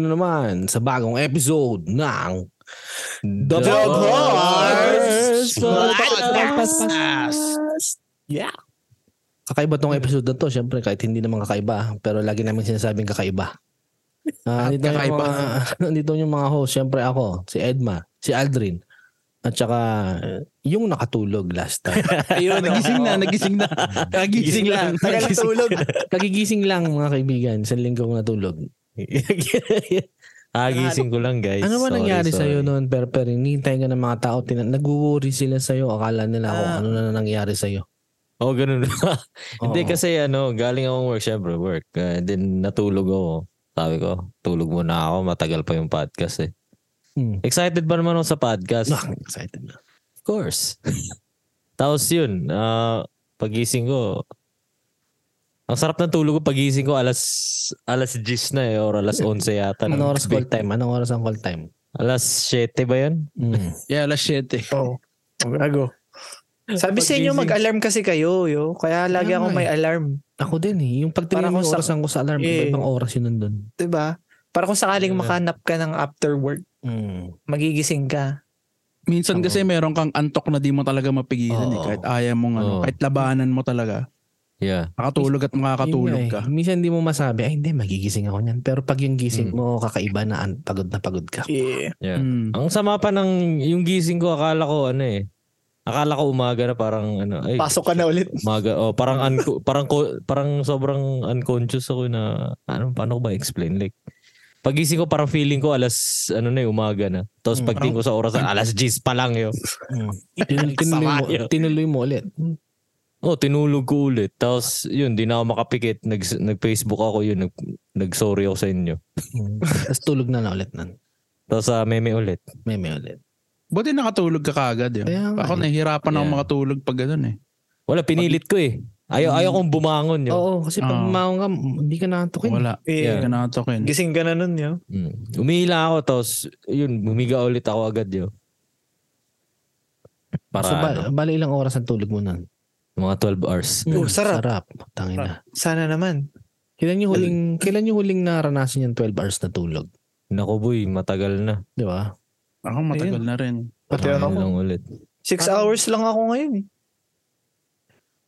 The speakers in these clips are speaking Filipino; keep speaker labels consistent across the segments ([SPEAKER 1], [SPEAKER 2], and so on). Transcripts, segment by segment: [SPEAKER 1] naman sa bagong episode ng The
[SPEAKER 2] The
[SPEAKER 1] Horse
[SPEAKER 2] Horse
[SPEAKER 1] Podcast. Yeah. Kakaiba tong episode na to, syempre kahit hindi naman kakaiba, pero lagi namin sinasabing kakaiba. Ah,
[SPEAKER 2] At
[SPEAKER 1] nandito, yung
[SPEAKER 2] kakaiba.
[SPEAKER 1] mga, nandito yung mga host, syempre ako, si Edma, si Aldrin, at saka eh, yung nakatulog last time.
[SPEAKER 2] Ayun, nagising na, nagising na. Nagising lang.
[SPEAKER 1] Tagal
[SPEAKER 2] Nagising
[SPEAKER 1] natulog. Kagigising lang mga kaibigan, isang linggo ko natulog.
[SPEAKER 3] Ah, gising ko lang guys.
[SPEAKER 1] ano ba
[SPEAKER 3] Sorry,
[SPEAKER 1] nangyari
[SPEAKER 3] sorry.
[SPEAKER 1] sa iyo noon, Perper? Hinihintay ka ng mga tao, tina- nag-worry sila sa iyo, akala nila ako,
[SPEAKER 3] Ah.
[SPEAKER 1] ano na nangyari sa iyo.
[SPEAKER 3] Oh, ganun. Hindi kasi ano, galing akong work, syempre work. Uh, then natulog ako. Sabi ko, tulog muna ako, matagal pa yung podcast eh.
[SPEAKER 1] Hmm.
[SPEAKER 3] Excited pa naman ako sa podcast.
[SPEAKER 1] Nah, excited na.
[SPEAKER 3] Of course. Tapos yun, ah, pagising ko, ang sarap ng tulog ko pagising ko alas alas 10 na eh or alas 11 yata. ng
[SPEAKER 1] Anong oras
[SPEAKER 3] gabi.
[SPEAKER 1] call time? Anong oras ang call time?
[SPEAKER 3] Alas 7 ba yun?
[SPEAKER 1] Hmm.
[SPEAKER 2] Yeah, alas 7.
[SPEAKER 1] Oh,
[SPEAKER 4] Oo. Gago. Sabi sa inyo,
[SPEAKER 2] Pagising.
[SPEAKER 4] mag-alarm kasi kayo, yo. Kaya eh. lagi
[SPEAKER 1] Tama
[SPEAKER 4] akong may alarm.
[SPEAKER 1] Ako din eh. Yung pagtingin
[SPEAKER 4] Para
[SPEAKER 1] ng
[SPEAKER 4] kung sa-
[SPEAKER 1] orasan ko sa alarm,
[SPEAKER 4] Eh.
[SPEAKER 1] iba-ibang oras yun nandun.
[SPEAKER 4] 'Di ba? diba? Para kung sakaling
[SPEAKER 3] Yeah.
[SPEAKER 4] makahanap ka ng after work,
[SPEAKER 1] Mm.
[SPEAKER 4] magigising ka.
[SPEAKER 1] Oo.
[SPEAKER 2] Minsan kasi meron kang antok na di mo talaga mapigilan eh.
[SPEAKER 1] Oo.
[SPEAKER 2] Kahit ayaw mong ano,
[SPEAKER 3] Oo.
[SPEAKER 2] kahit labanan mo talaga.
[SPEAKER 3] Yeah.
[SPEAKER 2] Nakatulog at
[SPEAKER 1] Yun
[SPEAKER 2] makakatulog
[SPEAKER 1] nga
[SPEAKER 2] ka.
[SPEAKER 1] eh. Minsan hindi mo masabi, ay hindi, magigising ako niyan. Pero pag yung gising mo, kakaiba na an- pagod na pagod ka.
[SPEAKER 4] Yeah.
[SPEAKER 3] Yeah.
[SPEAKER 2] Mm.
[SPEAKER 3] Ang sama pa ng yung gising ko akala ko ano eh. Akala ko umaga na parang ano ay
[SPEAKER 4] Pasok ka na ulit.
[SPEAKER 3] umaga oh parang unco- parang co- parang sobrang unconscious ako na ano paano ko ba explain like pagising ko parang feeling ko alas ano na eh, umaga na. Tapos
[SPEAKER 1] Mm.
[SPEAKER 3] pagtingin ko sa oras alas 10 pa lang yun.
[SPEAKER 1] Mm. Tinul- tinuloy, mo,
[SPEAKER 3] Sama yun.
[SPEAKER 1] tinuloy mo ulit.
[SPEAKER 3] Oh, tinulog ko ulit. Tapos yun, di na ako makapikit. Nag, nag-Facebook ako yun. Nag, nag-sorry ako sa inyo.
[SPEAKER 1] Mm. Tapos tulog na lang ulit nun.
[SPEAKER 3] Tapos sa meme ulit.
[SPEAKER 1] Meme ulit.
[SPEAKER 2] Buti nakatulog ka kagad yun.
[SPEAKER 1] Kaya nga
[SPEAKER 2] Ako
[SPEAKER 1] eh.
[SPEAKER 2] nahihirapan ako
[SPEAKER 3] Yeah.
[SPEAKER 2] makatulog pag ganun eh.
[SPEAKER 3] Wala, pinilit ko eh. Ayaw, ayaw kong bumangon yun.
[SPEAKER 1] Oo, kasi pag
[SPEAKER 4] Ah.
[SPEAKER 2] Oo.
[SPEAKER 1] maong ka, hindi ka nakatukin.
[SPEAKER 2] Wala.
[SPEAKER 3] Yeah.
[SPEAKER 2] Hindi ka nakatokin.
[SPEAKER 4] Eh, Gising ka na nun, yo.
[SPEAKER 3] Mm. Umihila ako, tapos yun, humiga ulit ako agad yun. Para
[SPEAKER 1] so, ba-
[SPEAKER 3] ano,
[SPEAKER 1] bali ilang oras ang tulog mo nun?
[SPEAKER 3] mga 12 hours.
[SPEAKER 4] Oh, sarap.
[SPEAKER 1] Sarap. Tangin na.
[SPEAKER 4] Sana naman.
[SPEAKER 1] Kailan
[SPEAKER 3] Ano?
[SPEAKER 1] yung huling, kailan yung huling naranasan yung 12 hours na tulog?
[SPEAKER 3] Naku boy, matagal na.
[SPEAKER 1] Di ba?
[SPEAKER 2] Ako matagal na rin.
[SPEAKER 4] Pati
[SPEAKER 1] Parang-
[SPEAKER 4] ako.
[SPEAKER 3] Ano lang ulit.
[SPEAKER 4] Six
[SPEAKER 1] Parang-
[SPEAKER 4] hours lang ako ngayon. eh.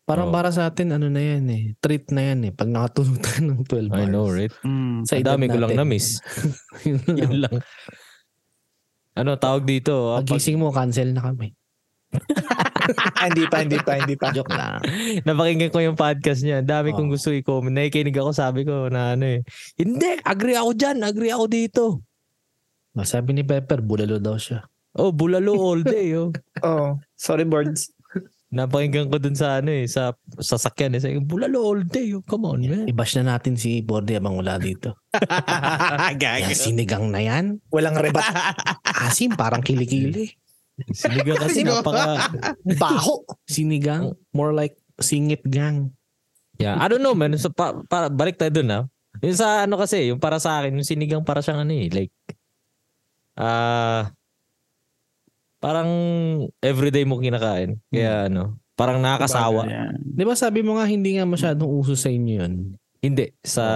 [SPEAKER 1] Parang
[SPEAKER 3] Oo.
[SPEAKER 1] para sa atin, ano na yan eh. Treat na yan eh. Pag nakatulog tayo ng 12 hours.
[SPEAKER 3] I know, right?
[SPEAKER 2] Mm.
[SPEAKER 1] Sa
[SPEAKER 3] Ang
[SPEAKER 1] edad
[SPEAKER 3] dami ko lang
[SPEAKER 1] natin.
[SPEAKER 3] na-miss.
[SPEAKER 1] Yun lang.
[SPEAKER 3] yun lang. Ano, tawag dito. ah, pag-
[SPEAKER 1] Pagising mo, cancel na kami.
[SPEAKER 4] Ah, hindi pa, hindi pa, hindi pa.
[SPEAKER 1] Joke lang.
[SPEAKER 3] napakinggan ko yung podcast niya. Ang dami kong
[SPEAKER 1] Oo.
[SPEAKER 3] gusto i-comment. Nakikinig ako, sabi ko na ano eh. Hindi, agree ako dyan, agree ako dito.
[SPEAKER 1] Ah, Sabi ni Pepper, bulalo daw siya.
[SPEAKER 3] Oh, bulalo all day, oh.
[SPEAKER 4] Oh, sorry boards.
[SPEAKER 3] Napakinggan ko dun sa ano eh, sa sasakyan eh. Sabi ko, bulalo all day, oh. Come on, man.
[SPEAKER 1] I-bash na natin si Borde abang wala dito. Yan,
[SPEAKER 3] Gago.
[SPEAKER 1] sinigang na yan.
[SPEAKER 4] Walang rebat.
[SPEAKER 1] Asim, parang kilikili.
[SPEAKER 3] Sinigang kasi
[SPEAKER 4] Sino?
[SPEAKER 3] napaka...
[SPEAKER 4] Baho.
[SPEAKER 1] Sinigang, more like singit gang.
[SPEAKER 3] Yeah, I don't know, man. So, pa, para, balik tayo dun, ah. Yung sa ano kasi, yung para sa akin, yung sinigang para siyang ano eh, like, ah, parang everyday mo kinakain. Kaya ano, parang nakakasawa.
[SPEAKER 2] Yan.
[SPEAKER 1] Di ba sabi mo nga hindi nga masyadong uso sa inyo yun?
[SPEAKER 3] Hindi sa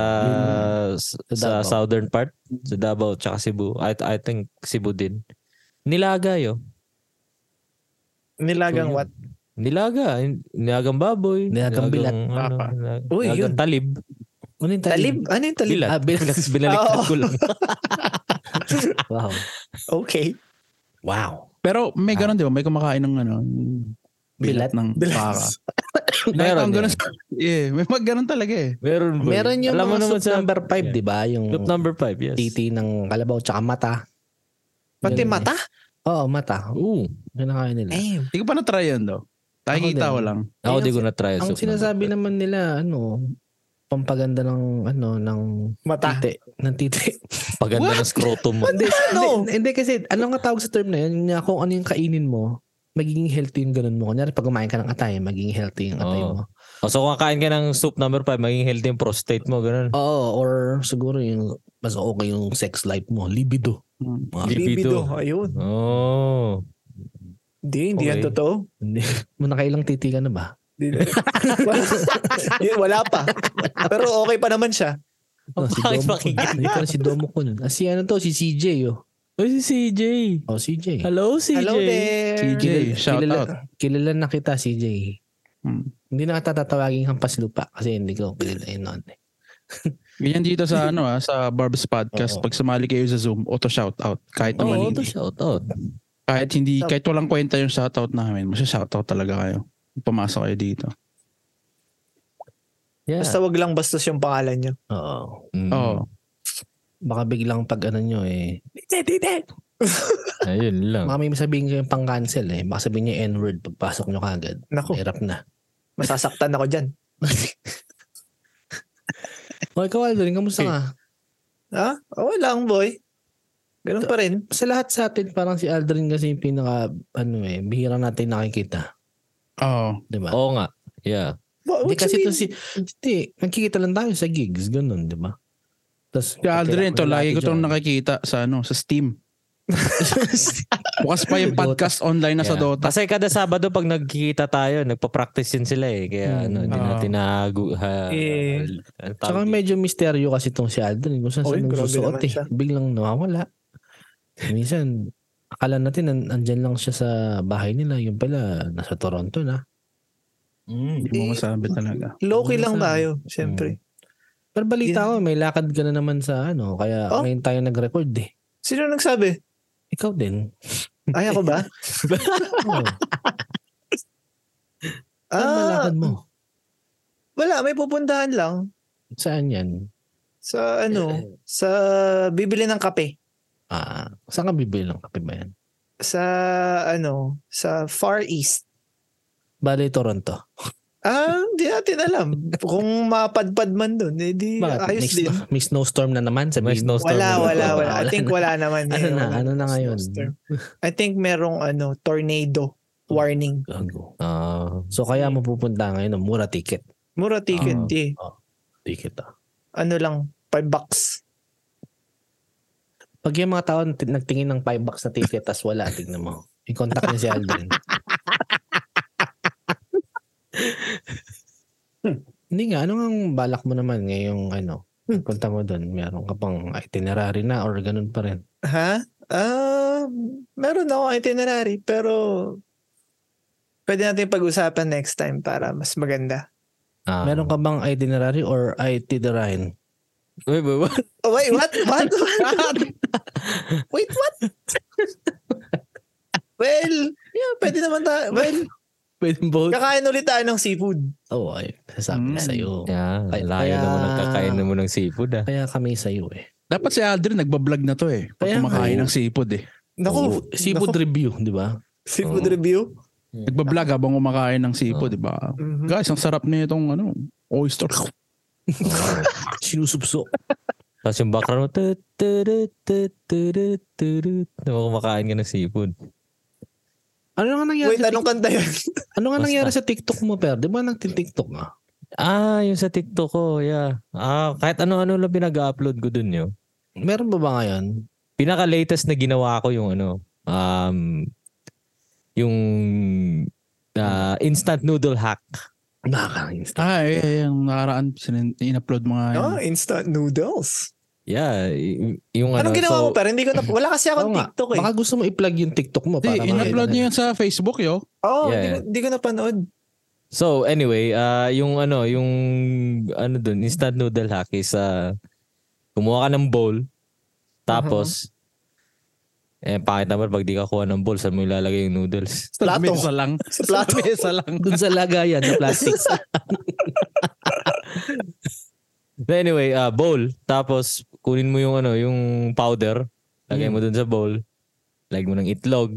[SPEAKER 3] sa, sa
[SPEAKER 1] Davao.
[SPEAKER 3] southern part, sa Davao tsaka Cebu. I I think Cebu din. Nilaga 'yo.
[SPEAKER 4] Nilagang
[SPEAKER 3] So,
[SPEAKER 4] what?
[SPEAKER 3] Nilaga, Yun, nilagang baboy,
[SPEAKER 1] Nilagang bilat.
[SPEAKER 3] ano,
[SPEAKER 2] Papa.
[SPEAKER 3] nilag-
[SPEAKER 4] Uy,
[SPEAKER 3] nilagang talib,
[SPEAKER 1] Ano yung
[SPEAKER 4] Talib? Ano yung talib?
[SPEAKER 3] bilat.
[SPEAKER 1] Ah, bilat.
[SPEAKER 3] Binaliktad ko lang.
[SPEAKER 1] Wow.
[SPEAKER 4] Okay.
[SPEAKER 1] Wow.
[SPEAKER 2] Pero may ganun, di ba? May kumakain ng ano,
[SPEAKER 1] Bilat.
[SPEAKER 2] bilat, ng baka.
[SPEAKER 4] Bilas.
[SPEAKER 2] Nakita
[SPEAKER 3] Meron
[SPEAKER 2] ko ganun
[SPEAKER 3] yun.
[SPEAKER 2] sa- Yeah, may mag ganun talaga eh.
[SPEAKER 3] Meron boy.
[SPEAKER 1] Meron yung
[SPEAKER 3] Alam mo
[SPEAKER 1] mga
[SPEAKER 3] naman
[SPEAKER 1] soup
[SPEAKER 3] sa
[SPEAKER 1] number 5,
[SPEAKER 3] Yeah.
[SPEAKER 1] di ba? Yung
[SPEAKER 3] Loop number 5, yes.
[SPEAKER 1] titi ng kalabaw tsaka mata.
[SPEAKER 4] Pati
[SPEAKER 1] Yun.
[SPEAKER 4] mata?
[SPEAKER 1] Oo, mata.
[SPEAKER 3] Oo.
[SPEAKER 1] Kinakain nila.
[SPEAKER 4] Damn.
[SPEAKER 2] Hindi ko pa na-try yun daw.
[SPEAKER 1] Ako
[SPEAKER 2] Nakikita
[SPEAKER 1] din.
[SPEAKER 2] ko lang.
[SPEAKER 3] Ako
[SPEAKER 1] Ayun,
[SPEAKER 3] di ko na-try. yung
[SPEAKER 1] Ang
[SPEAKER 3] soup
[SPEAKER 1] sinasabi
[SPEAKER 3] number
[SPEAKER 1] naman nila, ano, pampaganda ng, ano, ng
[SPEAKER 4] Mata.
[SPEAKER 1] titi. Ng titi.
[SPEAKER 3] five. Paganda ng scrotum mo.
[SPEAKER 1] Hindi, hindi, hindi kasi, ano nga tawag sa term na yun? Yung nga Kung ano yung kainin mo, magiging healthy yung ganun mo. Kunyari, pag kumain ka ng atay, magiging healthy yung atay
[SPEAKER 3] Oo.
[SPEAKER 1] mo.
[SPEAKER 3] O, Oh, so kung kakain ka ng soup number 5, maging healthy yung prostate mo, ganun.
[SPEAKER 1] Oo, or siguro yung mas okay yung sex life mo, libido.
[SPEAKER 2] Mm.
[SPEAKER 1] Mga-
[SPEAKER 3] Libido.
[SPEAKER 4] Ayun.
[SPEAKER 3] Oh.
[SPEAKER 4] Hindi, hindi yan
[SPEAKER 3] Okay.
[SPEAKER 4] totoo.
[SPEAKER 1] Hindi. Mo nakailang titi ka na ba?
[SPEAKER 4] Hindi. Wala- Yun, wala pa. Pero okay pa naman siya.
[SPEAKER 1] Oh, si
[SPEAKER 3] Bakit
[SPEAKER 1] Domo Kun.
[SPEAKER 3] pakinggan?
[SPEAKER 1] Hindi ko na si Domo Kun. Ah, si ano to? Si CJ, oh.
[SPEAKER 3] Uy, si CJ.
[SPEAKER 1] Oh, CJ.
[SPEAKER 3] Hello, CJ.
[SPEAKER 4] Hello
[SPEAKER 1] Eh,
[SPEAKER 4] there.
[SPEAKER 2] CJ, shout
[SPEAKER 1] kilala,
[SPEAKER 2] out.
[SPEAKER 1] Kilala na kita, CJ.
[SPEAKER 2] Hmm.
[SPEAKER 1] Hindi na kita tatawagin hampas lupa kasi hindi ko kilala yun noon. eh.
[SPEAKER 2] Ganyan dito sa ano ah, sa Barb's Podcast.
[SPEAKER 1] Oo.
[SPEAKER 2] Pag sumali kayo sa Zoom, auto shout out. Kahit
[SPEAKER 3] Oo,
[SPEAKER 2] naman
[SPEAKER 3] to shout out.
[SPEAKER 2] kahit hindi, kahit walang kwenta yung shout out namin, masya shout out talaga kayo. Pumasok kayo dito.
[SPEAKER 1] Yeah.
[SPEAKER 4] Basta wag lang bastos yung pangalan niyo.
[SPEAKER 1] Oo.
[SPEAKER 3] Mm.
[SPEAKER 2] Oo.
[SPEAKER 1] Baka biglang pag ano nyo eh.
[SPEAKER 4] Hindi, hindi.
[SPEAKER 3] Ayun lang.
[SPEAKER 1] Baka may sabihin kayo pang cancel eh. Baka sabihin niya N-word pagpasok nyo kagad.
[SPEAKER 2] Oh.
[SPEAKER 4] Nako,
[SPEAKER 1] Hirap na.
[SPEAKER 4] masasaktan ako dyan.
[SPEAKER 1] O ikaw Aldrin, kamusta
[SPEAKER 2] Okay.
[SPEAKER 1] ka?
[SPEAKER 4] Ha? Oh, wala lang, boy. Ganun pa rin.
[SPEAKER 1] Sa lahat sa atin, parang si Aldrin kasi yung pinaka, ano eh, bihira natin nakikita.
[SPEAKER 2] Oo.
[SPEAKER 1] Di ba?
[SPEAKER 3] Oo nga. Yeah.
[SPEAKER 4] What,
[SPEAKER 1] Hindi
[SPEAKER 4] what
[SPEAKER 1] kasi
[SPEAKER 4] you
[SPEAKER 1] to
[SPEAKER 4] mean?
[SPEAKER 1] si, hindi, nagkikita lang tayo sa gigs, ganun, di ba? Tapos,
[SPEAKER 2] Si Aldrin, to, lagi ko itong nakikita sa ano, sa Steam. Bukas pa yung
[SPEAKER 1] Dota.
[SPEAKER 2] podcast online na sa
[SPEAKER 3] Yeah.
[SPEAKER 2] Dota.
[SPEAKER 3] Kasi kada Sabado pag nagkikita tayo, nagpa-practice din sila eh. Kaya ano, hindi
[SPEAKER 2] Oo.
[SPEAKER 3] natin nagu... Ha,
[SPEAKER 4] Eh,
[SPEAKER 3] ano tawag
[SPEAKER 1] Ah. Tsaka
[SPEAKER 3] dito?
[SPEAKER 1] medyo misteryo kasi itong si Aldrin. Kung saan
[SPEAKER 4] Oy,
[SPEAKER 1] saan
[SPEAKER 4] grabe
[SPEAKER 1] nagsusuot
[SPEAKER 4] naman
[SPEAKER 1] eh.
[SPEAKER 4] siya.
[SPEAKER 1] Biglang nawawala. Minsan, akala natin an- andyan lang siya sa bahay nila. Yung pala, nasa Toronto na.
[SPEAKER 3] Mm.
[SPEAKER 2] Hindi mo masabi talaga.
[SPEAKER 4] Low-key
[SPEAKER 1] Ano
[SPEAKER 4] lang
[SPEAKER 1] sabi?
[SPEAKER 4] tayo,
[SPEAKER 1] Hmm.
[SPEAKER 4] siyempre.
[SPEAKER 1] Pero balita
[SPEAKER 4] Yeah.
[SPEAKER 1] ko, may lakad ka na naman sa ano. Kaya
[SPEAKER 4] Oh?
[SPEAKER 1] ngayon tayo nag-record eh.
[SPEAKER 4] Sino nagsabi?
[SPEAKER 1] Ikaw din.
[SPEAKER 4] Ay, ako ba?
[SPEAKER 1] Oh, saan ba
[SPEAKER 4] ah,
[SPEAKER 1] lakad mo?
[SPEAKER 4] wala. May pupuntahan lang.
[SPEAKER 1] Saan yan?
[SPEAKER 4] Sa ano, sa bibili ng kape.
[SPEAKER 1] Ah, saan ka bibili ng kape ba yan?
[SPEAKER 4] Sa ano, sa Far East.
[SPEAKER 1] Bale, Toronto.
[SPEAKER 4] Ah, hindi natin alam. Kung mapadpad man dun, edi
[SPEAKER 1] Bakit?
[SPEAKER 4] ayos
[SPEAKER 1] may,
[SPEAKER 4] din.
[SPEAKER 1] snow- may snowstorm na naman? Sabihin
[SPEAKER 3] May
[SPEAKER 1] mo.
[SPEAKER 3] snowstorm.
[SPEAKER 4] Wala,
[SPEAKER 3] na-
[SPEAKER 4] wala,
[SPEAKER 1] Wala,
[SPEAKER 4] wala. I
[SPEAKER 1] wala
[SPEAKER 4] think
[SPEAKER 1] na.
[SPEAKER 4] wala naman.
[SPEAKER 1] Ano
[SPEAKER 4] ngayon.
[SPEAKER 1] na, ano na ngayon?
[SPEAKER 4] Snowstorm. I think merong ano, tornado warning.
[SPEAKER 1] Gago.
[SPEAKER 3] Ah.
[SPEAKER 1] So kaya mo pupunta ngayon ng mura ticket.
[SPEAKER 4] Mura ticket,
[SPEAKER 1] Oh.
[SPEAKER 3] Ah.
[SPEAKER 4] eh.
[SPEAKER 1] Ticket ah.
[SPEAKER 4] Ano lang, 5 bucks.
[SPEAKER 1] Pag yung mga tao nagti- nagtingin ng 5 bucks na ticket tas wala, tignan mo. I-contact niya si Aldrin. Hindi nga, ano ang balak mo naman ngayong ano?
[SPEAKER 4] Hmm.
[SPEAKER 1] Punta mo doon, meron ka pang itinerary na or ganun pa rin.
[SPEAKER 4] Ha? Ah, meron ako itinerary, pero pwede natin pag-usapan next time para mas maganda.
[SPEAKER 3] Ah.
[SPEAKER 1] Meron ka bang itinerary or itinerary?
[SPEAKER 3] Wait, wait, wait.
[SPEAKER 4] Oh, wait, what? What? wait, what? well, yeah, pwede naman ta. Well,
[SPEAKER 3] Wait, both.
[SPEAKER 4] kakain ulit tayo ng seafood.
[SPEAKER 1] Oo, oh, ay, sasabi na
[SPEAKER 2] Hmm.
[SPEAKER 1] sa'yo.
[SPEAKER 3] Yeah,
[SPEAKER 1] Kaya-
[SPEAKER 3] layo
[SPEAKER 1] kaya-
[SPEAKER 3] naman ang kakain naman ng seafood ah.
[SPEAKER 1] Kaya kami sa'yo eh.
[SPEAKER 2] Dapat si Aldrin nagbablog na to eh. Pag
[SPEAKER 1] Kaya
[SPEAKER 2] kumakain
[SPEAKER 1] nga.
[SPEAKER 2] ng seafood eh.
[SPEAKER 1] Oo. Oh, seafood oh.
[SPEAKER 4] naku,
[SPEAKER 1] review, di ba?
[SPEAKER 4] seafood
[SPEAKER 3] Oo.
[SPEAKER 4] review.
[SPEAKER 2] Nagbablog habang kumakain ng seafood,
[SPEAKER 3] Oo.
[SPEAKER 2] di ba?
[SPEAKER 4] Mhm.
[SPEAKER 2] Guys, ang sarap na itong ano, oyster.
[SPEAKER 3] Oo.
[SPEAKER 1] Sinusupso.
[SPEAKER 3] Tapos yung background mo, tut, turut, tut, turut, turut. Diba kumakain ka ng seafood?
[SPEAKER 1] Ano nga nangyari?
[SPEAKER 4] Wait,
[SPEAKER 1] sa
[SPEAKER 4] anong kanta yun?
[SPEAKER 1] tik- ano nga
[SPEAKER 3] Basta.
[SPEAKER 1] nangyari sa TikTok mo, Per? Di ba nagtitiktok ka?
[SPEAKER 3] Ah, yung sa TikTok ko, yeah. Ah, kahit ano-ano lang pinag-upload ko dun yun.
[SPEAKER 1] Meron ba ba ngayon?
[SPEAKER 3] Pinaka-latest na ginawa ko yung ano, um, yung ah, instant noodle hack.
[SPEAKER 1] Nakakainis.
[SPEAKER 2] Ah, eh, eh, yung nakaraan, sinin- in-upload mga
[SPEAKER 4] No,
[SPEAKER 2] yan.
[SPEAKER 4] Ah, instant noodles.
[SPEAKER 3] Yeah, y- yung ano.
[SPEAKER 4] Anong ginawa
[SPEAKER 3] so,
[SPEAKER 4] mo pa? Hindi ko na, wala kasi
[SPEAKER 1] Oo
[SPEAKER 4] akong
[SPEAKER 1] nga.
[SPEAKER 4] TikTok eh.
[SPEAKER 1] Baka gusto mo i-plug yung TikTok mo.
[SPEAKER 2] Di,
[SPEAKER 1] para
[SPEAKER 2] in-upload
[SPEAKER 1] makita
[SPEAKER 2] niya yan sa Facebook, yo.
[SPEAKER 4] Oo,
[SPEAKER 3] Yeah,
[SPEAKER 4] hindi, ko- hindi Oh, ko napanood.
[SPEAKER 3] So anyway, ah yung ano, yung ano dun, instant noodle hack is ah, kumuha ka ng bowl, tapos eh pakita mo pag di ka kuha ng bowl, saan mo ilalagay yung noodles?
[SPEAKER 2] Sa
[SPEAKER 4] Plato.
[SPEAKER 2] lamesa lang.
[SPEAKER 4] Sa
[SPEAKER 2] Sa
[SPEAKER 4] plato.
[SPEAKER 2] lamesa lang.
[SPEAKER 1] Dun sa lagayan na plastic.
[SPEAKER 3] But anyway, ah bowl, tapos kunin mo yung ano, yung powder, lagay mo dun sa bowl, lagay mo ng itlog,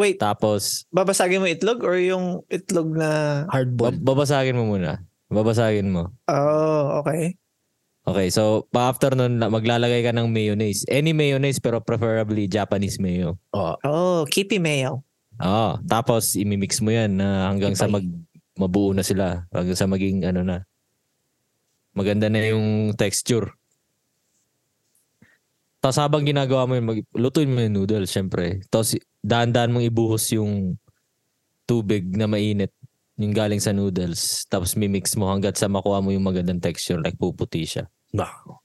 [SPEAKER 4] Wait,
[SPEAKER 3] tapos
[SPEAKER 4] babasagin mo itlog or yung itlog na...
[SPEAKER 1] Hardball.
[SPEAKER 3] bab- babasagin mo muna. Babasagin mo.
[SPEAKER 4] Oh, okay.
[SPEAKER 3] Okay, so pa after nun, la- maglalagay ka ng mayonnaise. Any mayonnaise pero preferably Japanese mayo.
[SPEAKER 1] Oh,
[SPEAKER 4] Oh, kipi mayo.
[SPEAKER 3] Oo. tapos imimix mo yan na hanggang sa
[SPEAKER 1] Ipay.
[SPEAKER 3] mag mabuo na sila. Hanggang sa maging ano na. Maganda na yung texture. Tapos habang ginagawa mo yun, mag, lutuin mo yung noodles, syempre. Tapos dahan-dahan mong ibuhos yung tubig na mainit Yung galing sa noodles. Tapos mimix mo hanggat sa makuha mo yung magandang texture. Like puputi siya.
[SPEAKER 1] Nako.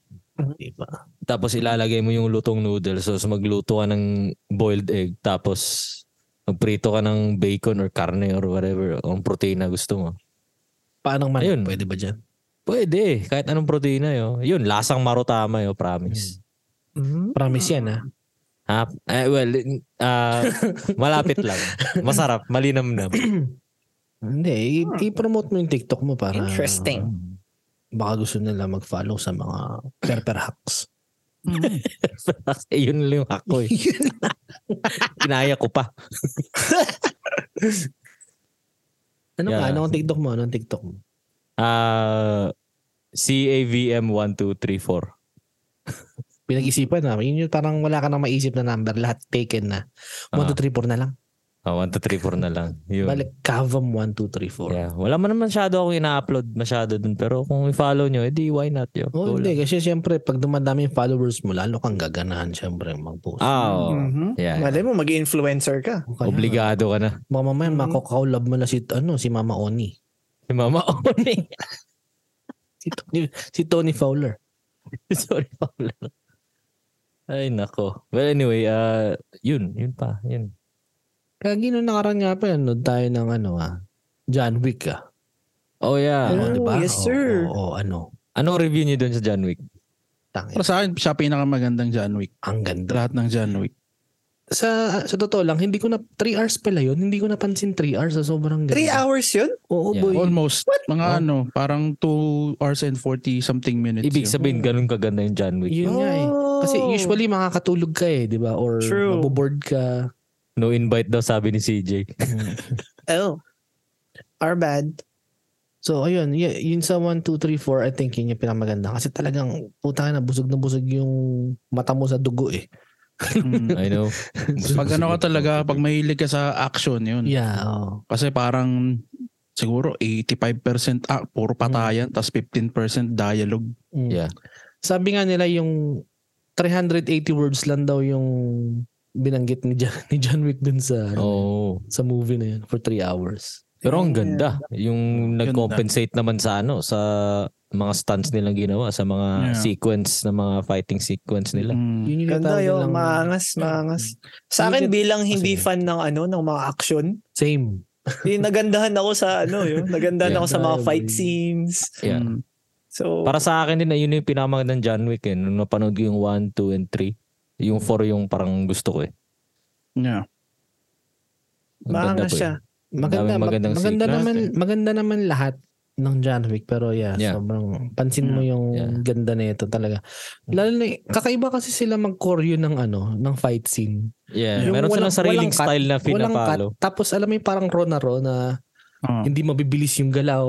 [SPEAKER 1] Diba?
[SPEAKER 3] Tapos ilalagay mo yung lutong noodles. So, so magluto ka ng boiled egg. Tapos magprito ka ng bacon or karne or whatever. O ang proteina gusto mo.
[SPEAKER 1] Paano man?
[SPEAKER 3] Ayun.
[SPEAKER 1] Pwede ba dyan?
[SPEAKER 3] Pwede. Kahit anong proteina yo. Yun, lasang marutama yo, promise.
[SPEAKER 4] Mm.
[SPEAKER 1] Promise yan ah. ha.
[SPEAKER 3] Ha? Eh, well, ah, malapit lang. Masarap. Malinam na.
[SPEAKER 1] Hindi, i- i-promote mo yung TikTok mo
[SPEAKER 3] Ah.
[SPEAKER 1] para
[SPEAKER 4] Hmm. Interesting.
[SPEAKER 1] baka gusto nila mag-follow sa mga perper hacks.
[SPEAKER 3] eh, yun lang yung ako eh. Kinaya ko pa.
[SPEAKER 1] Ano
[SPEAKER 3] Yeah.
[SPEAKER 1] nga, anong TikTok mo? Anong TikTok mo?
[SPEAKER 3] Ah, CAVM1234.
[SPEAKER 1] Pinag-isipan na. Yun yung parang wala ka nang maisip na number. Lahat taken na. 1, 2,
[SPEAKER 3] Ah.
[SPEAKER 1] 3, 4 na lang.
[SPEAKER 3] Ah, 1234 na lang. Yun.
[SPEAKER 1] Balik, Cavam 1, 2, 3, 4.
[SPEAKER 3] Yeah. Wala man naman masyado akong ina-upload masyado dun. Pero kung i-follow nyo, edi why not yo?
[SPEAKER 1] Oh,
[SPEAKER 3] Go
[SPEAKER 1] hindi. Kasi siyempre, pag dumadami yung followers mo, lalo kang gaganahan siyempre mag-post.
[SPEAKER 3] lang. Ah, oo.
[SPEAKER 1] Hmm. Mm-hmm.
[SPEAKER 4] Mhm.
[SPEAKER 3] Yeah.
[SPEAKER 4] Malay mo, mag-influencer ka.
[SPEAKER 1] Kaya,
[SPEAKER 3] Obligado ka na.
[SPEAKER 1] Baka mamaya,
[SPEAKER 4] Mm.
[SPEAKER 1] makokaulab mo na si, ano, si Mama Oni.
[SPEAKER 3] Si Mama Oni.
[SPEAKER 1] Si Tony, si Tony Fowler.
[SPEAKER 3] Sorry, Paula. Ay, nako. Well, anyway, uh, yun. Yun pa. Yun.
[SPEAKER 1] Kagi nung nakaraan nga pa, nanood tayo ng ano ah, John Wick ah.
[SPEAKER 3] Oh, yeah.
[SPEAKER 1] Oo,
[SPEAKER 4] Oh,
[SPEAKER 1] diba?
[SPEAKER 4] yes,
[SPEAKER 1] Oo,
[SPEAKER 4] sir.
[SPEAKER 1] Oo, oo, ano.
[SPEAKER 3] Anong review niyo dun sa John Wick?
[SPEAKER 1] Tangin.
[SPEAKER 2] Para sa akin, siya pinakamagandang John Wick.
[SPEAKER 1] Ang ganda.
[SPEAKER 2] Lahat ng John Wick.
[SPEAKER 1] Sa, sa totoo lang, hindi ko na, 3 hours pala yun, hindi ko napansin 3 hours sa sobrang ganda.
[SPEAKER 4] Three hours yun?
[SPEAKER 1] Oo,
[SPEAKER 3] Yeah.
[SPEAKER 1] boy.
[SPEAKER 2] Almost. Mga
[SPEAKER 1] Oh.
[SPEAKER 2] ano, parang 2 hours and 40 something minutes.
[SPEAKER 3] Ibig
[SPEAKER 2] yun.
[SPEAKER 3] sabihin, ganun kaganda yung John Wick.
[SPEAKER 1] Yun nga eh. Kasi
[SPEAKER 4] Oh.
[SPEAKER 1] usually makakatulog ka eh, di ba? Or
[SPEAKER 4] True.
[SPEAKER 1] maboboard ka.
[SPEAKER 3] No invite daw, sabi ni CJ.
[SPEAKER 4] Oh. Our bad.
[SPEAKER 1] So, ayun. y- Yun sa 1, 2, 3, 4, I think yun yung pinamaganda. Kasi talagang, puta na, busog na busog yung mata mo sa dugo eh.
[SPEAKER 2] Mm.
[SPEAKER 3] I know.
[SPEAKER 2] pag ano ka talaga, pag mahilig ka sa action yun.
[SPEAKER 4] Mm.
[SPEAKER 1] Yeah, oo.
[SPEAKER 2] Kasi parang siguro 85% ah, puro patayan, tas 15% dialogue.
[SPEAKER 1] Mm.
[SPEAKER 3] Yeah.
[SPEAKER 1] Sabi nga nila yung 380 words lang daw yung binanggit ni John, ni John Wick dun sa
[SPEAKER 3] Oh. Oo.
[SPEAKER 1] sa movie na yun for 3 hours.
[SPEAKER 3] Pero ang ganda. Yung nag-compensate naman sa ano, sa mga stunts nilang ginawa, sa mga
[SPEAKER 2] Yeah.
[SPEAKER 3] sequence, na mga fighting sequence nila.
[SPEAKER 2] Mm.
[SPEAKER 1] Yun yung
[SPEAKER 4] Ganda
[SPEAKER 1] tinatawag
[SPEAKER 4] yun.
[SPEAKER 1] nilang-
[SPEAKER 4] Maangas,
[SPEAKER 1] Mm.
[SPEAKER 4] maangas. Sa akin, bilang hindi
[SPEAKER 1] Sige.
[SPEAKER 4] fan ng ano, ng mga action,
[SPEAKER 1] Same.
[SPEAKER 4] yung nagandahan ako sa ano, yun. Nagandahan
[SPEAKER 3] Yeah.
[SPEAKER 4] ako sa mga
[SPEAKER 1] Grabe.
[SPEAKER 4] fight scenes.
[SPEAKER 3] Yeah.
[SPEAKER 2] Mm.
[SPEAKER 4] So,
[SPEAKER 3] Para sa akin din, ayun yung pinakamagandang John Wick eh. Nung napanood ko yung 1, 2, and 3. Yung 4 yung parang gusto ko eh.
[SPEAKER 2] Yeah.
[SPEAKER 3] Ang ganda
[SPEAKER 4] maangas
[SPEAKER 3] po
[SPEAKER 4] siya.
[SPEAKER 3] eh.
[SPEAKER 1] Maganda,
[SPEAKER 3] Daming
[SPEAKER 1] maganda,
[SPEAKER 3] magandang
[SPEAKER 1] maganda
[SPEAKER 2] sequence
[SPEAKER 1] naman,
[SPEAKER 2] eh.
[SPEAKER 1] maganda naman lahat ng John Wick pero yeah,
[SPEAKER 3] Yeah.
[SPEAKER 1] sobrang pansin mo yung
[SPEAKER 3] Yeah.
[SPEAKER 1] ganda nito talaga. Lalo na kakaiba kasi sila mag-choreo ng ano, ng fight scene.
[SPEAKER 3] Yeah.
[SPEAKER 1] Yung
[SPEAKER 3] Meron
[SPEAKER 1] walang-
[SPEAKER 3] silang sariling
[SPEAKER 1] walang cut,
[SPEAKER 3] style na
[SPEAKER 1] Walang cut.
[SPEAKER 3] pinapalo.
[SPEAKER 1] Tapos alam mo yung parang raw na raw na
[SPEAKER 2] Oh.
[SPEAKER 1] hindi mabibilis yung galaw.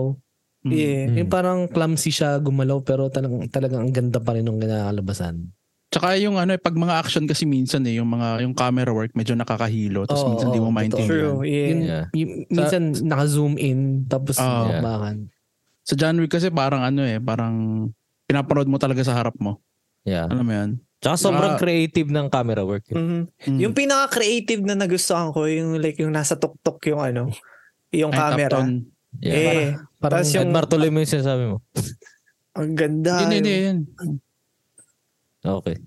[SPEAKER 2] Mm.
[SPEAKER 4] Yeah.
[SPEAKER 1] Yung parang clumsy siya gumalaw pero talagang talagang ang ganda pa rin ng kinakalabasan.
[SPEAKER 2] Tsaka yung ano, eh, pag mga action kasi minsan eh, yung mga yung camera work medyo nakakahilo, tapos
[SPEAKER 1] Oo,
[SPEAKER 2] minsan di mo
[SPEAKER 1] oo,
[SPEAKER 2] maintindihan.
[SPEAKER 4] True, yeah.
[SPEAKER 1] Yun,
[SPEAKER 3] Yeah.
[SPEAKER 1] yung-
[SPEAKER 2] Sa-
[SPEAKER 1] minsan naka-zoom in tapos
[SPEAKER 2] Oh.
[SPEAKER 1] yeah. bakbakan.
[SPEAKER 2] Sa John Wick kasi parang ano eh, parang pinapanood mo talaga sa harap mo.
[SPEAKER 3] Yeah.
[SPEAKER 2] Alam mo yan?
[SPEAKER 3] Tsaka sobrang
[SPEAKER 2] Tsaka-
[SPEAKER 3] creative ng camera work. eh.
[SPEAKER 4] Mhm.
[SPEAKER 2] Mm.
[SPEAKER 4] Yung pinaka-creative na nagustuhan ko, yung like yung nasa tuktok yung ano, yung
[SPEAKER 2] Kahit
[SPEAKER 4] camera.
[SPEAKER 2] uptown.
[SPEAKER 3] Yeah.
[SPEAKER 4] Eh,
[SPEAKER 1] Parang
[SPEAKER 4] Tapos
[SPEAKER 3] Yung...
[SPEAKER 4] yung-
[SPEAKER 3] Edmar, tuloy mo yung sinasabi mo.
[SPEAKER 4] ang ganda.
[SPEAKER 2] Hindi, hindi,
[SPEAKER 4] yung-
[SPEAKER 2] hindi.
[SPEAKER 3] Okay.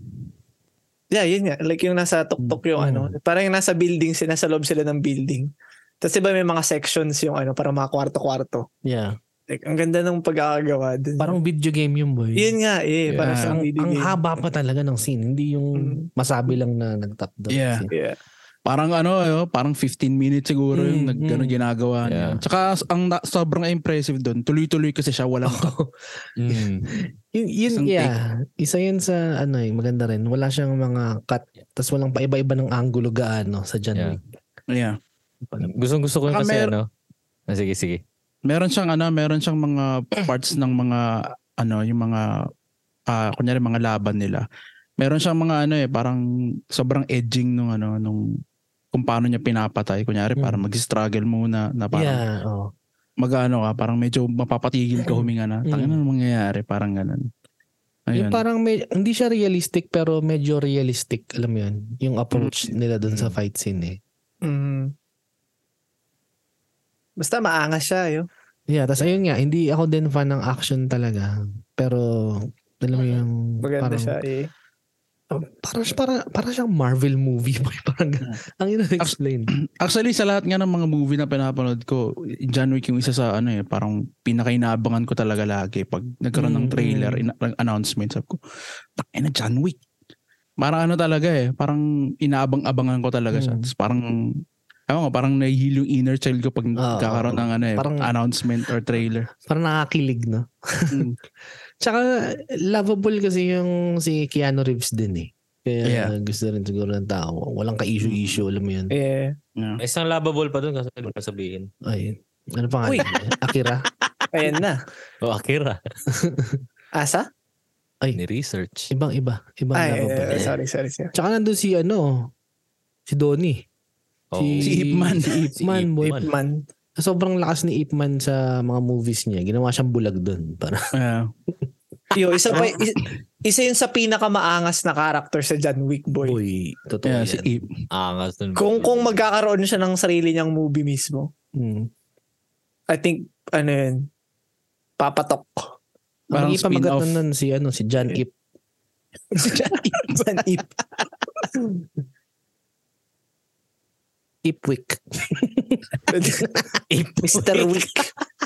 [SPEAKER 4] Yeah, yun nga. Like yung nasa tuktok yung
[SPEAKER 1] Mm.
[SPEAKER 4] ano. Parang yung nasa building, sila, nasa loob sila ng building. Tapos diba may mga sections yung ano, parang mga kwarto-kwarto.
[SPEAKER 1] yeah,
[SPEAKER 4] Like, ang ganda ng pagkakagawa dun.
[SPEAKER 1] parang video game yung boy.
[SPEAKER 4] yun nga, eh.
[SPEAKER 2] Yeah.
[SPEAKER 4] Parang sa
[SPEAKER 1] ang,
[SPEAKER 4] video
[SPEAKER 1] ang
[SPEAKER 4] game. Hmm.
[SPEAKER 1] haba pa talaga ng scene, hindi yung masabi lang na nag-tap doon.
[SPEAKER 2] Yeah.
[SPEAKER 4] Yeah.
[SPEAKER 2] Parang ano, eh, oh, parang 15 minutes siguro yung
[SPEAKER 1] Mm,
[SPEAKER 4] Hmm,
[SPEAKER 2] nag, ano,
[SPEAKER 1] mm.
[SPEAKER 2] ginagawa niya.
[SPEAKER 3] Yeah.
[SPEAKER 2] Tsaka ang na- sobrang impressive doon, tuloy-tuloy kasi siya walang
[SPEAKER 4] Oh.
[SPEAKER 3] Mm.
[SPEAKER 1] Yun, yun
[SPEAKER 2] Isang
[SPEAKER 1] yeah. Isa yun sa ano eh, maganda rin. Wala siyang mga cut. Tapos walang paiba-iba ng angulo gaano sa John
[SPEAKER 3] Yeah.
[SPEAKER 1] Wick.
[SPEAKER 2] Yeah.
[SPEAKER 3] Gustong gusto ko yun
[SPEAKER 2] Baka
[SPEAKER 3] kasi
[SPEAKER 2] mer-
[SPEAKER 3] ano. Ah, sige, sige.
[SPEAKER 2] Meron siyang ano, meron siyang mga parts ng mga ano, yung mga ah kunyari mga laban nila. Meron siyang mga ano eh, parang sobrang edging nung ano nung kung paano niya pinapatay. Kunyari
[SPEAKER 1] Mm.
[SPEAKER 2] para
[SPEAKER 4] Hmm.
[SPEAKER 2] mag-struggle muna na parang
[SPEAKER 1] yeah, oh.
[SPEAKER 2] mag-ano ka, parang medyo mapapatigil ka huminga na.
[SPEAKER 1] Mm.
[SPEAKER 2] Tangina ano mangyayari, parang ganun.
[SPEAKER 1] Yung
[SPEAKER 2] Ayun.
[SPEAKER 1] parang may, hindi siya realistic pero medyo realistic, alam mo yun.
[SPEAKER 2] Hmm.
[SPEAKER 1] Yung approach nila doon sa fight scene eh.
[SPEAKER 4] Mm. Mm-hmm. Basta maangas siya, eh. yun.
[SPEAKER 1] Yeah, tas ayun nga, hindi ako din fan ng action talaga. Pero, alam mo yung,
[SPEAKER 4] Maganda siya, eh.
[SPEAKER 1] parang, parang, parang siyang Marvel movie. parang, gan-
[SPEAKER 4] Hmm.
[SPEAKER 1] ang yun explain.
[SPEAKER 2] Actually, sa lahat nga ng mga movie na pinapanood ko, John Wick yung isa sa ano eh, parang pinakainaabangan ko talaga lagi. Pag nagkaroon ng
[SPEAKER 1] Mm,
[SPEAKER 2] trailer,
[SPEAKER 1] mm.
[SPEAKER 2] ina- ng announcement, sabi ko, takin na John Wick. Parang ano talaga eh, parang inaabang-abangan ko talaga siya.
[SPEAKER 1] Mm.
[SPEAKER 2] Tapos parang, ewan ko, parang nahihil yung inner child ko pag nagkakaroon ng ano eh,
[SPEAKER 1] Ah, Parang-
[SPEAKER 2] announcement or trailer.
[SPEAKER 1] Parang nakakilig, no?
[SPEAKER 2] Mm.
[SPEAKER 1] Tsaka, lovable kasi yung si Keanu Reeves din eh. Kaya
[SPEAKER 2] Yeah.
[SPEAKER 1] gusto rin siguro ng tao. Walang ka-issue-issue,
[SPEAKER 4] Hmm.
[SPEAKER 1] alam mo yun.
[SPEAKER 4] Yeah.
[SPEAKER 2] Yeah.
[SPEAKER 3] Isang lovable pa dun kasi ano pa sabihin.
[SPEAKER 1] Ay, ano pa nga?
[SPEAKER 4] Uy.
[SPEAKER 1] yun? Akira?
[SPEAKER 4] Ayan na.
[SPEAKER 3] O Akira.
[SPEAKER 4] Asa?
[SPEAKER 3] Ni research.
[SPEAKER 1] Ibang iba. Ibang
[SPEAKER 4] Ay,
[SPEAKER 1] lovable.
[SPEAKER 4] eh, sorry, sorry, sorry.
[SPEAKER 1] Tsaka nandun si ano, si Donnie.
[SPEAKER 2] Si Ip Man.
[SPEAKER 1] Si Ip Man, boy.
[SPEAKER 4] Man.
[SPEAKER 1] Sobrang lakas ni Ip Man sa mga movies niya. Ginawa siyang bulag doon. Parang,
[SPEAKER 2] Yeah.
[SPEAKER 4] Yo, isa pa, isa, isa yun sa pinakamaangas na character sa John Wick, boy.
[SPEAKER 1] boy, totoo
[SPEAKER 2] yeah,
[SPEAKER 1] yan.
[SPEAKER 2] si Ip.
[SPEAKER 3] Angas dun.
[SPEAKER 4] Kung kung magkakaroon siya ng sarili niyang movie mismo,
[SPEAKER 1] Mm.
[SPEAKER 4] I think, ano yun, papatok.
[SPEAKER 2] Parang
[SPEAKER 1] Parang
[SPEAKER 2] spin-off.
[SPEAKER 1] spin-off. Nun si, ano, si John Ip.
[SPEAKER 4] John Ip.
[SPEAKER 1] Ipwick.
[SPEAKER 3] Ip.
[SPEAKER 4] Mr. Wick.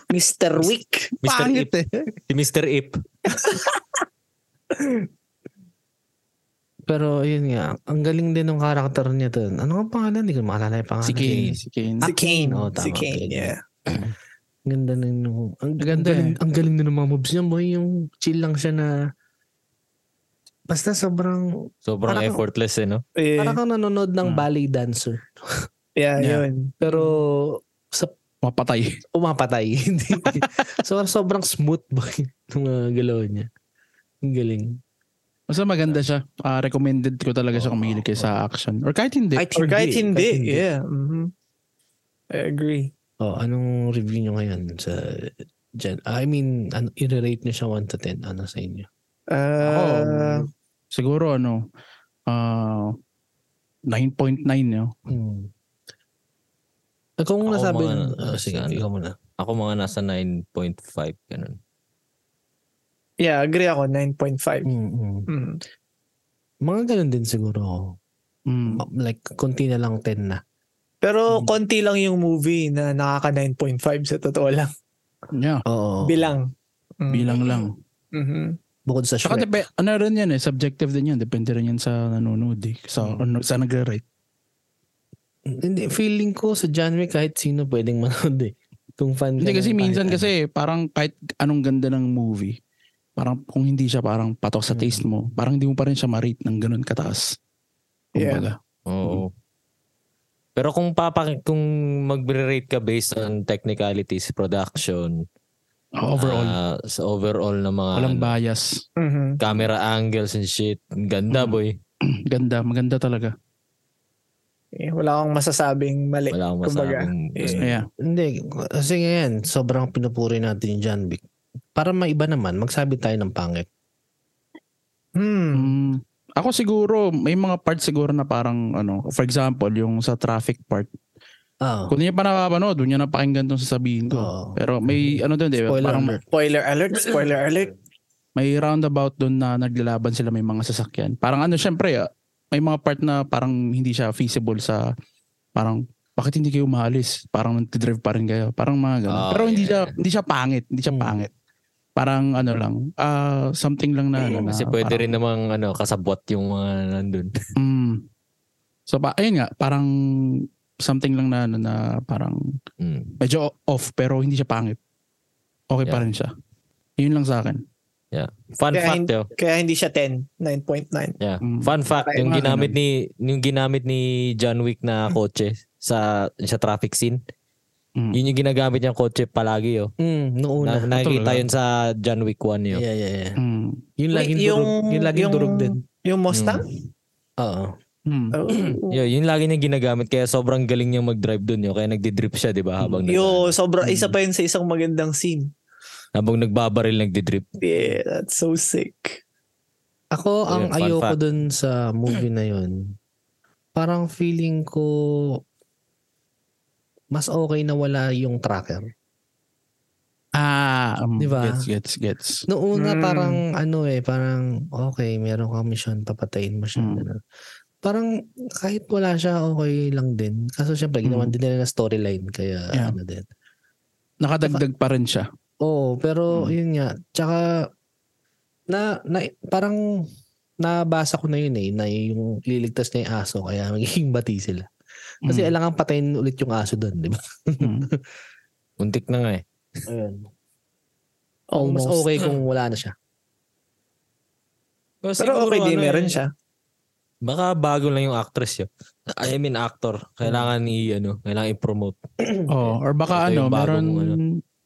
[SPEAKER 4] Mr. Wick.
[SPEAKER 3] Mr. Ip.
[SPEAKER 2] Pangit eh.
[SPEAKER 3] Si Mr. Ip.
[SPEAKER 1] Pero yun nga, ang galing din ng karakter niya doon. Ano nga pangalan? Hindi ko maalala yung pangalan.
[SPEAKER 2] Si Kane. Si Kane.
[SPEAKER 1] Ah, Kane. Oh,
[SPEAKER 4] si
[SPEAKER 1] tama,
[SPEAKER 4] Kane,
[SPEAKER 1] Kane.
[SPEAKER 4] yeah.
[SPEAKER 1] Ang ganda na yung... Ang,
[SPEAKER 2] Ang ganda
[SPEAKER 1] ang galing,
[SPEAKER 2] eh.
[SPEAKER 1] ang galing na ng mga moves niya. Boy, yung chill lang siya na... Basta sobrang...
[SPEAKER 3] Sobrang
[SPEAKER 1] Parang-
[SPEAKER 3] effortless eh, no?
[SPEAKER 4] Eh,
[SPEAKER 1] Parang kang nanonood ng
[SPEAKER 2] Hmm.
[SPEAKER 1] ballet dancer.
[SPEAKER 4] yeah,
[SPEAKER 2] Yeah.
[SPEAKER 4] yun.
[SPEAKER 1] Pero
[SPEAKER 2] Mapatay.
[SPEAKER 1] umapatay. Hindi- so, sobrang smooth boy ng mga galaw niya. Ang galing.
[SPEAKER 2] Basta maganda siya. Ah, recommended ko talaga siya
[SPEAKER 1] Oo,
[SPEAKER 2] kung mahilig kayo
[SPEAKER 1] oo.
[SPEAKER 2] sa action. Or kahit hindi.
[SPEAKER 4] Or kahit hindi, yeah. mhm. I agree.
[SPEAKER 1] Oh, anong review niyo ngayon sa Gen? I mean, ano, i-rate niyo siya 1 to 10. Ano sa inyo?
[SPEAKER 4] Uh,
[SPEAKER 2] Ako, siguro ano, ah 9.9 yun.
[SPEAKER 1] Hmm. Eh, Kung
[SPEAKER 3] Ako
[SPEAKER 1] nasabi...
[SPEAKER 3] mga-
[SPEAKER 1] Ah, sige,
[SPEAKER 3] sige.
[SPEAKER 1] ikaw muna.
[SPEAKER 3] Ako mga nasa 9.5 ganun.
[SPEAKER 4] yeah, agree ako. 9.5.
[SPEAKER 1] Mm-mm.
[SPEAKER 4] Mm.
[SPEAKER 1] Mga ganun din siguro. ako.
[SPEAKER 2] Mm.
[SPEAKER 1] Ma- Like, konti na lang 10 na.
[SPEAKER 4] Pero
[SPEAKER 1] Mm.
[SPEAKER 4] konti lang yung movie na nakaka 9.5 sa totoo lang.
[SPEAKER 2] Yeah,
[SPEAKER 1] Oo.
[SPEAKER 4] Bilang. Mm.
[SPEAKER 2] bilang lang.
[SPEAKER 4] Mhm.
[SPEAKER 1] Bukod sa
[SPEAKER 2] Tsaka
[SPEAKER 1] Shrek.
[SPEAKER 2] depe, ano rin yan eh, subjective din yan. Depende rin yan sa nanonood eh. Sa, ano, sa nagre-rate.
[SPEAKER 1] Hindi, feeling ko sa John Wick kahit sino pwedeng manood eh. Kung fan ka
[SPEAKER 2] Hindi
[SPEAKER 1] ng
[SPEAKER 2] kasi
[SPEAKER 1] kahit
[SPEAKER 2] minsan
[SPEAKER 1] ano.
[SPEAKER 2] kasi parang kahit anong ganda ng movie, parang kung hindi siya parang patok sa taste mo, parang hindi mo pa rin siya ma-rate ng ganun kataas.
[SPEAKER 4] Yeah.
[SPEAKER 2] Kumbaga.
[SPEAKER 3] Oo. Pero kung papak kung magre-rate ka based on technicalities, production,
[SPEAKER 2] Overall,
[SPEAKER 3] ah, sa overall ng mga
[SPEAKER 2] walang
[SPEAKER 3] ano,
[SPEAKER 2] bias.
[SPEAKER 4] Mhm.
[SPEAKER 3] camera angles and shit, ang ganda
[SPEAKER 2] Mm.
[SPEAKER 3] boy.
[SPEAKER 2] Ganda, maganda talaga.
[SPEAKER 4] Eh, wala akong masasabing mali.
[SPEAKER 3] Wala akong
[SPEAKER 4] Kumbaga,
[SPEAKER 3] masabing
[SPEAKER 4] eh,
[SPEAKER 2] Yeah.
[SPEAKER 1] ano. Hindi, kasi ngayon, sobrang pinupuri natin yung John Wick. Para maiba naman, magsabi tayo ng pangit. Mm-hmm.
[SPEAKER 4] Hmm.
[SPEAKER 2] Mm. Ako siguro, may mga parts siguro na parang ano, for example, yung sa traffic part.
[SPEAKER 1] Ah,
[SPEAKER 2] Kung hindi niya pa napapanood, doon niya napakinggan itong sasabihin ko.
[SPEAKER 1] Oo.
[SPEAKER 2] Pero may
[SPEAKER 3] Mm-hmm.
[SPEAKER 2] ano doon, di ba?
[SPEAKER 1] spoiler
[SPEAKER 2] Parang
[SPEAKER 1] alert.
[SPEAKER 4] Spoiler alert, spoiler alert.
[SPEAKER 2] may roundabout doon na naglalaban sila may mga sasakyan. Parang ano, syempre, ah, may mga part na parang hindi siya feasible sa parang bakit hindi kayo umalis? Parang nagtidrive pa rin kayo. Parang mga ganun.
[SPEAKER 3] Oh,
[SPEAKER 2] Pero hindi
[SPEAKER 3] yeah. Mm.
[SPEAKER 2] siya hindi siya pangit, hindi siya
[SPEAKER 1] Hmm.
[SPEAKER 2] pangit. Parang ano lang, ah something lang na ano
[SPEAKER 3] Eh,
[SPEAKER 2] na,
[SPEAKER 3] kasi pwede
[SPEAKER 2] parang-
[SPEAKER 3] rin namang ano, kasabot yung mga nandun.
[SPEAKER 2] Mm. So pa ayun nga, parang something lang na ano, na parang
[SPEAKER 3] Mm.
[SPEAKER 2] medyo o- off pero hindi siya pangit. Okay pa
[SPEAKER 3] Yeah.
[SPEAKER 2] rin siya. Yun lang sa akin.
[SPEAKER 3] Fun
[SPEAKER 4] Kaya
[SPEAKER 3] fact
[SPEAKER 4] hindi-
[SPEAKER 3] yo.
[SPEAKER 4] Kaya hindi siya 10, 9.9.
[SPEAKER 3] Yeah.
[SPEAKER 2] Mm.
[SPEAKER 3] Fun fact,
[SPEAKER 4] Kaya
[SPEAKER 3] yung
[SPEAKER 4] nga,
[SPEAKER 3] ginamit ni yung ginamit ni John Wick na kotse sa sa traffic scene.
[SPEAKER 2] Mm.
[SPEAKER 3] Yun yung ginagamit niyang kotse palagi yo.
[SPEAKER 1] Mm, nung una.
[SPEAKER 3] Na, nakikita
[SPEAKER 2] Totoo
[SPEAKER 3] yun sa John Wick 1 yo.
[SPEAKER 1] yeah, yeah, yeah.
[SPEAKER 2] Mm.
[SPEAKER 1] Yung
[SPEAKER 4] Wait,
[SPEAKER 1] laging
[SPEAKER 4] yung-
[SPEAKER 1] durog. Yung laging
[SPEAKER 4] yung-
[SPEAKER 1] durog din.
[SPEAKER 4] Yung Mustang?
[SPEAKER 1] Oo.
[SPEAKER 2] Mm.
[SPEAKER 4] Oh.
[SPEAKER 3] Yo, yun lagi niya ginagamit kaya sobrang galing niyang mag-drive doon yo. Kaya nagdi-drip siya 'di ba habang nag,
[SPEAKER 4] Yo, sobra, isa pa yun sa isang magandang scene.
[SPEAKER 3] habang nagbabaril nagdi-drip.
[SPEAKER 4] Yeah, that's so sick.
[SPEAKER 1] Ako,
[SPEAKER 3] So,
[SPEAKER 1] ang
[SPEAKER 3] yun, fun
[SPEAKER 1] ayoko
[SPEAKER 3] fact.
[SPEAKER 1] dun sa movie na yun, parang feeling ko mas okay na wala yung tracker.
[SPEAKER 2] Ah, um,
[SPEAKER 1] Di ba?
[SPEAKER 2] gets, gets, gets.
[SPEAKER 1] Noong una
[SPEAKER 3] Hmm.
[SPEAKER 4] Mm.
[SPEAKER 1] parang ano eh, parang okay, meron kang mission, papatayin mo siya.
[SPEAKER 3] Hmm.
[SPEAKER 2] Mm.
[SPEAKER 1] Ganun. Parang kahit wala siya, okay lang din. Kaso syempre, ginawan
[SPEAKER 3] Hmm.
[SPEAKER 1] din nila na storyline. Kaya
[SPEAKER 2] Yeah.
[SPEAKER 1] ano din.
[SPEAKER 2] Nakadagdag pa rin siya.
[SPEAKER 1] Oo, pero
[SPEAKER 2] Mm.
[SPEAKER 1] yun nga. Tsaka, na, na, parang nabasa ko na yun eh, na yung liligtas niya yung aso, kaya magiging bati sila. Kasi
[SPEAKER 2] Mm,
[SPEAKER 1] alangang patayin ulit yung aso doon, di ba?
[SPEAKER 2] mm.
[SPEAKER 3] Muntik na nga eh.
[SPEAKER 1] Ayun. Mas
[SPEAKER 2] Almost.
[SPEAKER 1] okay kung wala na siya.
[SPEAKER 4] Pero okay
[SPEAKER 1] ano,
[SPEAKER 4] din,
[SPEAKER 1] eh.
[SPEAKER 4] meron siya.
[SPEAKER 3] Baka bago lang yung actress yun. I mean actor. Kailangan i ano, kailangan i-promote.
[SPEAKER 2] Oh, or
[SPEAKER 3] Ito
[SPEAKER 2] baka ano,
[SPEAKER 3] yung bago
[SPEAKER 2] meron
[SPEAKER 3] mong ano.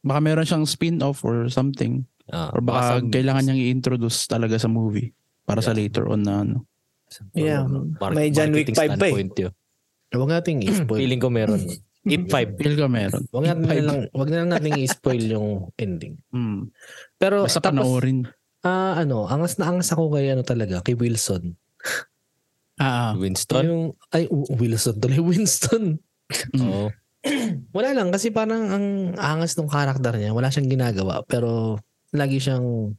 [SPEAKER 2] baka meron siyang spin-off or something
[SPEAKER 3] Ah,
[SPEAKER 2] or baka
[SPEAKER 3] sa-
[SPEAKER 2] kailangan niyang i-introduce talaga sa movie para sa later on na ano.
[SPEAKER 3] sa-
[SPEAKER 4] Yeah.
[SPEAKER 3] mark-
[SPEAKER 4] May John Wick
[SPEAKER 3] marketing
[SPEAKER 4] five pa eh.
[SPEAKER 3] standpoint yun.
[SPEAKER 1] Huwag nating i-spoil.
[SPEAKER 3] Feeling ko meron. Ip 5.
[SPEAKER 2] Feel ko meron.
[SPEAKER 1] Huwag natin
[SPEAKER 2] Five.
[SPEAKER 1] lang, wag na lang nating i-spoil yung ending.
[SPEAKER 2] Mm.
[SPEAKER 1] Pero
[SPEAKER 2] Basta
[SPEAKER 1] tapos,
[SPEAKER 2] panoorin.
[SPEAKER 1] ah, ano, angas na angas ako kay ano talaga, kay Wilson.
[SPEAKER 2] Ah, ah.
[SPEAKER 3] Winston.
[SPEAKER 1] Yung, ay, w- Wilson tuloy, Winston.
[SPEAKER 2] Mm.
[SPEAKER 3] Oo.
[SPEAKER 1] Wala lang, kasi parang ang angas ng karakter niya, wala siyang ginagawa, pero lagi siyang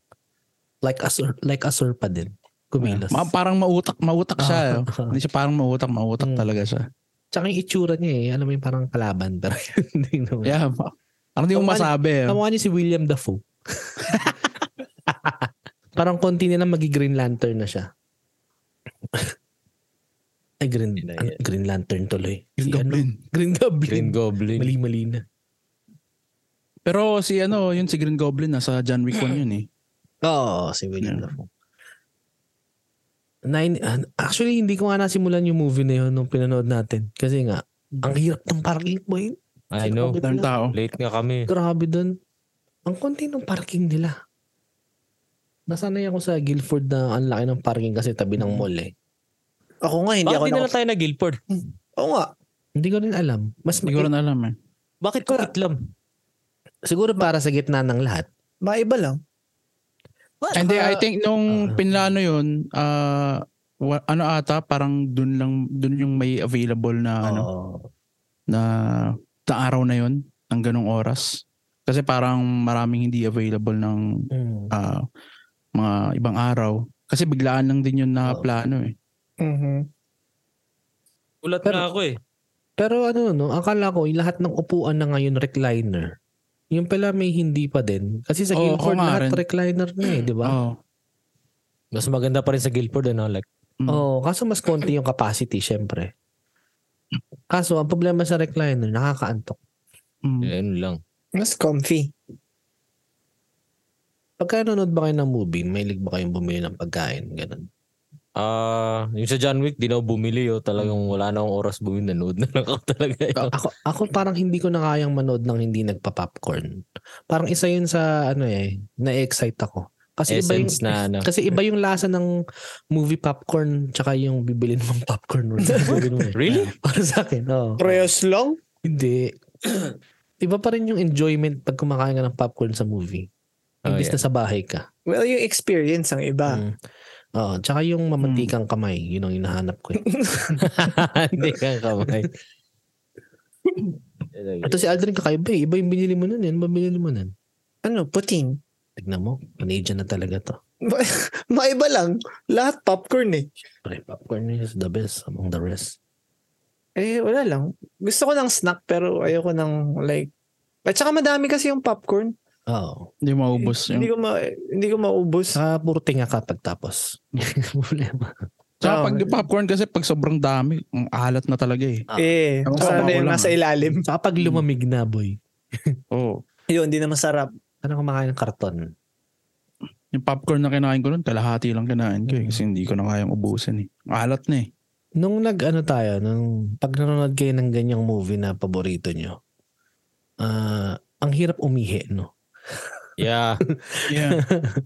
[SPEAKER 1] like a, sur- like a surpa din. Kumilos.
[SPEAKER 2] Ma- parang mautak, mautak
[SPEAKER 1] Ah.
[SPEAKER 2] siya. eh. Hindi siya parang mautak, mautak
[SPEAKER 1] Mm.
[SPEAKER 2] talaga siya.
[SPEAKER 1] Tsaka yung itsura niya eh, alam mo yung parang kalaban, pero hindi naman.
[SPEAKER 2] Yeah. pa- Parang hindi mo
[SPEAKER 1] Kamukha ni-
[SPEAKER 2] masabi. eh.
[SPEAKER 1] Kamukha niya si William Dafoe. Parang konti na lang magi-Green Lantern na siya. Ay, Green,
[SPEAKER 3] Hindi na
[SPEAKER 1] ano, Green Lantern tuloy.
[SPEAKER 2] Green
[SPEAKER 1] Si ano?
[SPEAKER 2] Goblin.
[SPEAKER 1] Green Goblin.
[SPEAKER 3] Green Goblin.
[SPEAKER 1] Mali-mali na.
[SPEAKER 2] Pero si ano, yun si Green Goblin nasa John Wick 1 yun eh.
[SPEAKER 1] Oo, si William
[SPEAKER 2] Yeah.
[SPEAKER 1] Dafoe. Nine, ah, actually, hindi ko nga nasimulan yung movie na yun nung pinanood natin. Kasi nga, ang hirap ng parking boy.
[SPEAKER 3] I know.
[SPEAKER 2] Daming tao.
[SPEAKER 3] Ano? Late nga kami.
[SPEAKER 1] Grabe dun. Ang konti ng parking nila. Nasanay ako sa Guilford na ang laki ng parking kasi tabi ng mall eh.
[SPEAKER 4] Ako nga, hindi
[SPEAKER 3] Bakit
[SPEAKER 4] ako
[SPEAKER 3] di
[SPEAKER 4] na...
[SPEAKER 3] na lang tayo na Guilford?
[SPEAKER 4] Oo nga.
[SPEAKER 1] Hindi ko rin alam. Mas
[SPEAKER 2] Hindi ko rin alam eh.
[SPEAKER 3] Bakit ko itlam?
[SPEAKER 1] siguro para sa gitna ng lahat.
[SPEAKER 4] Maiba lang.
[SPEAKER 2] And I think nung
[SPEAKER 1] Ah.
[SPEAKER 2] pinlano yun, ah, wa- ano ata, parang dun lang, dun yung may available na
[SPEAKER 1] Ah.
[SPEAKER 2] ano,
[SPEAKER 1] Oo.
[SPEAKER 2] na, na araw na yun, ng ganong oras. Kasi parang maraming hindi available ng
[SPEAKER 1] Mm.
[SPEAKER 2] ah, mga ibang araw. Kasi biglaan lang din yun na
[SPEAKER 1] Oo.
[SPEAKER 2] plano eh.
[SPEAKER 4] Mhm.
[SPEAKER 3] Ulat
[SPEAKER 1] Pero-
[SPEAKER 3] na ako eh.
[SPEAKER 1] Pero ano no, akala ko yung lahat ng upuan na ngayon recliner. Yung pala may hindi pa din. Kasi sa
[SPEAKER 2] Oo,
[SPEAKER 1] Guilford
[SPEAKER 2] ako nga
[SPEAKER 1] lahat
[SPEAKER 2] rin.
[SPEAKER 1] recliner na eh, di ba?
[SPEAKER 2] Oo.
[SPEAKER 3] Mas maganda pa rin sa Guilford ano. Like,
[SPEAKER 2] Mm.
[SPEAKER 1] Oo, kaso mas konti yung capacity syempre. Kaso ang problema sa recliner, nakakaantok.
[SPEAKER 2] Mm.
[SPEAKER 3] eh, ano lang.
[SPEAKER 4] Mas comfy.
[SPEAKER 1] Pagka nanonood ba kayo ng movie, may lig ba kayong bumili ng pagkain? Ganun.
[SPEAKER 3] Ah, yung sa John Wick, di na ako bumili oh. Talagang wala na akong oras bumili. Nanood na lang ako talaga. eh.
[SPEAKER 2] Oh.
[SPEAKER 1] ako, ako parang hindi ko na kayang manood ng hindi nagpa-popcorn. Parang isa yun sa ano eh, na-excite ako. Kasi iba yung,
[SPEAKER 3] Essence na ano.
[SPEAKER 1] kasi iba yung lasa ng movie popcorn tsaka yung bibilin mong popcorn. or bibilin mo eh.
[SPEAKER 3] Really?
[SPEAKER 1] Para sa akin, oo.
[SPEAKER 4] Preyos long?
[SPEAKER 1] Hindi. Iba pa rin yung enjoyment pag kumakain ka ng popcorn sa movie.
[SPEAKER 3] Oh, Ah.
[SPEAKER 1] Imbis na sa bahay ka.
[SPEAKER 4] Well, yung experience ang iba.
[SPEAKER 1] Mm. Oo, tsaka yung mamantikang
[SPEAKER 3] Mm.
[SPEAKER 1] kamay, yun ang hinahanap ko. eh.
[SPEAKER 3] Hindi kang kamay.
[SPEAKER 1] Ito si Aldrin kakaiba eh. Iba yung binili mo nun. Yan, mabinili mo nun.
[SPEAKER 4] Ano, putin.
[SPEAKER 1] Tignan mo, Canadian na talaga to.
[SPEAKER 4] Maiba lang. Lahat popcorn eh.
[SPEAKER 1] Pre, popcorn is the best among the rest.
[SPEAKER 4] Eh, wala lang. Gusto ko ng snack pero ayoko ng like... At saka madami kasi yung popcorn.
[SPEAKER 1] Oo.
[SPEAKER 2] Hindi maubos. Yung,
[SPEAKER 4] Hindi ko ma hindi ko maubos.
[SPEAKER 1] Sa puro tinga ka pagtapos. Problema.
[SPEAKER 2] Tsaka pag
[SPEAKER 4] Ah,
[SPEAKER 2] popcorn kasi pag sobrang dami, ang alat na talaga eh.
[SPEAKER 1] Ah.
[SPEAKER 4] Eh,
[SPEAKER 2] Ewan ko,
[SPEAKER 4] sana
[SPEAKER 2] ako
[SPEAKER 4] yung
[SPEAKER 2] lang.
[SPEAKER 4] nasa ilalim.
[SPEAKER 1] Saka pag lumamig na, boy.
[SPEAKER 2] Oo.
[SPEAKER 4] Yun, hindi na masarap.
[SPEAKER 1] Ano kumakain ng karton?
[SPEAKER 2] Yung popcorn na kinain ko nun, kalahati lang kinain ko eh. Kasi hindi ko na kayang ubusin eh. Ang Alat na eh.
[SPEAKER 1] Nung nag, ano tayo, nung pag nanonood kayo ng ganyang movie na paborito nyo, ah, ang hirap umihi, no?
[SPEAKER 3] Yeah.
[SPEAKER 2] Yeah.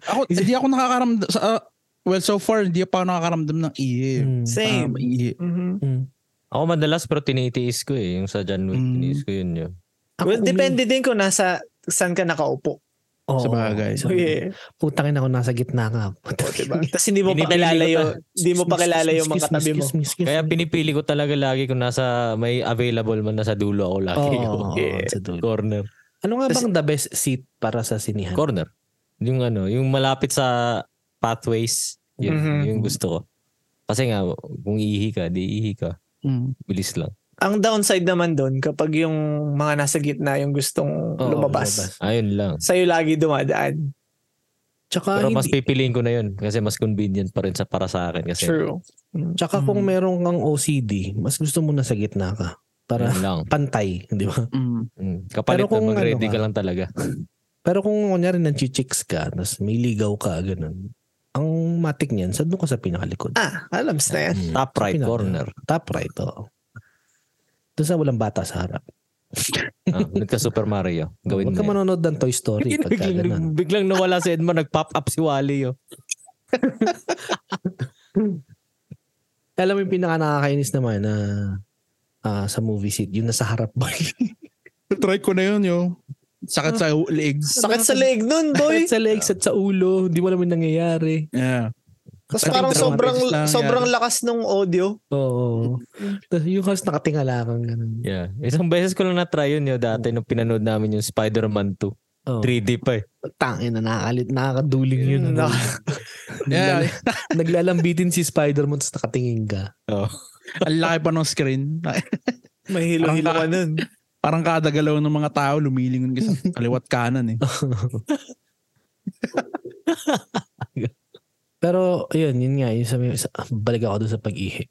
[SPEAKER 2] ako, hindi ako nakakaramdam. Sa, ah, well, so far, hindi pa ako nakakaramdam ng ihi.
[SPEAKER 1] Mm.
[SPEAKER 2] Um,
[SPEAKER 4] Same.
[SPEAKER 2] ihi.
[SPEAKER 4] Mhm.
[SPEAKER 1] Mm.
[SPEAKER 3] Ako madalas pero tinitiis ko eh. Yung sa John Wick,
[SPEAKER 2] Mm.
[SPEAKER 3] tinitiis ko yun yun.
[SPEAKER 1] Ako
[SPEAKER 4] Well,
[SPEAKER 1] umi-
[SPEAKER 4] depende din kung nasa saan ka nakaupo.
[SPEAKER 1] Oo, Oo.
[SPEAKER 2] Sa bagay.
[SPEAKER 1] So,
[SPEAKER 4] Okay.
[SPEAKER 1] Putangin ako nasa gitna ka.
[SPEAKER 4] O, diba? Tapos hindi mo
[SPEAKER 3] Hindi
[SPEAKER 4] pa kilala
[SPEAKER 3] nalalayo
[SPEAKER 4] yung, hindi mo pa kilala yung mga
[SPEAKER 1] Excuse me,
[SPEAKER 4] katabi
[SPEAKER 1] excuse me,
[SPEAKER 4] mo.
[SPEAKER 1] excuse me, excuse me.
[SPEAKER 3] Kaya pinipili ko talaga lagi kung nasa may available man nasa dulo ako lagi.
[SPEAKER 1] Oo, oo,
[SPEAKER 3] Yeah.
[SPEAKER 1] sa dulo.
[SPEAKER 3] Corner.
[SPEAKER 1] Ano nga bang the best seat para sa sinihan?
[SPEAKER 3] Ano? Corner. Yung ano, yung malapit sa pathways. Yun,
[SPEAKER 4] Mhm.
[SPEAKER 3] yung gusto ko. Kasi nga, kung ihi ka, di ihi ka.
[SPEAKER 2] Mm.
[SPEAKER 3] Bilis lang.
[SPEAKER 4] Ang downside naman doon, kapag yung mga nasa gitna yung gustong
[SPEAKER 1] Oo,
[SPEAKER 4] lumabas,
[SPEAKER 3] Ayun lang.
[SPEAKER 4] sa'yo lagi dumadaan.
[SPEAKER 1] Tsaka,
[SPEAKER 3] Pero mas
[SPEAKER 1] hindi,
[SPEAKER 3] pipiliin ko na yun kasi mas convenient pa rin sa para sa akin kasi
[SPEAKER 4] True.
[SPEAKER 1] tsaka kung
[SPEAKER 4] Hmm.
[SPEAKER 2] Mm.
[SPEAKER 1] meron kang OCD, mas gusto mo na sa gitna ka. Para
[SPEAKER 3] yun lang.
[SPEAKER 1] pantay, di ba?
[SPEAKER 2] Mm.
[SPEAKER 3] Mm. Kapalit
[SPEAKER 1] Pero kung
[SPEAKER 3] na mag-ready
[SPEAKER 1] ano ka-
[SPEAKER 3] ka lang talaga.
[SPEAKER 1] Pero kung kunyari nanchichicks ka, tapos may ligaw ka, ganun. Ang matik niyan, saan doon ka sa pinakalikod?
[SPEAKER 4] Ah, alams na yan.
[SPEAKER 1] Mm.
[SPEAKER 3] Top
[SPEAKER 1] Sa
[SPEAKER 3] right
[SPEAKER 1] pinaka-
[SPEAKER 3] corner.
[SPEAKER 1] Top right, oo. Doon sa walang bata sa harap.
[SPEAKER 3] Ah, nagka Super Mario. Gawin
[SPEAKER 1] Huwag ka
[SPEAKER 3] mo. yan.
[SPEAKER 1] manonood ng Toy Story pagka ganun.
[SPEAKER 3] Biglang, biglang nawala si Edmond, nag-pop up si Wally. Oh.
[SPEAKER 1] Alam mo yung pinaka nakakainis naman na ah, sa movie seat, yung nasa harap ba?
[SPEAKER 2] Try ko na yun, yo. Sakit sa legs.
[SPEAKER 4] Sakit sa leg nun, boy.
[SPEAKER 1] sa legs at sa ulo, hindi mo alam yung nangyayari.
[SPEAKER 2] Yeah. Sa
[SPEAKER 4] Tapos parang
[SPEAKER 2] leg
[SPEAKER 4] sobrang
[SPEAKER 2] dramatics lang yan.
[SPEAKER 4] sobrang lakas nung audio.
[SPEAKER 1] Oo. Tapos yung kasi nakatingala kang ganun.
[SPEAKER 3] Yeah. Isang beses ko lang na-try yun yo, dati nung pinanood namin yung Spider-Man 2.
[SPEAKER 1] Oh,
[SPEAKER 3] 3D pa eh.
[SPEAKER 1] tangin na nakakalit, nakakaduling yun. ano.
[SPEAKER 4] Nak-
[SPEAKER 2] Yeah.
[SPEAKER 1] Naglala- Naglalambitin si Spider-Man tapos nakatingin ka.
[SPEAKER 2] Ang laki pa ng screen.
[SPEAKER 4] May hilo-hilo ka nun.
[SPEAKER 2] Parang kada galaw ng mga tao lumilingon kasi kaliwat kanan eh.
[SPEAKER 1] Pero yun, yun nga, yun sabi, sa- balik ako doon sa pag-ihi.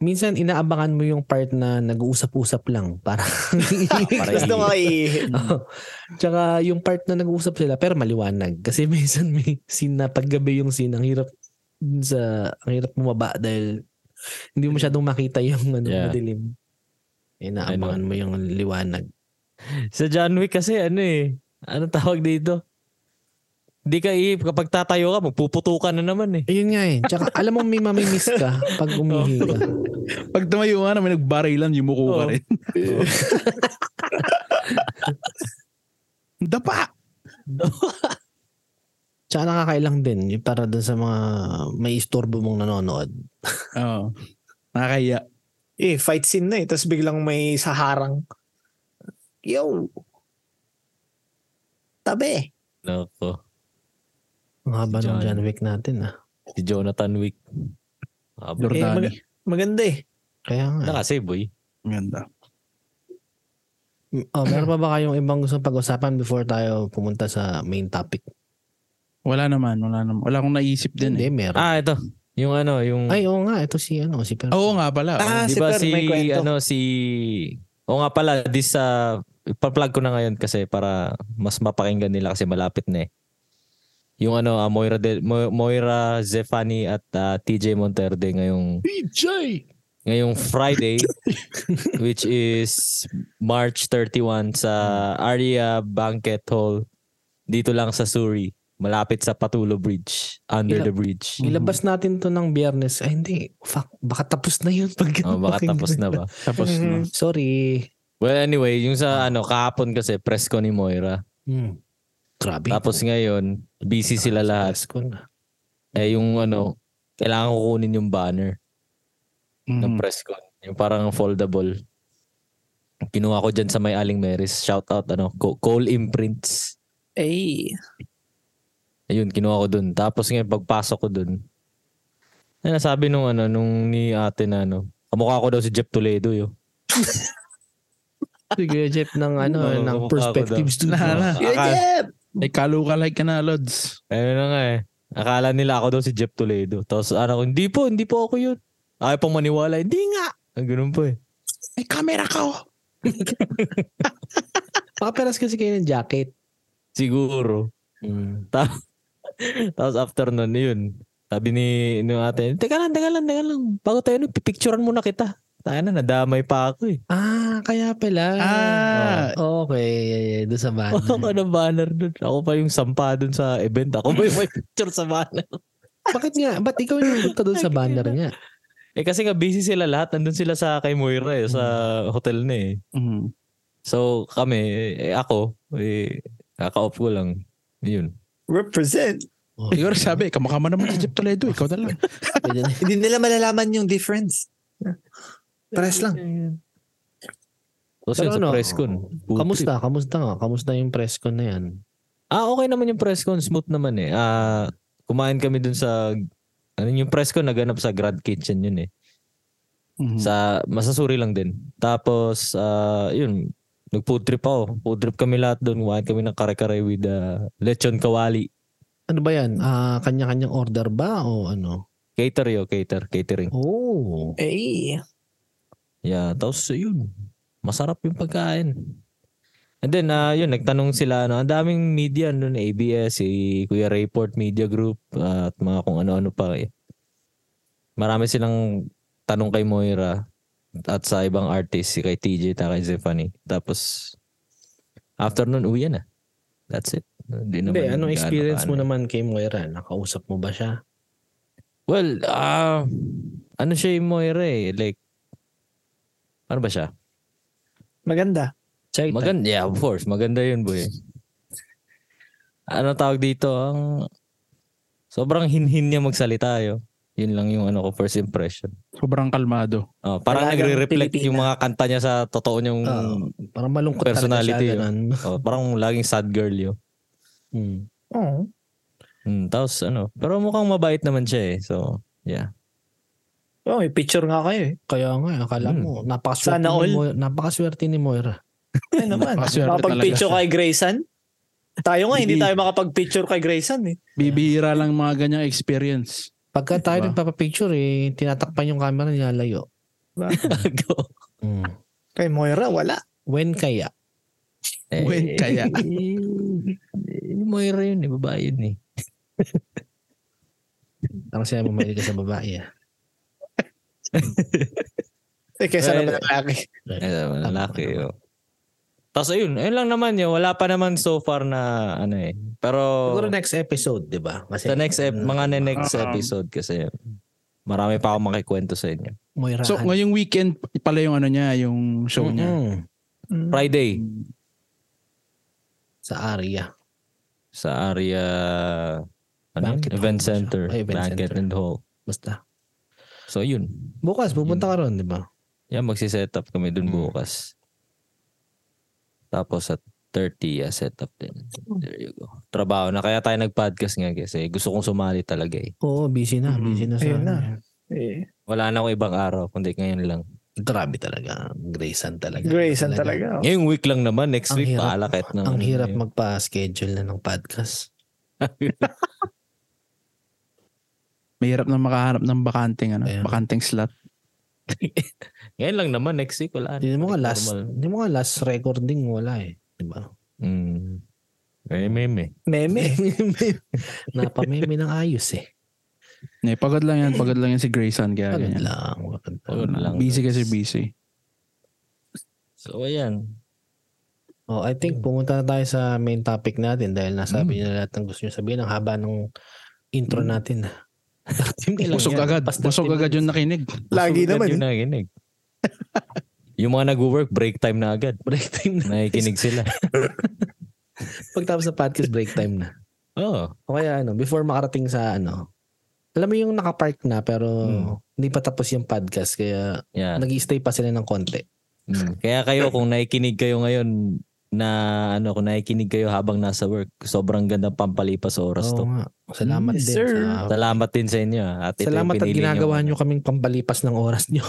[SPEAKER 1] Minsan inaabangan mo yung part na nag-uusap-usap lang para
[SPEAKER 3] Para
[SPEAKER 4] Tapos nung ay
[SPEAKER 1] Oo. Tsaka yung part na nag-uusap sila pero maliwanag kasi minsan may scene na paggabi yung scene ang hirap dun sa ang hirap bumaba dahil hindi mo masyadong makita yung ano
[SPEAKER 3] Yeah.
[SPEAKER 1] madilim. Eh naabangan mo yung liwanag.
[SPEAKER 3] Sa John Wick kasi ano eh. Ano tawag dito? Di ka ihip. Kapag tatayo ka, magpuputukan na naman eh.
[SPEAKER 1] Ayun nga eh. Tsaka alam mo may mamimiss ka pag umihi ka.
[SPEAKER 2] Pag tumayo nga na may nagbarilan, yumuko ka
[SPEAKER 3] Oo.
[SPEAKER 2] rin. Dapa!
[SPEAKER 1] Tsaka nakakailang din yung para dun sa mga may istorbo mong nanonood.
[SPEAKER 2] Oo. Nakakaya.
[SPEAKER 4] eh, fight scene na eh. Tapos biglang may saharang. Yo! Tabi!
[SPEAKER 3] Nako.
[SPEAKER 1] Ang haba ng
[SPEAKER 3] John.
[SPEAKER 1] John Wick natin ah.
[SPEAKER 3] Si Jonathan Wick. Aba,
[SPEAKER 4] Eh,
[SPEAKER 2] Jordani.
[SPEAKER 4] mag- maganda eh.
[SPEAKER 1] Kaya nga. eh.
[SPEAKER 3] nakasave boy.
[SPEAKER 2] Ang Ganda.
[SPEAKER 1] Oh, meron pa ba kayong ibang gusto pag-usapan before tayo pumunta sa main topic?
[SPEAKER 2] Wala naman, wala naman. Wala akong naisip din eh.
[SPEAKER 1] Hindi, meron.
[SPEAKER 3] Ah, ito. Yung ano, yung...
[SPEAKER 1] Ay, oo nga. Ito si, ano, si Pero.
[SPEAKER 2] Oo nga pala.
[SPEAKER 4] Ah,
[SPEAKER 3] di
[SPEAKER 4] si
[SPEAKER 3] ba
[SPEAKER 4] Per,
[SPEAKER 3] si,
[SPEAKER 4] may kwento.
[SPEAKER 3] ano, si... O nga pala, this, uh, pa-plug ko na ngayon kasi para mas mapakinggan nila kasi malapit na eh. Yung ano, ah, Moira, Del- Mo- Moira Zefani at ah, TJ Monterde ngayong,
[SPEAKER 1] DJ!
[SPEAKER 3] ngayong Friday, which is March 31 sa Aria Banquet Hall dito lang sa Suri, malapit sa Patulo Bridge, under
[SPEAKER 1] Ilang-
[SPEAKER 3] the bridge.
[SPEAKER 1] Ilabas natin to ng biyernes. Ay, hindi. Fuck. Baka tapos na yun. Pag
[SPEAKER 3] Oh, baka tapos na ba?
[SPEAKER 2] Tapos na.
[SPEAKER 1] Sorry.
[SPEAKER 3] Well, anyway, yung sa ano, kahapon kasi press ko ni Moira.
[SPEAKER 1] Hmm. Grabe.
[SPEAKER 3] Tapos ngayon, busy sila lahat.
[SPEAKER 1] Stress ko na.
[SPEAKER 3] Eh yung ano, kailangan ko kunin yung banner ng
[SPEAKER 2] Mm.
[SPEAKER 3] press con. Yung parang foldable. Kinuha ko dyan sa may Aling Meris. Shout out ano, Co- Cole Imprints.
[SPEAKER 4] Ay!
[SPEAKER 3] Ayun, kinuha ko dun. Tapos ngayon, pagpasok ko dun, ay nasabi nung ano, nung ni ate na ano, kamukha ko daw si Jeff Toledo yo.
[SPEAKER 1] Sige, Jeff, ng ano, ng
[SPEAKER 3] Oo, mukha ko
[SPEAKER 1] perspectives to.
[SPEAKER 2] Na, na.
[SPEAKER 3] Diba? Akala,
[SPEAKER 2] Eh, kalo ka like ka na, Lods.
[SPEAKER 3] ayun na nga eh. Akala nila ako daw si Jeff Toledo. Tapos ano ko, hindi po, hindi po ako yun. Ayaw pang maniwala, hindi nga. Ang ganun po eh.
[SPEAKER 2] May camera ka oh.
[SPEAKER 1] Paperas kasi kayo ng jacket.
[SPEAKER 3] Siguro. Ta- Tapos after nun, yun. Sabi ni nung ate, teka lang, teka lang, teka lang. Bago tayo nun, pipicturean muna kita. Tayo na, nadamay pa ako eh.
[SPEAKER 1] Ah, kaya pala. Oh,
[SPEAKER 2] Ah.
[SPEAKER 1] Okay. yeah, yeah, Doon sa banner.
[SPEAKER 3] Ako ka ng banner dun. Ako pa yung sampa dun sa event. Ako pa yung may picture sa banner.
[SPEAKER 1] Bakit nga? Ba't ikaw yung punta doon sa banner niya?
[SPEAKER 3] Eh kasi nga busy sila lahat. Nandun sila sa kay Moira
[SPEAKER 1] Mm.
[SPEAKER 3] eh, sa hotel na eh.
[SPEAKER 2] Mm.
[SPEAKER 3] So kami, eh, ako, eh, Kaka-off ko lang. Yun.
[SPEAKER 4] Represent.
[SPEAKER 3] Oh.
[SPEAKER 2] Siguro sabi, kamakama naman si Jeff Toledo, ikaw na lang.
[SPEAKER 4] Hindi nila malalaman yung difference. Pares lang.
[SPEAKER 3] Tapos
[SPEAKER 1] Pero
[SPEAKER 3] yun,
[SPEAKER 1] ano,
[SPEAKER 3] sa press con. Buti.
[SPEAKER 1] Kamusta? Kamusta nga? Kamusta yung press con na yan?
[SPEAKER 3] Ah, okay naman yung press con. Smooth naman eh. Ah, kumain kami dun sa... Ano yung press con naganap sa Grad Kitchen yun eh.
[SPEAKER 1] Hmm.
[SPEAKER 2] Mhm.
[SPEAKER 3] Sa masasuri lang din. Tapos ah, yun, nag-food trip ako. Food trip kami lahat doon. Kumain kami ng kare-kare with ah, lechon kawali.
[SPEAKER 1] Ano ba yan? Ah, kanya-kanyang order ba o ano?
[SPEAKER 3] Cater yo, cater, catering.
[SPEAKER 1] Oh.
[SPEAKER 4] Eh,
[SPEAKER 3] Yeah, tapos yun. Masarap yung pagkain. And then ah, yun, nagtanong sila ano, ang daming media ano, noon, ABS, si eh, Kuya Rayport Media Group ah, at mga kung ano-ano pa. Eh. Marami silang tanong kay Moira at sa ibang artist, si kay TJ at kay Stephanie. Tapos after nun, uwi na. That's it. Hindi,
[SPEAKER 1] Hindi,
[SPEAKER 3] naman
[SPEAKER 1] anong
[SPEAKER 3] Ano gaano
[SPEAKER 1] experience mo
[SPEAKER 3] kaano.
[SPEAKER 1] naman kay Moira? Nakausap mo ba siya?
[SPEAKER 3] Well, ah ano siya yung Moira eh? Like, ano ba siya?
[SPEAKER 4] maganda.
[SPEAKER 1] Chay type.
[SPEAKER 3] Maganda, yeah, of course. Maganda yun, boy. Ano tawag dito? Ang sobrang hinhin niya magsalita, yo. Yun lang yung ano ko first impression.
[SPEAKER 2] Sobrang kalmado.
[SPEAKER 3] Oh, parang
[SPEAKER 4] Talagang
[SPEAKER 3] nagre-reflect
[SPEAKER 4] Pilipina.
[SPEAKER 3] yung mga kanta niya sa totoo niyang
[SPEAKER 1] Oo. ah, Parang malungkot
[SPEAKER 3] Personality,
[SPEAKER 1] talaga siya. ganun.
[SPEAKER 3] oh, parang laging sad girl yo.
[SPEAKER 1] Hmm.
[SPEAKER 4] Oo.
[SPEAKER 3] Mm, tapos ano, pero mukhang mabait naman siya eh. So,
[SPEAKER 4] Oh, may picture nga kayo eh.
[SPEAKER 1] Kaya nga, akala
[SPEAKER 3] Hmm.
[SPEAKER 1] mo, napakaswerte
[SPEAKER 4] Sana all.
[SPEAKER 1] ni, Moira, napakaswerte ni Moira.
[SPEAKER 4] Ano naman.
[SPEAKER 2] Napakaswerte
[SPEAKER 4] Makapag-picture
[SPEAKER 2] talaga.
[SPEAKER 4] kay Grayson. Tayo nga, hindi
[SPEAKER 2] Hindi.
[SPEAKER 4] tayo makapag-picture kay Grayson eh.
[SPEAKER 2] Bibihira lang mga ganyang experience.
[SPEAKER 1] Pagka tayo
[SPEAKER 2] Diba?
[SPEAKER 1] nagpapapicture eh, tinatakpan yung camera, nilalayo.
[SPEAKER 3] go.
[SPEAKER 1] Hmm.
[SPEAKER 4] Kay Moira, wala.
[SPEAKER 1] When kaya?
[SPEAKER 3] Eh,
[SPEAKER 2] When kaya?
[SPEAKER 3] Eh, eh, Moira yun, eh, babae yun eh.
[SPEAKER 1] Ang saya mo mahilig ka sa babae. ah.
[SPEAKER 4] Eh, kesa
[SPEAKER 3] Well,
[SPEAKER 4] naman ang laki.
[SPEAKER 3] Eh, malaki yun. Tapos ayun, ayun lang naman yun. Wala pa naman so far na ano eh. Pero
[SPEAKER 1] Siguro next episode, di ba? Kasi ano,
[SPEAKER 3] sa next
[SPEAKER 1] Mm.
[SPEAKER 3] ep- mga na next
[SPEAKER 2] Um,
[SPEAKER 3] episode kasi marami pa akong makikwento sa inyo.
[SPEAKER 1] Moira.
[SPEAKER 2] So, ngayong weekend pala yung ano niya, yung show niya.
[SPEAKER 4] Mm.
[SPEAKER 3] Friday
[SPEAKER 2] Mm-hmm.
[SPEAKER 1] Sa area.
[SPEAKER 3] sa area ano, yun?
[SPEAKER 1] Banquet
[SPEAKER 3] event
[SPEAKER 1] hall ba siya?
[SPEAKER 3] center,
[SPEAKER 1] Ay, event
[SPEAKER 3] banquet
[SPEAKER 1] center.
[SPEAKER 3] and hall.
[SPEAKER 1] Basta.
[SPEAKER 3] So yun.
[SPEAKER 1] Bukas, pupunta ka ron, di ba?
[SPEAKER 3] Yan magsi-set up kami dun
[SPEAKER 1] Mm.
[SPEAKER 3] bukas. Tapos at 30 yeah, set up din.
[SPEAKER 1] Mm.
[SPEAKER 3] There you go. Trabaho na kaya tayo nag-podcast nga kasi gusto kong sumali talaga eh.
[SPEAKER 1] Oo, busy na.
[SPEAKER 2] Mhm.
[SPEAKER 1] Busy na sa ano.
[SPEAKER 4] Ayun na. Eh,
[SPEAKER 3] Wala na akong ibang araw kundi ngayon lang.
[SPEAKER 1] Grabe talaga. Grayson talaga.
[SPEAKER 4] Grayson talaga. oh.
[SPEAKER 3] Ngayong week lang naman, next
[SPEAKER 1] Ang
[SPEAKER 3] week
[SPEAKER 1] hirap.
[SPEAKER 3] paalakit ng
[SPEAKER 1] Ang
[SPEAKER 3] ano
[SPEAKER 1] hirap
[SPEAKER 3] na yun.
[SPEAKER 1] magpa-schedule na ng podcast.
[SPEAKER 2] Mahirap na makahanap ng bakanting, ano,
[SPEAKER 1] Ayan.
[SPEAKER 2] bakanting slot.
[SPEAKER 3] Ngayon lang naman next week wala. na.
[SPEAKER 1] Hindi mo nga last,
[SPEAKER 3] Normal.
[SPEAKER 1] hindi mo nga last recording wala eh. Di ba?
[SPEAKER 3] Mm. Eh, meme.
[SPEAKER 4] Meme.
[SPEAKER 1] Napameme ng ayos eh.
[SPEAKER 2] Eh, pagod lang yan, pagod lang yan si Grayson. Kaya
[SPEAKER 1] Pagod
[SPEAKER 2] ganyan.
[SPEAKER 1] lang. pagod lang.
[SPEAKER 3] Pagod lang.
[SPEAKER 2] Busy kasi busy.
[SPEAKER 3] So, ayan.
[SPEAKER 1] Oh, I think pumunta na tayo sa main topic natin dahil nasabi niyo na lahat ng gusto niyo sabihin ang haba ng intro natin.
[SPEAKER 2] Busog agad. Busog agad yung nakinig.
[SPEAKER 4] Lagi
[SPEAKER 3] Sugat
[SPEAKER 4] naman.
[SPEAKER 3] Yung nakikinig. yung mga nag-work, break time na agad.
[SPEAKER 1] Break time na.
[SPEAKER 3] Nakikinig sila.
[SPEAKER 1] Pagtapos sa podcast, break time na.
[SPEAKER 3] Oo.
[SPEAKER 1] O kaya ano, before makarating sa ano, alam mo yung nakapark na pero
[SPEAKER 3] Hmm. Ah.
[SPEAKER 1] hindi pa tapos yung podcast kaya
[SPEAKER 3] Yeah.
[SPEAKER 1] nag stay pa sila ng konti.
[SPEAKER 3] Mm. Kaya kayo, kung nakikinig kayo ngayon, na ano, kung nakikinig kayo habang nasa work, sobrang gandang pampalipas sa oras
[SPEAKER 1] Oo
[SPEAKER 3] to.
[SPEAKER 1] nga. Salamat
[SPEAKER 4] Yes,
[SPEAKER 1] din.
[SPEAKER 4] sir.
[SPEAKER 1] Sa,
[SPEAKER 3] Salamat din sa inyo. ah. At ito yung
[SPEAKER 1] salamat at
[SPEAKER 3] pinili
[SPEAKER 1] ginagawa
[SPEAKER 3] niyong- ano.
[SPEAKER 1] niyo kaming pambalipas ng oras niyo.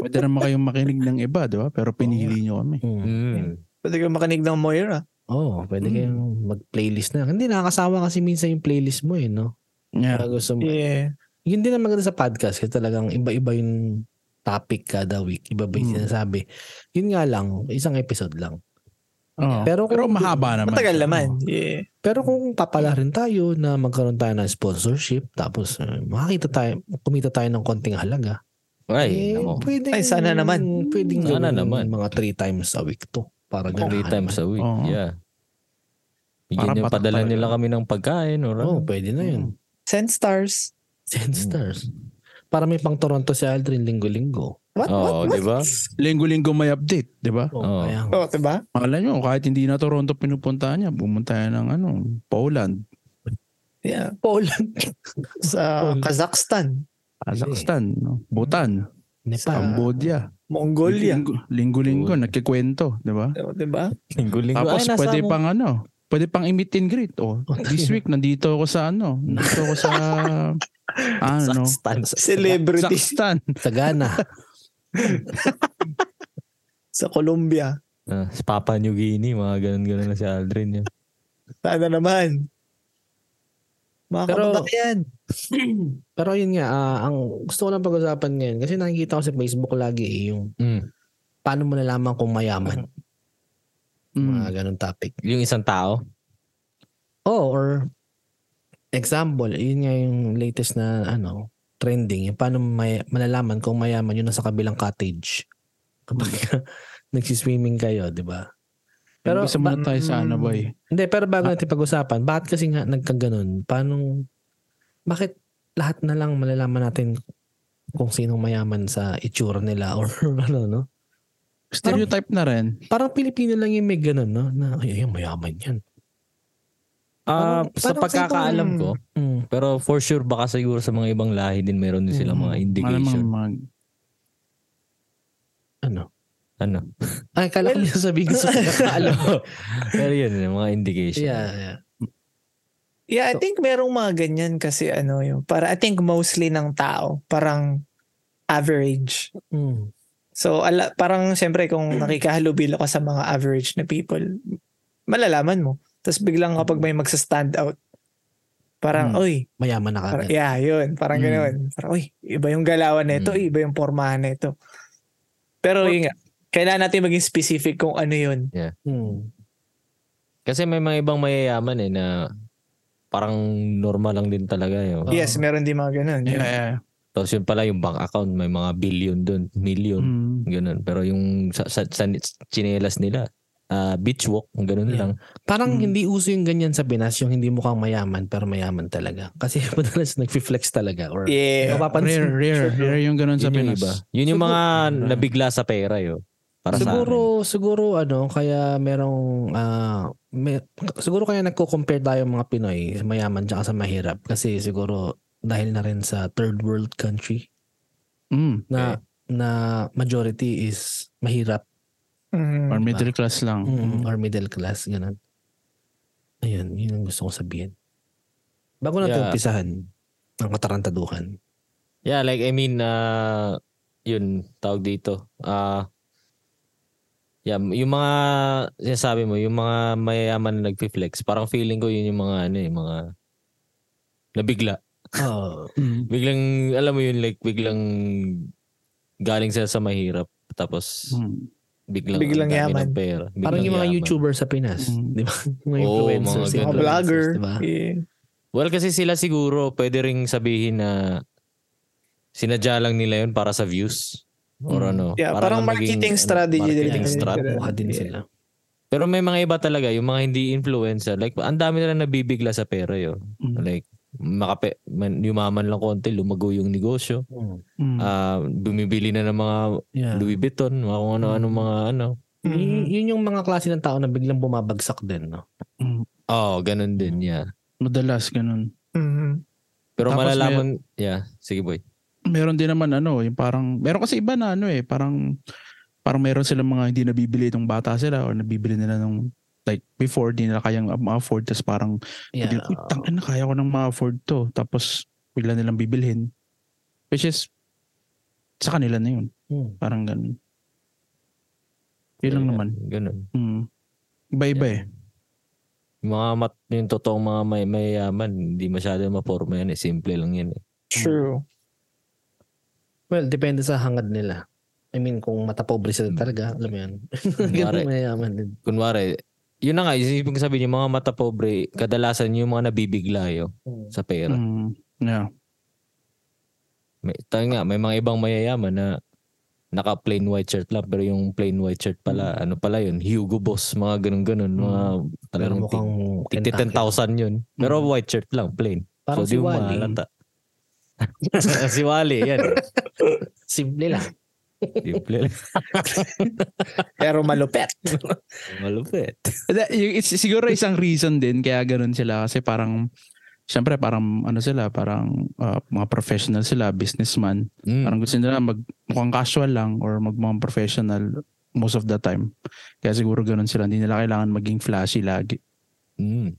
[SPEAKER 2] Pwede naman kayong makinig ng iba, di ba? Pero pinili nyo kami.
[SPEAKER 1] Hmm.
[SPEAKER 3] Mm.
[SPEAKER 4] Pwede kang makinig ng Moira.
[SPEAKER 1] Oo, oh, pwede
[SPEAKER 2] Hmm.
[SPEAKER 1] kayong mag-playlist na. Hindi, nakakasawa kasi minsan yung playlist mo eh, no?
[SPEAKER 2] Yeah.
[SPEAKER 1] Kaya gusto mo,
[SPEAKER 4] Yeah.
[SPEAKER 1] yun din ang maganda sa podcast kasi talagang iba-iba yung topic kada week. Iba-iba yung
[SPEAKER 2] Mm.
[SPEAKER 1] sinasabi. Yun nga lang, isang episode lang.
[SPEAKER 2] Oo.
[SPEAKER 1] Pero kung-
[SPEAKER 2] Pero mahaba naman.
[SPEAKER 4] Matagal naman. Yeah.
[SPEAKER 1] Pero kung papala rin tayo na magkaroon tayo ng sponsorship tapos eh, makakita tayo, kumita tayo ng konting halaga.
[SPEAKER 3] Ay,
[SPEAKER 1] eh,
[SPEAKER 3] nako.
[SPEAKER 1] pwedeng-
[SPEAKER 4] Ay, sana naman.
[SPEAKER 1] Pwedeng gawin
[SPEAKER 3] Sana naman.
[SPEAKER 1] mga three times a week to. Para
[SPEAKER 3] Mga Three
[SPEAKER 1] ganahan
[SPEAKER 3] times
[SPEAKER 1] naman.
[SPEAKER 3] a week.
[SPEAKER 2] Oo.
[SPEAKER 3] Yeah.
[SPEAKER 2] Parang
[SPEAKER 3] Bigyan niyo,
[SPEAKER 2] patak
[SPEAKER 3] padala
[SPEAKER 2] talaga.
[SPEAKER 3] nila kami ng pagkain or ano.
[SPEAKER 1] Oo, pwede na yun.
[SPEAKER 2] Hmm.
[SPEAKER 4] Send stars.
[SPEAKER 3] Mm.
[SPEAKER 1] Ten stars. Para may pang Toronto si Aldrin linggo-linggo.
[SPEAKER 4] What? what?
[SPEAKER 3] Oo,
[SPEAKER 4] What?
[SPEAKER 3] di ba?
[SPEAKER 2] Linggo-linggo may update, di ba?
[SPEAKER 1] Oh,
[SPEAKER 3] Oo.
[SPEAKER 1] kaya nga.
[SPEAKER 4] Oh, diba?
[SPEAKER 2] Malay nyo, kahit hindi na Toronto pinupuntahan niya, bumunta yan ng ano, Poland,
[SPEAKER 4] Yeah.
[SPEAKER 1] Poland.
[SPEAKER 4] Sa
[SPEAKER 1] Cool.
[SPEAKER 4] Kazakhstan,
[SPEAKER 2] Kazakhstan, no? Bhutan,
[SPEAKER 1] Nepal.
[SPEAKER 2] Cambodia.
[SPEAKER 4] Mongolia.
[SPEAKER 2] Linggo- Linggo-linggo,
[SPEAKER 3] Cool.
[SPEAKER 2] nagkikwento, di ba?
[SPEAKER 3] Mm-hmm.
[SPEAKER 4] Oh, diba?
[SPEAKER 3] Linggo-linggo. Ay,
[SPEAKER 2] Tapos
[SPEAKER 3] nasa
[SPEAKER 2] pwede
[SPEAKER 3] mo.
[SPEAKER 2] pang ano, pwede pang i-meet and greet. Oh, this week, nandito ako sa ano, nandito ako sa, ano,
[SPEAKER 3] Kazakhstan.
[SPEAKER 4] Celebrity
[SPEAKER 2] Kazakhstan.
[SPEAKER 1] Sa Ghana.
[SPEAKER 4] sa Colombia.
[SPEAKER 3] Ah, sa Papua New Guinea, mga ganun-ganun na si Aldrin yan.
[SPEAKER 4] Sana naman. Mga
[SPEAKER 1] Pero-
[SPEAKER 4] kabatak yan.
[SPEAKER 1] Pero yun nga, ah, ang gusto ko lang pag-usapan ngayon, kasi nakikita ko sa Facebook lagi eh, yung
[SPEAKER 3] Mm.
[SPEAKER 1] paano mo nalaman kung mayaman, mga
[SPEAKER 2] Mm.
[SPEAKER 1] ganun topic.
[SPEAKER 3] Yung isang tao.
[SPEAKER 1] Oh, or example, yun nga yung latest na ano, trending, yung paano may, malalaman kung mayaman yun nasa kabilang cottage. Kapag nagsiswimming kayo, di ba? Pero
[SPEAKER 2] Pero, Gusto muna
[SPEAKER 1] ba-
[SPEAKER 2] tayo sa ano, boy.
[SPEAKER 3] mm.
[SPEAKER 1] Hindi, pero bago natin pag-usapan, bakit kasi nga nagkaganon? Paano, bakit lahat na lang malalaman natin kung sino mayaman sa itsura nila or ano, no?
[SPEAKER 2] Stereotype na rin.
[SPEAKER 1] Parang Pilipino lang yung may ganon, no? Na, ay, ayun, mayaman yan.
[SPEAKER 3] Ah,
[SPEAKER 1] Parang-
[SPEAKER 3] sa
[SPEAKER 1] parang
[SPEAKER 3] pagkakaalam
[SPEAKER 4] sitong-
[SPEAKER 3] ko,
[SPEAKER 1] Mm.
[SPEAKER 3] pero for sure baka siguro sa mga ibang lahi din meron din
[SPEAKER 1] Mm.
[SPEAKER 3] silang mga
[SPEAKER 2] Malamang
[SPEAKER 3] indication.
[SPEAKER 2] mag...
[SPEAKER 1] Ano?
[SPEAKER 3] Ano?
[SPEAKER 1] Ay, kala ko
[SPEAKER 4] Well-
[SPEAKER 1] niya sabihin sa pagkakaalam.
[SPEAKER 3] Pero yun, yung mga indication.
[SPEAKER 1] yeah, yeah.
[SPEAKER 4] Yeah, I
[SPEAKER 1] So-
[SPEAKER 4] think merong mga ganyan kasi ano yung para I think mostly ng tao parang average.
[SPEAKER 1] Mm.
[SPEAKER 4] So ala, parang siyempre kung nakikahalubilo ka sa mga average na people, malalaman mo. Tapos biglang kapag may magsa-stand out, parang,
[SPEAKER 2] Mm.
[SPEAKER 4] oy,
[SPEAKER 1] Mayaman na
[SPEAKER 4] parang,
[SPEAKER 1] kagad.
[SPEAKER 4] yeah, yun. Parang
[SPEAKER 2] Mm.
[SPEAKER 4] ganoon. Parang, uy, iba yung galawan na ito,
[SPEAKER 3] Mm.
[SPEAKER 4] iba yung pormahan na ito. Pero yun nga, kailangan natin maging specific kung ano yun.
[SPEAKER 1] Mm.
[SPEAKER 3] Kasi may mga ibang mayayaman eh na parang normal lang din talaga yun.
[SPEAKER 1] Oo.
[SPEAKER 4] Yes, meron din mga ganun.
[SPEAKER 2] Yeah, yeah.
[SPEAKER 3] Tapos yun pala yung bank account, may mga billion dun, million,
[SPEAKER 2] Mm.
[SPEAKER 3] ganun. Pero yung sa, sa, sa chinelas nila, ah, beach walk, ganun
[SPEAKER 1] Yeah.
[SPEAKER 3] lang.
[SPEAKER 1] Parang
[SPEAKER 2] Mm.
[SPEAKER 1] hindi uso yung ganyan sa Pinas, yung hindi mukhang mayaman, pero mayaman talaga. Kasi madalas nagfi-flex talaga. Or,
[SPEAKER 4] Yeah.
[SPEAKER 1] Mapapansin.
[SPEAKER 2] Rare, rare. Rare yung ganun sa
[SPEAKER 3] Yun yung
[SPEAKER 2] Pinas.
[SPEAKER 3] iba. Yun yung mga
[SPEAKER 2] Siguro-
[SPEAKER 3] nabigla sa pera yun. Para
[SPEAKER 1] siguro
[SPEAKER 3] sa
[SPEAKER 1] siguro ano kaya merong ah, may- siguro kaya nagko-compare tayo mga Pinoy sa mayaman tsaka sa mahirap kasi siguro dahil na rin sa third world country
[SPEAKER 2] Mm.
[SPEAKER 1] na na majority is mahirap
[SPEAKER 4] Mm.
[SPEAKER 2] Or
[SPEAKER 3] Diba?
[SPEAKER 2] middle class lang.
[SPEAKER 1] mm, or middle class ganun. Ayun, yun ang gusto ko sabihin. Bago natin
[SPEAKER 3] Yeah.
[SPEAKER 1] umpisahan ang katarantaduhan.
[SPEAKER 3] Yeah, like I mean uh yun tawag dito. Ah yeah, yung mga sinasabi mo, yung mga mayayaman na nagfi-flex, parang feeling ko yun yung mga ano eh, mga nabigla.
[SPEAKER 1] Oh,
[SPEAKER 2] Mm.
[SPEAKER 3] Biglang alam mo yun like biglang galing sila sa mahirap tapos
[SPEAKER 2] Mm.
[SPEAKER 3] biglang
[SPEAKER 4] Biglang
[SPEAKER 3] ang dami
[SPEAKER 4] yaman.
[SPEAKER 3] ng pera. Biglang
[SPEAKER 1] parang yung mga
[SPEAKER 3] yaman.
[SPEAKER 1] YouTuber sa Pinas,
[SPEAKER 2] Mm.
[SPEAKER 1] 'di ba? Mm-hmm. Oh, Mga diba?
[SPEAKER 3] Oo,
[SPEAKER 1] influencers,
[SPEAKER 3] mga
[SPEAKER 4] Mga
[SPEAKER 3] ganun.
[SPEAKER 4] vlogger.
[SPEAKER 1] influencers, 'di ba?
[SPEAKER 4] Yeah.
[SPEAKER 3] Well, kasi sila siguro pwede ring sabihin na sinadya lang nila yun para sa views or
[SPEAKER 1] Mm.
[SPEAKER 3] ano.
[SPEAKER 4] Hmm. Yeah,
[SPEAKER 3] para
[SPEAKER 4] parang
[SPEAKER 3] lang maging,
[SPEAKER 4] marketing
[SPEAKER 3] ano,
[SPEAKER 4] strategy din
[SPEAKER 3] marketing
[SPEAKER 4] nila.
[SPEAKER 3] strat.
[SPEAKER 1] Mukha din
[SPEAKER 4] Yeah.
[SPEAKER 1] sila.
[SPEAKER 3] Pero may mga iba talaga, yung mga hindi influencer. Like, ang dami nila nabibigla sa pera yun.
[SPEAKER 2] Mm.
[SPEAKER 3] Like, makape, man, yumaman lang konti, lumago yung negosyo.
[SPEAKER 1] Mm.
[SPEAKER 2] Mm.
[SPEAKER 3] Ah, bumibili na ng mga
[SPEAKER 2] Ah.
[SPEAKER 1] Yeah.
[SPEAKER 3] Louis Vuitton, mga kung ano-ano
[SPEAKER 2] Hmm.
[SPEAKER 3] mga ano.
[SPEAKER 1] Y-
[SPEAKER 4] Mm.
[SPEAKER 1] yun yung mga klase ng tao na biglang bumabagsak din, no?
[SPEAKER 2] Mm.
[SPEAKER 3] Oh, ganun din, yeah.
[SPEAKER 2] Madalas ganun.
[SPEAKER 4] Mm.
[SPEAKER 3] Pero
[SPEAKER 2] Hmm. Tapos
[SPEAKER 3] malalaman, yeah, sige boy.
[SPEAKER 2] meron din naman ano, yung parang, meron kasi iba na ano eh, parang, parang meron silang mga hindi nabibili itong bata sila or nabibili nila nung like before di nila kayang ma-afford tapos parang yeah.
[SPEAKER 1] Yeah.
[SPEAKER 2] uy tangin na kaya ko nang ma-afford to tapos bigla nilang bibilhin which is sa kanila na yun
[SPEAKER 1] Mm.
[SPEAKER 2] parang ganun yun lang
[SPEAKER 3] Yeah,
[SPEAKER 2] naman
[SPEAKER 3] Ganun.
[SPEAKER 2] mm. iba-iba eh
[SPEAKER 3] Yung Mga mat, yung totoong mga may mayayaman, hindi masyado maporma yan eh. Simple lang yan eh.
[SPEAKER 4] True.
[SPEAKER 1] Well, depende sa hangad nila. I mean, kung matapobre sila talaga, alam mo yan. Ganun
[SPEAKER 3] Kunwari.
[SPEAKER 1] mayaman din.
[SPEAKER 3] Kunwari, yun na nga, yung ibig sabihin, yung mga mata pobre, kadalasan yung mga nabibigla yun
[SPEAKER 1] Mm.
[SPEAKER 3] sa pera.
[SPEAKER 2] mm. yeah
[SPEAKER 3] May, tayo nga, may mga ibang mayayaman na naka plain white shirt lang pero yung plain white shirt pala
[SPEAKER 1] Hmm.
[SPEAKER 3] ano pala yun Hugo Boss mga ganun ganun mga
[SPEAKER 1] Pero
[SPEAKER 3] talagang
[SPEAKER 1] mukhang
[SPEAKER 3] tig- tig- 10,000
[SPEAKER 1] Kentucky. Hmm.
[SPEAKER 3] yun pero white shirt lang plain
[SPEAKER 1] Parang
[SPEAKER 3] so
[SPEAKER 1] si
[SPEAKER 3] di mo
[SPEAKER 1] Wally.
[SPEAKER 3] mahalata si Wally yan
[SPEAKER 1] Simple lang.
[SPEAKER 3] Simple lang.
[SPEAKER 4] Pero malupet.
[SPEAKER 3] Malupit.
[SPEAKER 2] That- yung- it's- siguro isang reason din kaya ganun sila kasi parang syempre parang ano sila parang ah, mga professional sila businessman
[SPEAKER 3] Mm.
[SPEAKER 2] parang gusto nila mag mukhang casual lang or mag mukhang professional most of the time kaya siguro ganun sila hindi nila kailangan maging flashy lagi
[SPEAKER 3] Mm.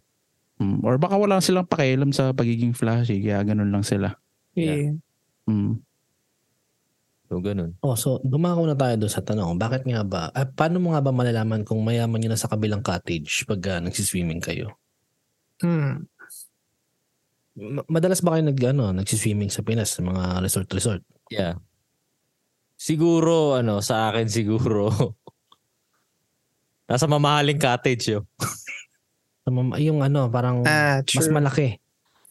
[SPEAKER 2] Mm. or baka wala silang pakialam sa pagiging flashy kaya ganun lang sila
[SPEAKER 4] Yeah.
[SPEAKER 2] Mm.
[SPEAKER 3] So, ganun.
[SPEAKER 1] Oh, so dumako na tayo doon sa tanong. Bakit nga ba? ah, paano mo nga ba malalaman kung mayaman yun na sa kabilang cottage pag ah, nagsiswimming kayo?
[SPEAKER 4] Hmm.
[SPEAKER 1] Ma- madalas ba kayo nag, ano, nagsiswimming sa Pinas sa mga resort-resort?
[SPEAKER 3] Yeah. Siguro, ano, sa akin siguro, nasa mamahaling cottage yun.
[SPEAKER 1] Sa mam- Yung ano, parang
[SPEAKER 4] Ah,
[SPEAKER 1] mas
[SPEAKER 4] true. Mas,
[SPEAKER 1] malaki.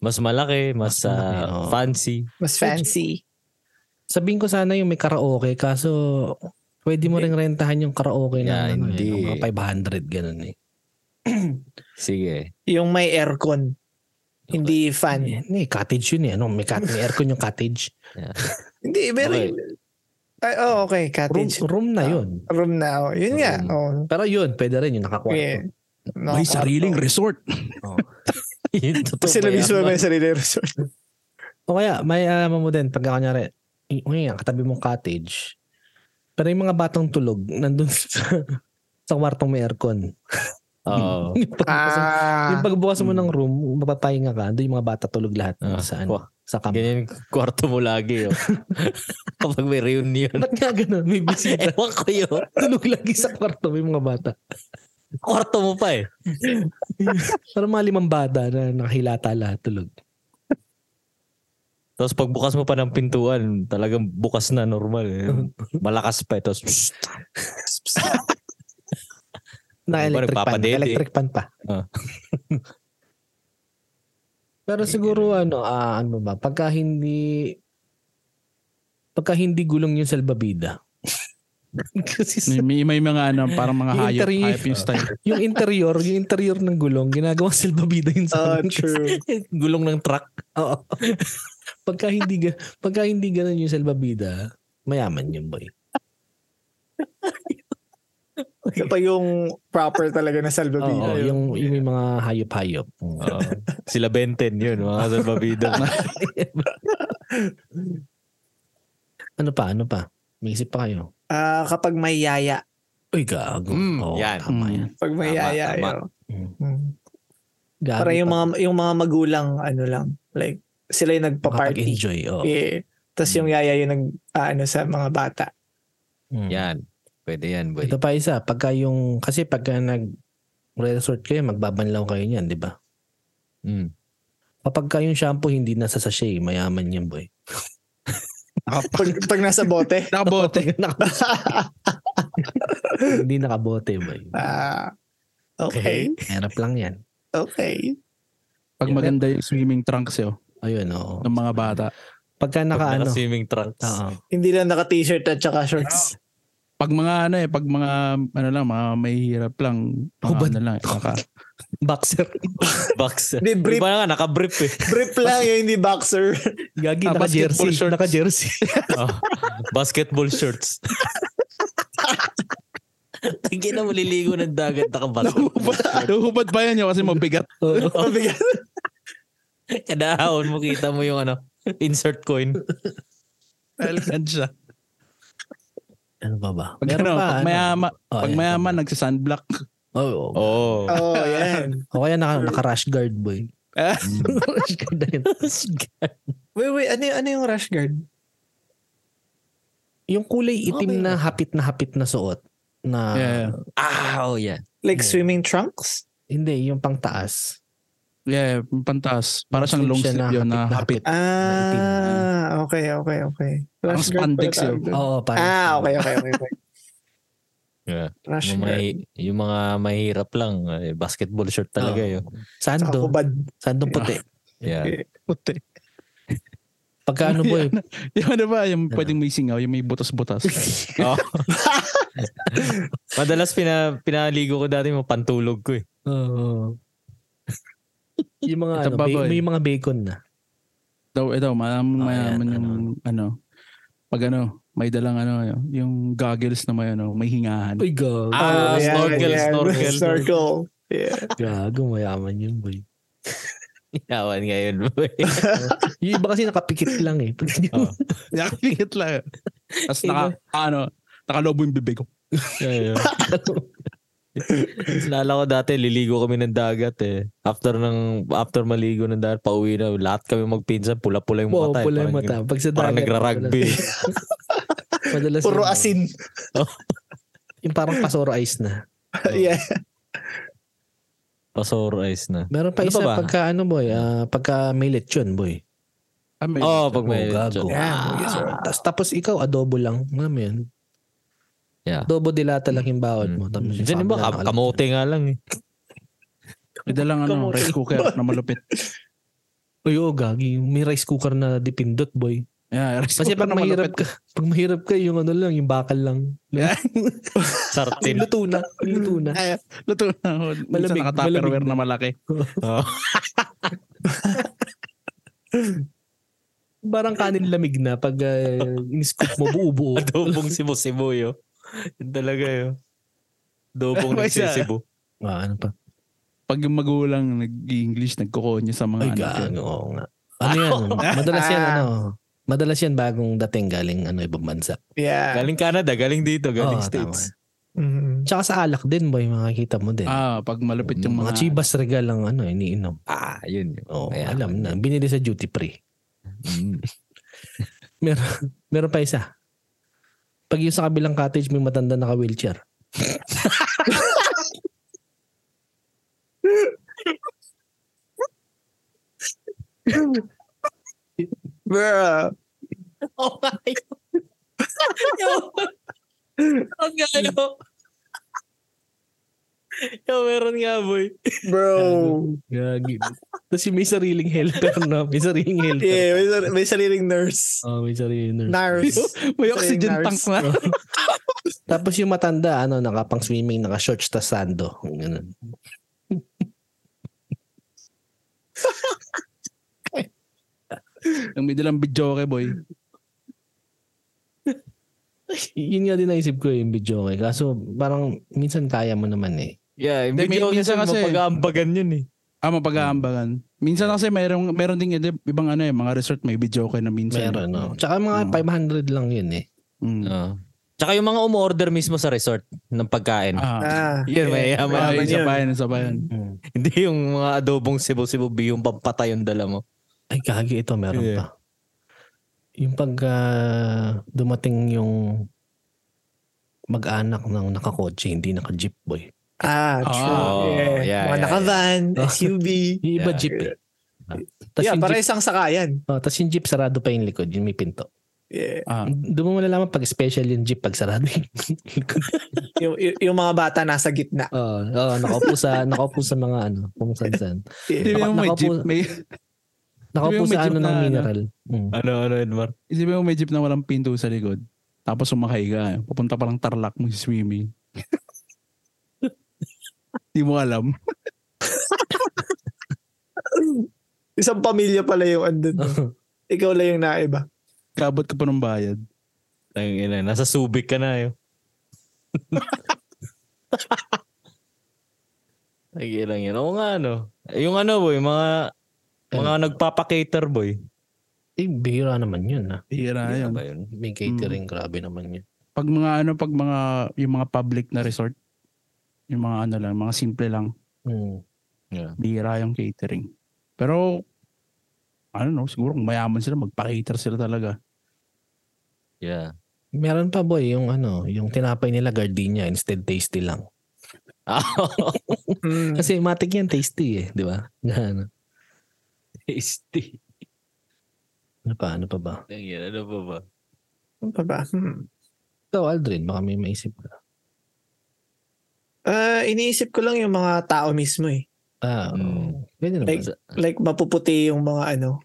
[SPEAKER 3] Mas malaki, mas,
[SPEAKER 1] Mas malaki,
[SPEAKER 3] ah,
[SPEAKER 1] oo.
[SPEAKER 3] fancy.
[SPEAKER 4] fancy.
[SPEAKER 1] Sabihin ko sana yung may karaoke, kaso pwede mo ring rentahan yung karaoke
[SPEAKER 3] Yeah,
[SPEAKER 1] na ano,
[SPEAKER 3] hindi.
[SPEAKER 1] Eh, mga 500, ganun eh.
[SPEAKER 3] Sige.
[SPEAKER 4] Yung may aircon. Hindi fan.
[SPEAKER 1] Ano eh, cottage yun eh. Ano, may, cat- may aircon yung cottage.
[SPEAKER 4] Hindi, pero...
[SPEAKER 3] Okay.
[SPEAKER 4] Ay, oh, okay.
[SPEAKER 1] Room,
[SPEAKER 4] Cottage. Ah. Room,
[SPEAKER 1] room na yun.
[SPEAKER 4] na. Oh. Yun nga.
[SPEAKER 3] Room.
[SPEAKER 4] Oh,
[SPEAKER 1] Pero yun, pwede rin yung nakakwarto.
[SPEAKER 4] yeah.
[SPEAKER 2] may sariling resort
[SPEAKER 3] Yun, totoo ba yan?
[SPEAKER 4] Sila mismo may sariling resort.
[SPEAKER 1] O kaya, may alaman mo din, pagka kanyari, y- o yan, katabi mong cottage, pero yung mga batang tulog, nandun sa, sa kwartong may aircon. Hmm.
[SPEAKER 3] Oo.
[SPEAKER 1] yung, pagbukas,
[SPEAKER 4] Ah.
[SPEAKER 1] yung pagbukas mo ng room, mapapahinga ka, doon yung mga bata tulog lahat
[SPEAKER 3] Hmm. Ah,
[SPEAKER 1] sa, ano,
[SPEAKER 3] wah.
[SPEAKER 1] sa kama.
[SPEAKER 3] Ganyan yung kwarto mo lagi. Oh. Kapag may reunion.
[SPEAKER 1] Ba't nga ganun? May bisita.
[SPEAKER 3] Ewan ko yun.
[SPEAKER 1] tulog lagi sa kwarto, may mga bata.
[SPEAKER 3] Kwarto mo pa eh.
[SPEAKER 1] Pero mga limang bata na nakahilata lahat tulog.
[SPEAKER 3] Tapos pagbukas mo pa ng pintuan, talagang bukas na normal. Eh. Malakas pa eh. Tapos, psst.
[SPEAKER 1] Na
[SPEAKER 3] Ano ba,
[SPEAKER 1] electric pan.
[SPEAKER 3] nagpapadate eh.
[SPEAKER 1] Electric pan pa.
[SPEAKER 3] Ah.
[SPEAKER 1] Pero siguro ano, ah, ano ba, pagka hindi pagka hindi gulong yung salbabida. Kasi sa,
[SPEAKER 2] may, may mga ano parang mga
[SPEAKER 1] Yung
[SPEAKER 2] hayop
[SPEAKER 1] interview.
[SPEAKER 2] hayop yung style
[SPEAKER 1] yung interior, yung interior ng gulong, ginagawang salbabida yun sa
[SPEAKER 4] Ah,
[SPEAKER 1] amin.
[SPEAKER 4] true.
[SPEAKER 3] gulong ng truck.
[SPEAKER 1] Oo. pagka hindi ga- pagka hindi ganun yung salbabida, mayaman yung boy.
[SPEAKER 4] Ito yung proper talaga na
[SPEAKER 1] Oo,
[SPEAKER 4] salbabida. yun.
[SPEAKER 1] yung, yung may mga hayop-hayop. Oo.
[SPEAKER 3] Oo. sila Benten yun, mga salbabida.
[SPEAKER 1] Ano pa? Ano pa? May isip pa kayo?
[SPEAKER 4] Ah, kapag may yaya.
[SPEAKER 1] Uy, gago.
[SPEAKER 3] Mm,
[SPEAKER 1] Oo,
[SPEAKER 3] yan.
[SPEAKER 1] Hmm, Tama yan.
[SPEAKER 4] Pag may
[SPEAKER 3] Tama,
[SPEAKER 4] yaya.
[SPEAKER 3] tama.
[SPEAKER 4] yun.
[SPEAKER 1] Mm.
[SPEAKER 4] Mm.
[SPEAKER 1] Gago
[SPEAKER 4] Para yung
[SPEAKER 1] pa.
[SPEAKER 4] mga, yung mga magulang, ano lang. Like, sila yung nagpa-party.
[SPEAKER 1] Makapag-enjoy. oo.
[SPEAKER 4] Yeah. Tapos yung yaya yung nag, ah, ano, sa mga bata.
[SPEAKER 1] Mm.
[SPEAKER 3] yan. Pwede yan, boy.
[SPEAKER 1] Ito pa isa. Pagka yung... Kasi pagka nag resort kayo, magbabanlaw kayo niyan, di ba?
[SPEAKER 3] Mm.
[SPEAKER 1] Kapag ka yung shampoo hindi nasa sachet, mayaman yan, boy.
[SPEAKER 4] Pag, pag nasa bote.
[SPEAKER 2] nakabote
[SPEAKER 1] Naka- hindi nakabote, boy.
[SPEAKER 4] Ah, okay.
[SPEAKER 1] Hirap lang yan.
[SPEAKER 4] Okay.
[SPEAKER 2] pag maganda yung swimming trunks yo
[SPEAKER 1] Ayun, oo.
[SPEAKER 2] ng mga bata
[SPEAKER 1] Pagka naka ano...
[SPEAKER 3] swimming trunks.
[SPEAKER 1] Oo.
[SPEAKER 4] Hindi lang naka-t-shirt at saka shorts.
[SPEAKER 2] pag mga ano eh, pag mga ano lang, mga mahihirap lang, mga
[SPEAKER 1] Hubad.
[SPEAKER 2] ano lang, naka,
[SPEAKER 1] Boxer.
[SPEAKER 3] Box.
[SPEAKER 4] Hindi, brief.
[SPEAKER 3] Iba nga, naka-brief eh.
[SPEAKER 4] Brief lang yung hindi boxer.
[SPEAKER 1] Gagi,
[SPEAKER 2] Ah,
[SPEAKER 1] naka-jersey.
[SPEAKER 2] basketball shorts.
[SPEAKER 1] Naka-jersey.
[SPEAKER 3] Oh. Basketball shirts. Tingin na maliligo ng dagat naka-basketball.
[SPEAKER 2] nahubad, nahubad pa yan yun kasi mabigat.
[SPEAKER 1] Oo.
[SPEAKER 4] Mabigat.
[SPEAKER 3] Kadahon mo kita mo yung ano, insert coin.
[SPEAKER 2] Talagan siya.
[SPEAKER 1] Ano pa ba?
[SPEAKER 2] Pag, ano, pag mayama,
[SPEAKER 1] Oh,
[SPEAKER 2] pag
[SPEAKER 1] ayan.
[SPEAKER 2] mayama, nagsasunblock.
[SPEAKER 1] Oo. oo.
[SPEAKER 3] Oo. Oh.
[SPEAKER 4] Oo, oh, yan.
[SPEAKER 1] O kaya naka, naka-rush guard, boy.
[SPEAKER 2] Ah.
[SPEAKER 1] rush guard na yun.
[SPEAKER 4] Wait, wait. Ano, yung- ano yung rash guard?
[SPEAKER 1] Yung kulay
[SPEAKER 4] Okay.
[SPEAKER 1] itim na hapit na hapit na suot na
[SPEAKER 2] Yeah,
[SPEAKER 3] Ah, oh yeah.
[SPEAKER 4] Like
[SPEAKER 1] Yeah.
[SPEAKER 4] swimming trunks?
[SPEAKER 1] hindi, yung pang taas.
[SPEAKER 2] yeah, yung pantas. Para siyang
[SPEAKER 1] Sleeve
[SPEAKER 2] long
[SPEAKER 1] siya
[SPEAKER 2] sleeve
[SPEAKER 1] na
[SPEAKER 2] yun na
[SPEAKER 1] hapit
[SPEAKER 2] hapit.
[SPEAKER 1] na
[SPEAKER 4] Ah, okay, okay, okay.
[SPEAKER 2] Parang spandex
[SPEAKER 4] pala
[SPEAKER 2] yun.
[SPEAKER 4] tawag doon.
[SPEAKER 1] Oo, parang.
[SPEAKER 4] Ah, okay, okay, okay. okay.
[SPEAKER 3] Yeah.
[SPEAKER 4] Rash
[SPEAKER 3] Yung,
[SPEAKER 4] guard.
[SPEAKER 3] may, yung mga mahirap lang, eh, basketball shirt talaga
[SPEAKER 1] Oo.
[SPEAKER 3] yun.
[SPEAKER 4] Saka
[SPEAKER 1] Sando.
[SPEAKER 4] hubad.
[SPEAKER 1] Sando puti.
[SPEAKER 3] Yeah.
[SPEAKER 4] eh.
[SPEAKER 2] Puti.
[SPEAKER 1] Pagka ano, boy.
[SPEAKER 2] Yung ano ba, yung pwedeng may singaw, yung may butas-butas.
[SPEAKER 1] Oh.
[SPEAKER 3] Oo. Madalas pina, pinaligo ko dati mga pantulog ko eh.
[SPEAKER 1] Oo. yung mga
[SPEAKER 2] Ito
[SPEAKER 1] ano,
[SPEAKER 2] pa,
[SPEAKER 1] ba-
[SPEAKER 2] boy.
[SPEAKER 1] yung mga bacon na.
[SPEAKER 2] daw, eh daw, mayaman,
[SPEAKER 1] Oh,
[SPEAKER 2] mayaman
[SPEAKER 1] yan,
[SPEAKER 2] yung, ano, pag ano, may dalang ano, yung goggles na may ano, may hingahan.
[SPEAKER 1] Uy, gago.
[SPEAKER 3] Ah,
[SPEAKER 4] yeah,
[SPEAKER 3] snorkel,
[SPEAKER 4] yeah,
[SPEAKER 3] snorkel.
[SPEAKER 4] Snorkel. Yeah.
[SPEAKER 1] Gago, mayaman yun, boy.
[SPEAKER 3] Yawan ngayon, boy.
[SPEAKER 1] Yung iba kasi nakapikit lang eh.
[SPEAKER 3] Oh.
[SPEAKER 2] Nakakingit lang. Tapos naka, ano, nakalobo yung bibig ko.
[SPEAKER 3] Ayun. Naalala ko dati, liligo kami ng dagat eh. After ng after maligo ng dagat, pauwi na. Lahat kami magpinsan, pula-pula yung
[SPEAKER 1] Oo,
[SPEAKER 3] mata. eh.
[SPEAKER 1] pula yung mata.
[SPEAKER 3] Parang-
[SPEAKER 1] Pag sa
[SPEAKER 3] Parang
[SPEAKER 1] dagat,
[SPEAKER 3] nagra-rugby.
[SPEAKER 1] madalas- Madalas
[SPEAKER 4] Puro
[SPEAKER 1] yun, eh.
[SPEAKER 4] asin.
[SPEAKER 1] Yung parang pasoro ice na.
[SPEAKER 3] Oh.
[SPEAKER 4] yeah.
[SPEAKER 3] Pasoro Oh, eyes na.
[SPEAKER 1] Meron pa
[SPEAKER 3] Ano pa
[SPEAKER 1] isa
[SPEAKER 3] ba?
[SPEAKER 1] pagka ano boy, ah, pagka may lechon boy.
[SPEAKER 2] Ah, may-
[SPEAKER 3] Oo, oh, pag may... Ah.
[SPEAKER 1] Oh, gago.
[SPEAKER 4] Yeah, yes, sir.
[SPEAKER 1] Tapos, tapos ikaw, adobo lang. Alam mo yun?
[SPEAKER 3] Yeah. Mm.
[SPEAKER 1] Adobo dilata lang yung bawat mo. Tapos yung
[SPEAKER 3] Diyan
[SPEAKER 1] family
[SPEAKER 3] ba?
[SPEAKER 1] lang,
[SPEAKER 3] Kam-
[SPEAKER 1] alam mo.
[SPEAKER 3] kamote nga lang eh.
[SPEAKER 2] May dalang ano,
[SPEAKER 4] Kamote.
[SPEAKER 2] rice cooker na malupit.
[SPEAKER 1] Uy, oo, gagi. May rice cooker na dipindot, boy.
[SPEAKER 2] Yeah, rice
[SPEAKER 1] Kasi
[SPEAKER 2] cooker
[SPEAKER 1] pag
[SPEAKER 2] na
[SPEAKER 1] mahirap
[SPEAKER 2] malupit.
[SPEAKER 1] ka, pag mahirap ka, yung ano lang, yung bakal lang.
[SPEAKER 2] Yeah.
[SPEAKER 1] Tin-
[SPEAKER 3] Sartin.
[SPEAKER 1] Luto na. Luto na.
[SPEAKER 4] Ay,
[SPEAKER 2] Luto na. ako. Minsan
[SPEAKER 1] Malamig,
[SPEAKER 2] naka-tupperware
[SPEAKER 1] malamig
[SPEAKER 2] na malaki.
[SPEAKER 1] Parang kanin lamig na pag uh, in-scoop mo, buo-buo.
[SPEAKER 3] Adobong sibo-sibo yun. Yun talaga yun.
[SPEAKER 1] Ano
[SPEAKER 3] Adobong
[SPEAKER 2] May isa.
[SPEAKER 3] nagsisibo.
[SPEAKER 1] ah, ano pa?
[SPEAKER 2] Pag yung magulang nag-English, nagkukonya sa mga
[SPEAKER 1] Ay,
[SPEAKER 2] anak.
[SPEAKER 1] gago. Oo nga. Ano yan? Madalas yan,
[SPEAKER 3] Ah.
[SPEAKER 1] ano? Madalas yan bagong dating galing ano ibang bansa.
[SPEAKER 4] yeah.
[SPEAKER 3] Galing Canada, galing dito,
[SPEAKER 1] Oo,
[SPEAKER 3] galing States.
[SPEAKER 4] Mm.
[SPEAKER 1] Tsaka sa alak din, boy, makikita mo din.
[SPEAKER 2] Ah, pag malupit yung mga...
[SPEAKER 1] chibas regal ang ano, iniinom.
[SPEAKER 3] Ah, yun. yun.
[SPEAKER 1] Oo,
[SPEAKER 3] Kaya-
[SPEAKER 1] alam na. Binili sa duty free.
[SPEAKER 3] Mm.
[SPEAKER 1] Meron pa isa. Pag yung sa kabilang cottage, may matanda naka-wheelchair.
[SPEAKER 4] Bruh.
[SPEAKER 3] Oh my God. Yo. Ang gayo. Yo, meron nga, boy.
[SPEAKER 4] Bro.
[SPEAKER 1] Gagi. Tapos yung may sariling helper na. May sariling helper.
[SPEAKER 4] Yeah, may, sar- may sariling nurse.
[SPEAKER 1] Oh, may sariling nurse.
[SPEAKER 4] Nurse.
[SPEAKER 2] May
[SPEAKER 4] Sa
[SPEAKER 2] oxygen
[SPEAKER 4] Ignaris.
[SPEAKER 2] tank na.
[SPEAKER 1] Tapos yung matanda, ano, nakapang swimming, naka-shorts, tas sando. Ganun.
[SPEAKER 2] Yung may dalang video kay boy.
[SPEAKER 1] Yun nga din naisip ko yung video. Eh. Kaso parang minsan kaya mo naman eh.
[SPEAKER 3] Yeah,
[SPEAKER 2] Hindi,
[SPEAKER 3] medyo
[SPEAKER 2] min-
[SPEAKER 3] kasi
[SPEAKER 2] minsan kasi-
[SPEAKER 3] mapag-aambagan yun eh.
[SPEAKER 2] Ah, mapag-aambagan. Minsan kasi mayroong, meron ding ide- ibang ano eh, mga resort may video kay na minsan. Mm.
[SPEAKER 1] Meron, no? Tsaka mga
[SPEAKER 2] Oo.
[SPEAKER 1] 500 lang yun eh.
[SPEAKER 2] Mm.
[SPEAKER 3] Oo. Tsaka yung mga umorder mismo sa resort ng pagkain.
[SPEAKER 2] Ah,
[SPEAKER 4] Ah,
[SPEAKER 3] Yun, may
[SPEAKER 2] ah,
[SPEAKER 3] yaman.
[SPEAKER 2] ah,
[SPEAKER 4] mayaman
[SPEAKER 2] isa
[SPEAKER 4] yun.
[SPEAKER 2] pa yan, isa pa yan.
[SPEAKER 3] Hindi yung mga adobong sibo-sibo yung pampatay yung dala mo.
[SPEAKER 1] Ay, kagi ito, meron
[SPEAKER 3] Yeah.
[SPEAKER 1] pa. Yung pag ah, dumating yung mag-anak ng nakakotse, hindi naka-jeep boy.
[SPEAKER 4] Ah, true.
[SPEAKER 3] Oh,
[SPEAKER 4] yeah.
[SPEAKER 3] yeah, yeah,
[SPEAKER 4] Mga naka-van,
[SPEAKER 1] yeah.
[SPEAKER 4] SUV.
[SPEAKER 1] Yung iba
[SPEAKER 3] Yeah.
[SPEAKER 1] jeep eh. Tapos
[SPEAKER 4] yeah,
[SPEAKER 1] yung,
[SPEAKER 4] para
[SPEAKER 1] jeep,
[SPEAKER 4] isang sakayan.
[SPEAKER 1] oh, tas yung jeep, sarado pa yung likod, yung may pinto.
[SPEAKER 4] Yeah.
[SPEAKER 2] Ah,
[SPEAKER 1] Doon mo malalaman pag special yung jeep pag sarado yung likod.
[SPEAKER 4] Yung, y- yung mga bata nasa gitna.
[SPEAKER 1] Oo, oo, nakaupo sa, nakaupo sa mga ano, kung saan saan.
[SPEAKER 4] Yeah.
[SPEAKER 2] Isipin mo may
[SPEAKER 1] Nakapu-
[SPEAKER 2] jeep, may,
[SPEAKER 1] Nakaupo
[SPEAKER 2] Yung may
[SPEAKER 1] sa ano
[SPEAKER 2] jeep
[SPEAKER 1] ng
[SPEAKER 2] na ano.
[SPEAKER 1] mineral. Mm.
[SPEAKER 3] Ano, ano, Edmar?
[SPEAKER 2] isipin mo may jeep na walang pinto sa likod. Tapos sumakay ka, pupunta palang tarlak mo swimming. Di mo alam.
[SPEAKER 4] Isang pamilya pala yung andun. Ikaw lang yung naiba.
[SPEAKER 2] Kabot ka pa ng bayad.
[SPEAKER 3] Ang ina, nasa Subic ka na eh. yun. Ay, lang yun. Oo nga, ano. Yung ano, boy, mga, mga nagpapakater, boy.
[SPEAKER 1] Eh, bihira naman yun ah.
[SPEAKER 2] Hira
[SPEAKER 3] Ano
[SPEAKER 2] yun.
[SPEAKER 3] ba yun?
[SPEAKER 1] May catering, grabe naman yun.
[SPEAKER 2] Pag mga ano, pag mga, yung mga public na resort, yung mga ano lang, mga simple lang,
[SPEAKER 1] Mm.
[SPEAKER 2] bihira yung catering. Pero, ano no, siguro kung mayaman sila, magpa-cater sila talaga.
[SPEAKER 3] Yeah.
[SPEAKER 1] Meron pa boy, yung ano, yung tinapay nila gardenia instead tasty lang.
[SPEAKER 4] Mm.
[SPEAKER 1] Kasi matik yan tasty eh, di ba? Ano,
[SPEAKER 3] Tasty.
[SPEAKER 1] ano pa, ano pa ba?
[SPEAKER 3] Ang ina, ano pa ba?
[SPEAKER 4] Ano pa ba? Hmm.
[SPEAKER 1] Ikaw Aldrin, baka may maisip ka.
[SPEAKER 4] Ah, iniisip ko lang yung mga tao mismo eh.
[SPEAKER 1] Ah,
[SPEAKER 3] Mm.
[SPEAKER 1] oo. pwede naman.
[SPEAKER 4] Like- Like mapuputi yung mga ano.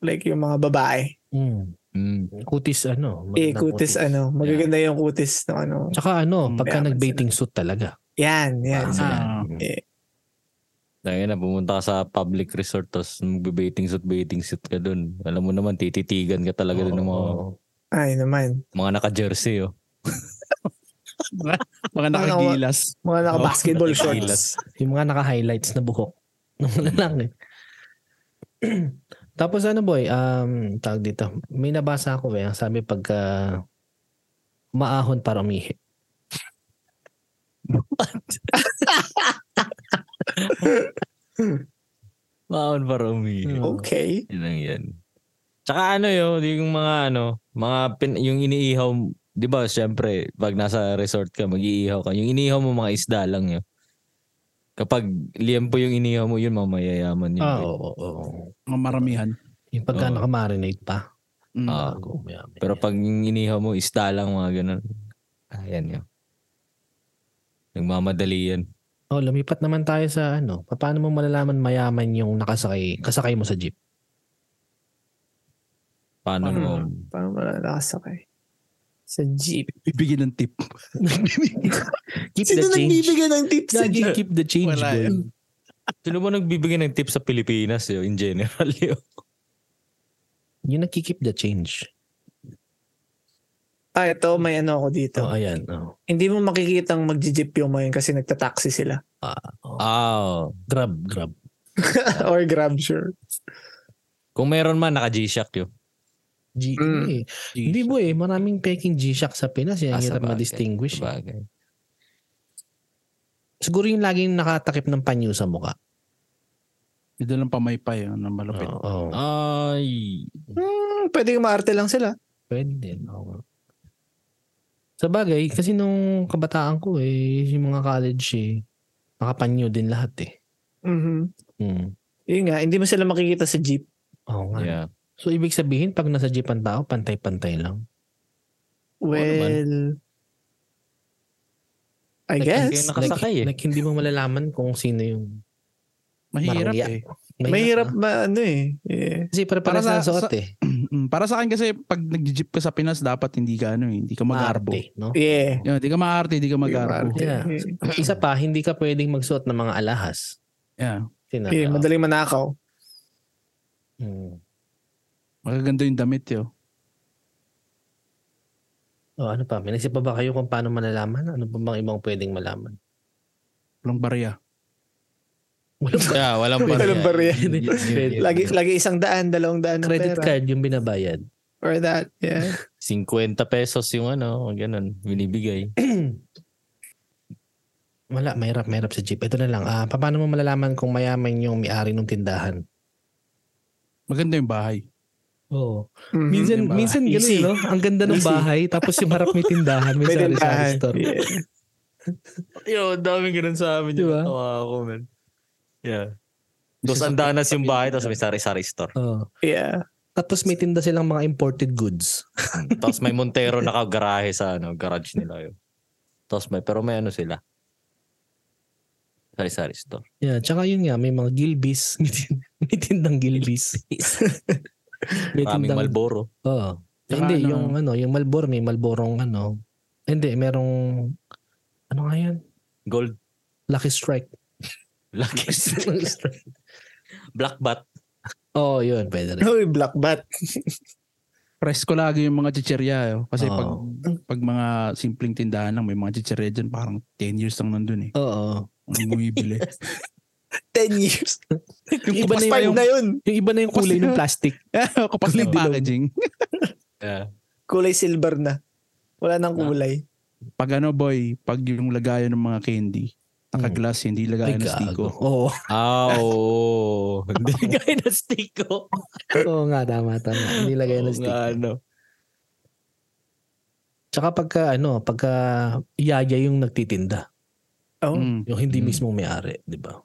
[SPEAKER 4] Like yung mga babae.
[SPEAKER 1] Mm.
[SPEAKER 3] Mm.
[SPEAKER 1] Kutis ano.
[SPEAKER 4] Eh,
[SPEAKER 1] magandang
[SPEAKER 4] kutis ano. Magaganda yung kutis ng ano.
[SPEAKER 1] Tsaka ano,
[SPEAKER 2] Mm,
[SPEAKER 1] pagka
[SPEAKER 4] mayaman
[SPEAKER 1] nag-baiting suit talaga.
[SPEAKER 4] Yan, yan.
[SPEAKER 1] Tama.
[SPEAKER 2] Ah.
[SPEAKER 1] Mm.
[SPEAKER 3] Ang ina, pumunta ka sa public resort tapos magbe-baiting suit, baiting suit ka dun. Alam mo naman, tititigan ka talaga dun ng mga
[SPEAKER 1] Oo.
[SPEAKER 4] Ay naman.
[SPEAKER 3] Mga naka-jersey, oh.
[SPEAKER 2] Mga nakagilas.
[SPEAKER 4] Mga naka-basketball
[SPEAKER 1] Oh,
[SPEAKER 3] Oo,
[SPEAKER 4] shorts.
[SPEAKER 3] nakagilas.
[SPEAKER 1] Yung mga naka-highlights na buhok. Nung lalaki. Tapos ano boy, um, tawag dito. May nabasa ako eh. Ang Sabi pagka maahon para umihi.
[SPEAKER 3] Maon para umihi.
[SPEAKER 1] Hmm.
[SPEAKER 4] Okay.
[SPEAKER 3] Yan ang yan. Tsaka ano yun, yung mga ano, mga pin, yung iniihaw, di ba syempre, pag nasa resort ka, mag-iihaw ka. Yung iniihaw mo mga isda lang yun. Kapag liempo yung inihaw mo, yun mamayayaman yun.
[SPEAKER 1] Ah, oo, oo, oo.
[SPEAKER 2] Mga maramihan.
[SPEAKER 1] Yung pagka
[SPEAKER 3] Oo.
[SPEAKER 1] nakamarinate pa.
[SPEAKER 2] Mm.
[SPEAKER 3] Ah.
[SPEAKER 1] Bago umiyamin.
[SPEAKER 3] Pero pag yung inihaw mo, isda lang, mga ganun. Ayan yun. Nagmamadali yan.
[SPEAKER 1] Oh, lumipat naman tayo sa ano. Paano mo malalaman mayaman yung nakasakay, kasakay mo sa jeep?
[SPEAKER 3] Paano mo?
[SPEAKER 4] Hmm. Parang wala nakasakay. Sa jeep.
[SPEAKER 2] Bibigyan ng tip.
[SPEAKER 1] Keep
[SPEAKER 4] Sino
[SPEAKER 1] the change.
[SPEAKER 4] nagbibigay ng tips sa
[SPEAKER 1] Lagi
[SPEAKER 4] jeep?
[SPEAKER 1] keep the change,
[SPEAKER 2] Wala
[SPEAKER 1] boy.
[SPEAKER 2] yun.
[SPEAKER 3] Sino ba nagbibigay ng tip sa Pilipinas yun, in general yun?
[SPEAKER 1] Yung nagki-keep the change.
[SPEAKER 4] Ah, ito, may ano ako dito.
[SPEAKER 1] Oh, ayan. Oh.
[SPEAKER 4] Hindi mo makikitang magji-jeep yung ngayon kasi nagtataxi sila.
[SPEAKER 3] Ah,
[SPEAKER 1] oh. Grab, grab.
[SPEAKER 4] Or grab, sure.
[SPEAKER 3] kung meron man, naka-G-Shock yun.
[SPEAKER 1] G-
[SPEAKER 4] Mm.
[SPEAKER 1] eh. Hindi
[SPEAKER 2] Hindi.
[SPEAKER 1] boy, maraming peking G-Shock sa Pinas. Yan,
[SPEAKER 3] Ah,
[SPEAKER 1] ang hirap
[SPEAKER 3] sabagay,
[SPEAKER 1] ma-distinguish. eh.
[SPEAKER 3] Sabagay.
[SPEAKER 1] Siguro yung laging nakatakip ng panyo sa mukha.
[SPEAKER 2] Ito lang pamaypay ah, na malupit.
[SPEAKER 1] Oo. Oh,
[SPEAKER 3] Ay,
[SPEAKER 4] Hmm, pwede maarte lang sila.
[SPEAKER 1] Pwede din. Oo. Sa bagay, kasi nung kabataan ko eh, yung mga college eh, nakapanyo din lahat eh.
[SPEAKER 4] Mhm.
[SPEAKER 1] Mm.
[SPEAKER 4] Yun nga, hindi mo sila makikita sa jeep.
[SPEAKER 1] Oo nga.
[SPEAKER 3] yeah.
[SPEAKER 1] So, ibig sabihin, pag nasa jeep ang tao, pantay-pantay lang.
[SPEAKER 4] Well, I
[SPEAKER 1] Like,
[SPEAKER 4] guess.
[SPEAKER 3] ang Nakasakay eh.
[SPEAKER 1] like, like, hindi mo malalaman kung sino yung
[SPEAKER 2] Mahirap
[SPEAKER 1] Barangya.
[SPEAKER 2] eh.
[SPEAKER 4] Mahirap
[SPEAKER 1] na.
[SPEAKER 4] ba ano eh. Yeah.
[SPEAKER 1] Kasi para
[SPEAKER 2] Para sa-
[SPEAKER 1] sa suot eh.
[SPEAKER 2] Mm, Para sa akin kasi pag nag-jeep ka sa Pinas dapat hindi ka ano eh, hindi ka magarbo.
[SPEAKER 1] Maarte, no?
[SPEAKER 4] Yeah.
[SPEAKER 2] Yun, hindi ka maarte, hindi ka magarbo.
[SPEAKER 4] Maarte.
[SPEAKER 1] Yeah. Isa pa, hindi ka pwedeng magsuot ng mga alahas.
[SPEAKER 2] Yeah.
[SPEAKER 1] Sina,
[SPEAKER 4] Yeah, madaling manakaw.
[SPEAKER 1] Mm.
[SPEAKER 2] Magaganda yung damit yo.
[SPEAKER 1] O, ano pa? May naisip pa ba kayo kung paano malalaman? Ano pa bang ibang pwedeng malaman?
[SPEAKER 2] Walang barya.
[SPEAKER 1] Wala ba?
[SPEAKER 3] Yeah, walang
[SPEAKER 4] Walang
[SPEAKER 3] barya.
[SPEAKER 4] barya.
[SPEAKER 3] Yun, yun, yun, yun.
[SPEAKER 4] Lagi, lagi isang daan, dalawang daan ng
[SPEAKER 1] Credit
[SPEAKER 4] pera.
[SPEAKER 1] card yung binabayad.
[SPEAKER 4] Or that, yeah.
[SPEAKER 3] 50 pesos yung ano, ganun, binibigay.
[SPEAKER 1] Wala, mahirap, mahirap sa jeep. Ito na lang. Ah, paano mo malalaman kung mayaman yung may-ari ng tindahan?
[SPEAKER 2] Maganda yung bahay.
[SPEAKER 1] Oo.
[SPEAKER 4] Mhm.
[SPEAKER 1] Minsan,
[SPEAKER 2] Diba?
[SPEAKER 1] minsan ganun,
[SPEAKER 4] Easy.
[SPEAKER 1] no? Ang ganda ng
[SPEAKER 4] Easy.
[SPEAKER 1] bahay, tapos yung harap may tindahan, may
[SPEAKER 4] May
[SPEAKER 1] sari-sari
[SPEAKER 4] tindahan.
[SPEAKER 1] store.
[SPEAKER 4] Yeah.
[SPEAKER 3] Yo, daming ganun sa amin.
[SPEAKER 1] Diba?
[SPEAKER 3] Tawa ako, man. Yeah. Dos andanas yung bahay, tapos may sari-sari store.
[SPEAKER 1] Oo.
[SPEAKER 4] yeah.
[SPEAKER 1] Tapos may tinda silang mga imported goods.
[SPEAKER 3] tapos may Montero nakagarahe sa ano, garage nila yun. Tapos may, pero may ano sila. Sari-sari store.
[SPEAKER 1] Yeah, tsaka yun nga, may mga Gilbis. May, tin- may tindang Gilbis. may
[SPEAKER 3] Maraming Malboro.
[SPEAKER 1] Oo.
[SPEAKER 2] Tsaka
[SPEAKER 1] hindi,
[SPEAKER 2] ano-
[SPEAKER 1] yung ano, yung Malboro, may Malborong ano. Hindi, merong, ano nga yan?
[SPEAKER 3] Gold.
[SPEAKER 1] Lucky Strike.
[SPEAKER 3] Lucky.
[SPEAKER 1] Lucky Strike.
[SPEAKER 3] Black bat.
[SPEAKER 1] Oo, oh, yun, pwede rin.
[SPEAKER 4] Uy, black bat.
[SPEAKER 2] Press ko lagi yung mga chicherya yo. Kasi pag
[SPEAKER 1] Oo.
[SPEAKER 2] pag mga simpleng tindahan lang may mga chicherya dyan parang 10 years lang nandun eh.
[SPEAKER 1] Oo.
[SPEAKER 2] Ang bumibili.
[SPEAKER 4] 10 years.
[SPEAKER 2] yung
[SPEAKER 1] Iba na
[SPEAKER 2] iba
[SPEAKER 4] Mas 5
[SPEAKER 1] yung-
[SPEAKER 4] na yun.
[SPEAKER 1] Yung iba na yung kulay ng plastic.
[SPEAKER 2] kapag ng
[SPEAKER 1] Dilaw.
[SPEAKER 2] packaging.
[SPEAKER 3] Yeah.
[SPEAKER 4] Kulay silver na.
[SPEAKER 1] Ah.
[SPEAKER 4] Wala nang kulay.
[SPEAKER 2] Pag ano boy, pag yung lagayan ng mga candy, naka-glass, hindi
[SPEAKER 1] Ay,
[SPEAKER 2] lagayan ng oh.
[SPEAKER 1] gago.
[SPEAKER 2] stiko.
[SPEAKER 1] Oo.
[SPEAKER 3] Ah, oo. Hindi gaya na stick ko.
[SPEAKER 1] Oo nga, tama, tama. Nilagay na
[SPEAKER 3] Oo
[SPEAKER 1] stick.
[SPEAKER 3] nga, ano.
[SPEAKER 1] Tsaka pagka, ano, pagka yaya yung nagtitinda.
[SPEAKER 4] Oh.
[SPEAKER 2] Mm.
[SPEAKER 1] Yung hindi
[SPEAKER 3] Mm.
[SPEAKER 1] mismo may-ari, di ba?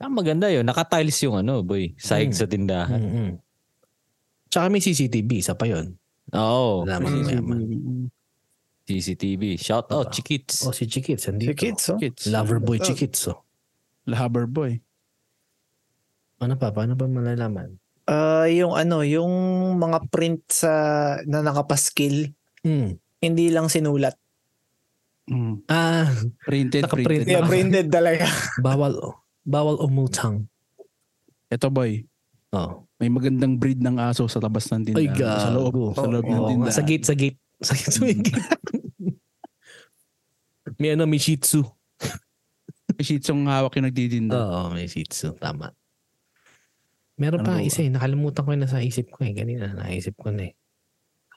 [SPEAKER 3] Ah, maganda yun. Nakatiles yung ano, boy. Sahig
[SPEAKER 1] Mm.
[SPEAKER 3] sa tindahan.
[SPEAKER 1] Mm-mm. Tsaka may CCTV, isa pa yun.
[SPEAKER 3] Oo.
[SPEAKER 1] Alam mo
[SPEAKER 4] Mm.
[SPEAKER 1] mayaman.
[SPEAKER 3] CCTV. Shout out,
[SPEAKER 1] Diba?
[SPEAKER 3] Chikits.
[SPEAKER 1] Oh, si Chikits, andito.
[SPEAKER 4] The kids, oh.
[SPEAKER 2] Kids.
[SPEAKER 1] Loverboy Chikits, oh.
[SPEAKER 2] Lover boy.
[SPEAKER 1] Ano pa? Paano pa malalaman?
[SPEAKER 4] Ah, yung ano, yung mga print sa na nakapaskil,
[SPEAKER 1] Mm.
[SPEAKER 4] hindi lang sinulat.
[SPEAKER 2] Mm.
[SPEAKER 1] Ah,
[SPEAKER 2] Printed,
[SPEAKER 1] Naka-print.
[SPEAKER 2] printed.
[SPEAKER 4] Yeah,
[SPEAKER 1] Naka-
[SPEAKER 4] printed talaga.
[SPEAKER 1] bawal, bawal umutang.
[SPEAKER 2] Ito boy,
[SPEAKER 1] Oh.
[SPEAKER 2] May magandang breed ng aso sa labas ng tindahan.
[SPEAKER 1] Ay,
[SPEAKER 2] sa loob.
[SPEAKER 1] gago.
[SPEAKER 2] Sa loob ng
[SPEAKER 1] Oo,
[SPEAKER 2] tindahan.
[SPEAKER 1] sa gate, sa gate. Sa gate, sa gate. may ano, may shih tzu.
[SPEAKER 2] May shih tsung hawak yung nagtitinda.
[SPEAKER 1] Oo, may shih tzu. Tama. Meron
[SPEAKER 2] Ano
[SPEAKER 1] pa
[SPEAKER 2] ba?
[SPEAKER 1] isa eh. Nakalimutan ko yung nasa isip ko eh. Ganina, naisip ko na eh.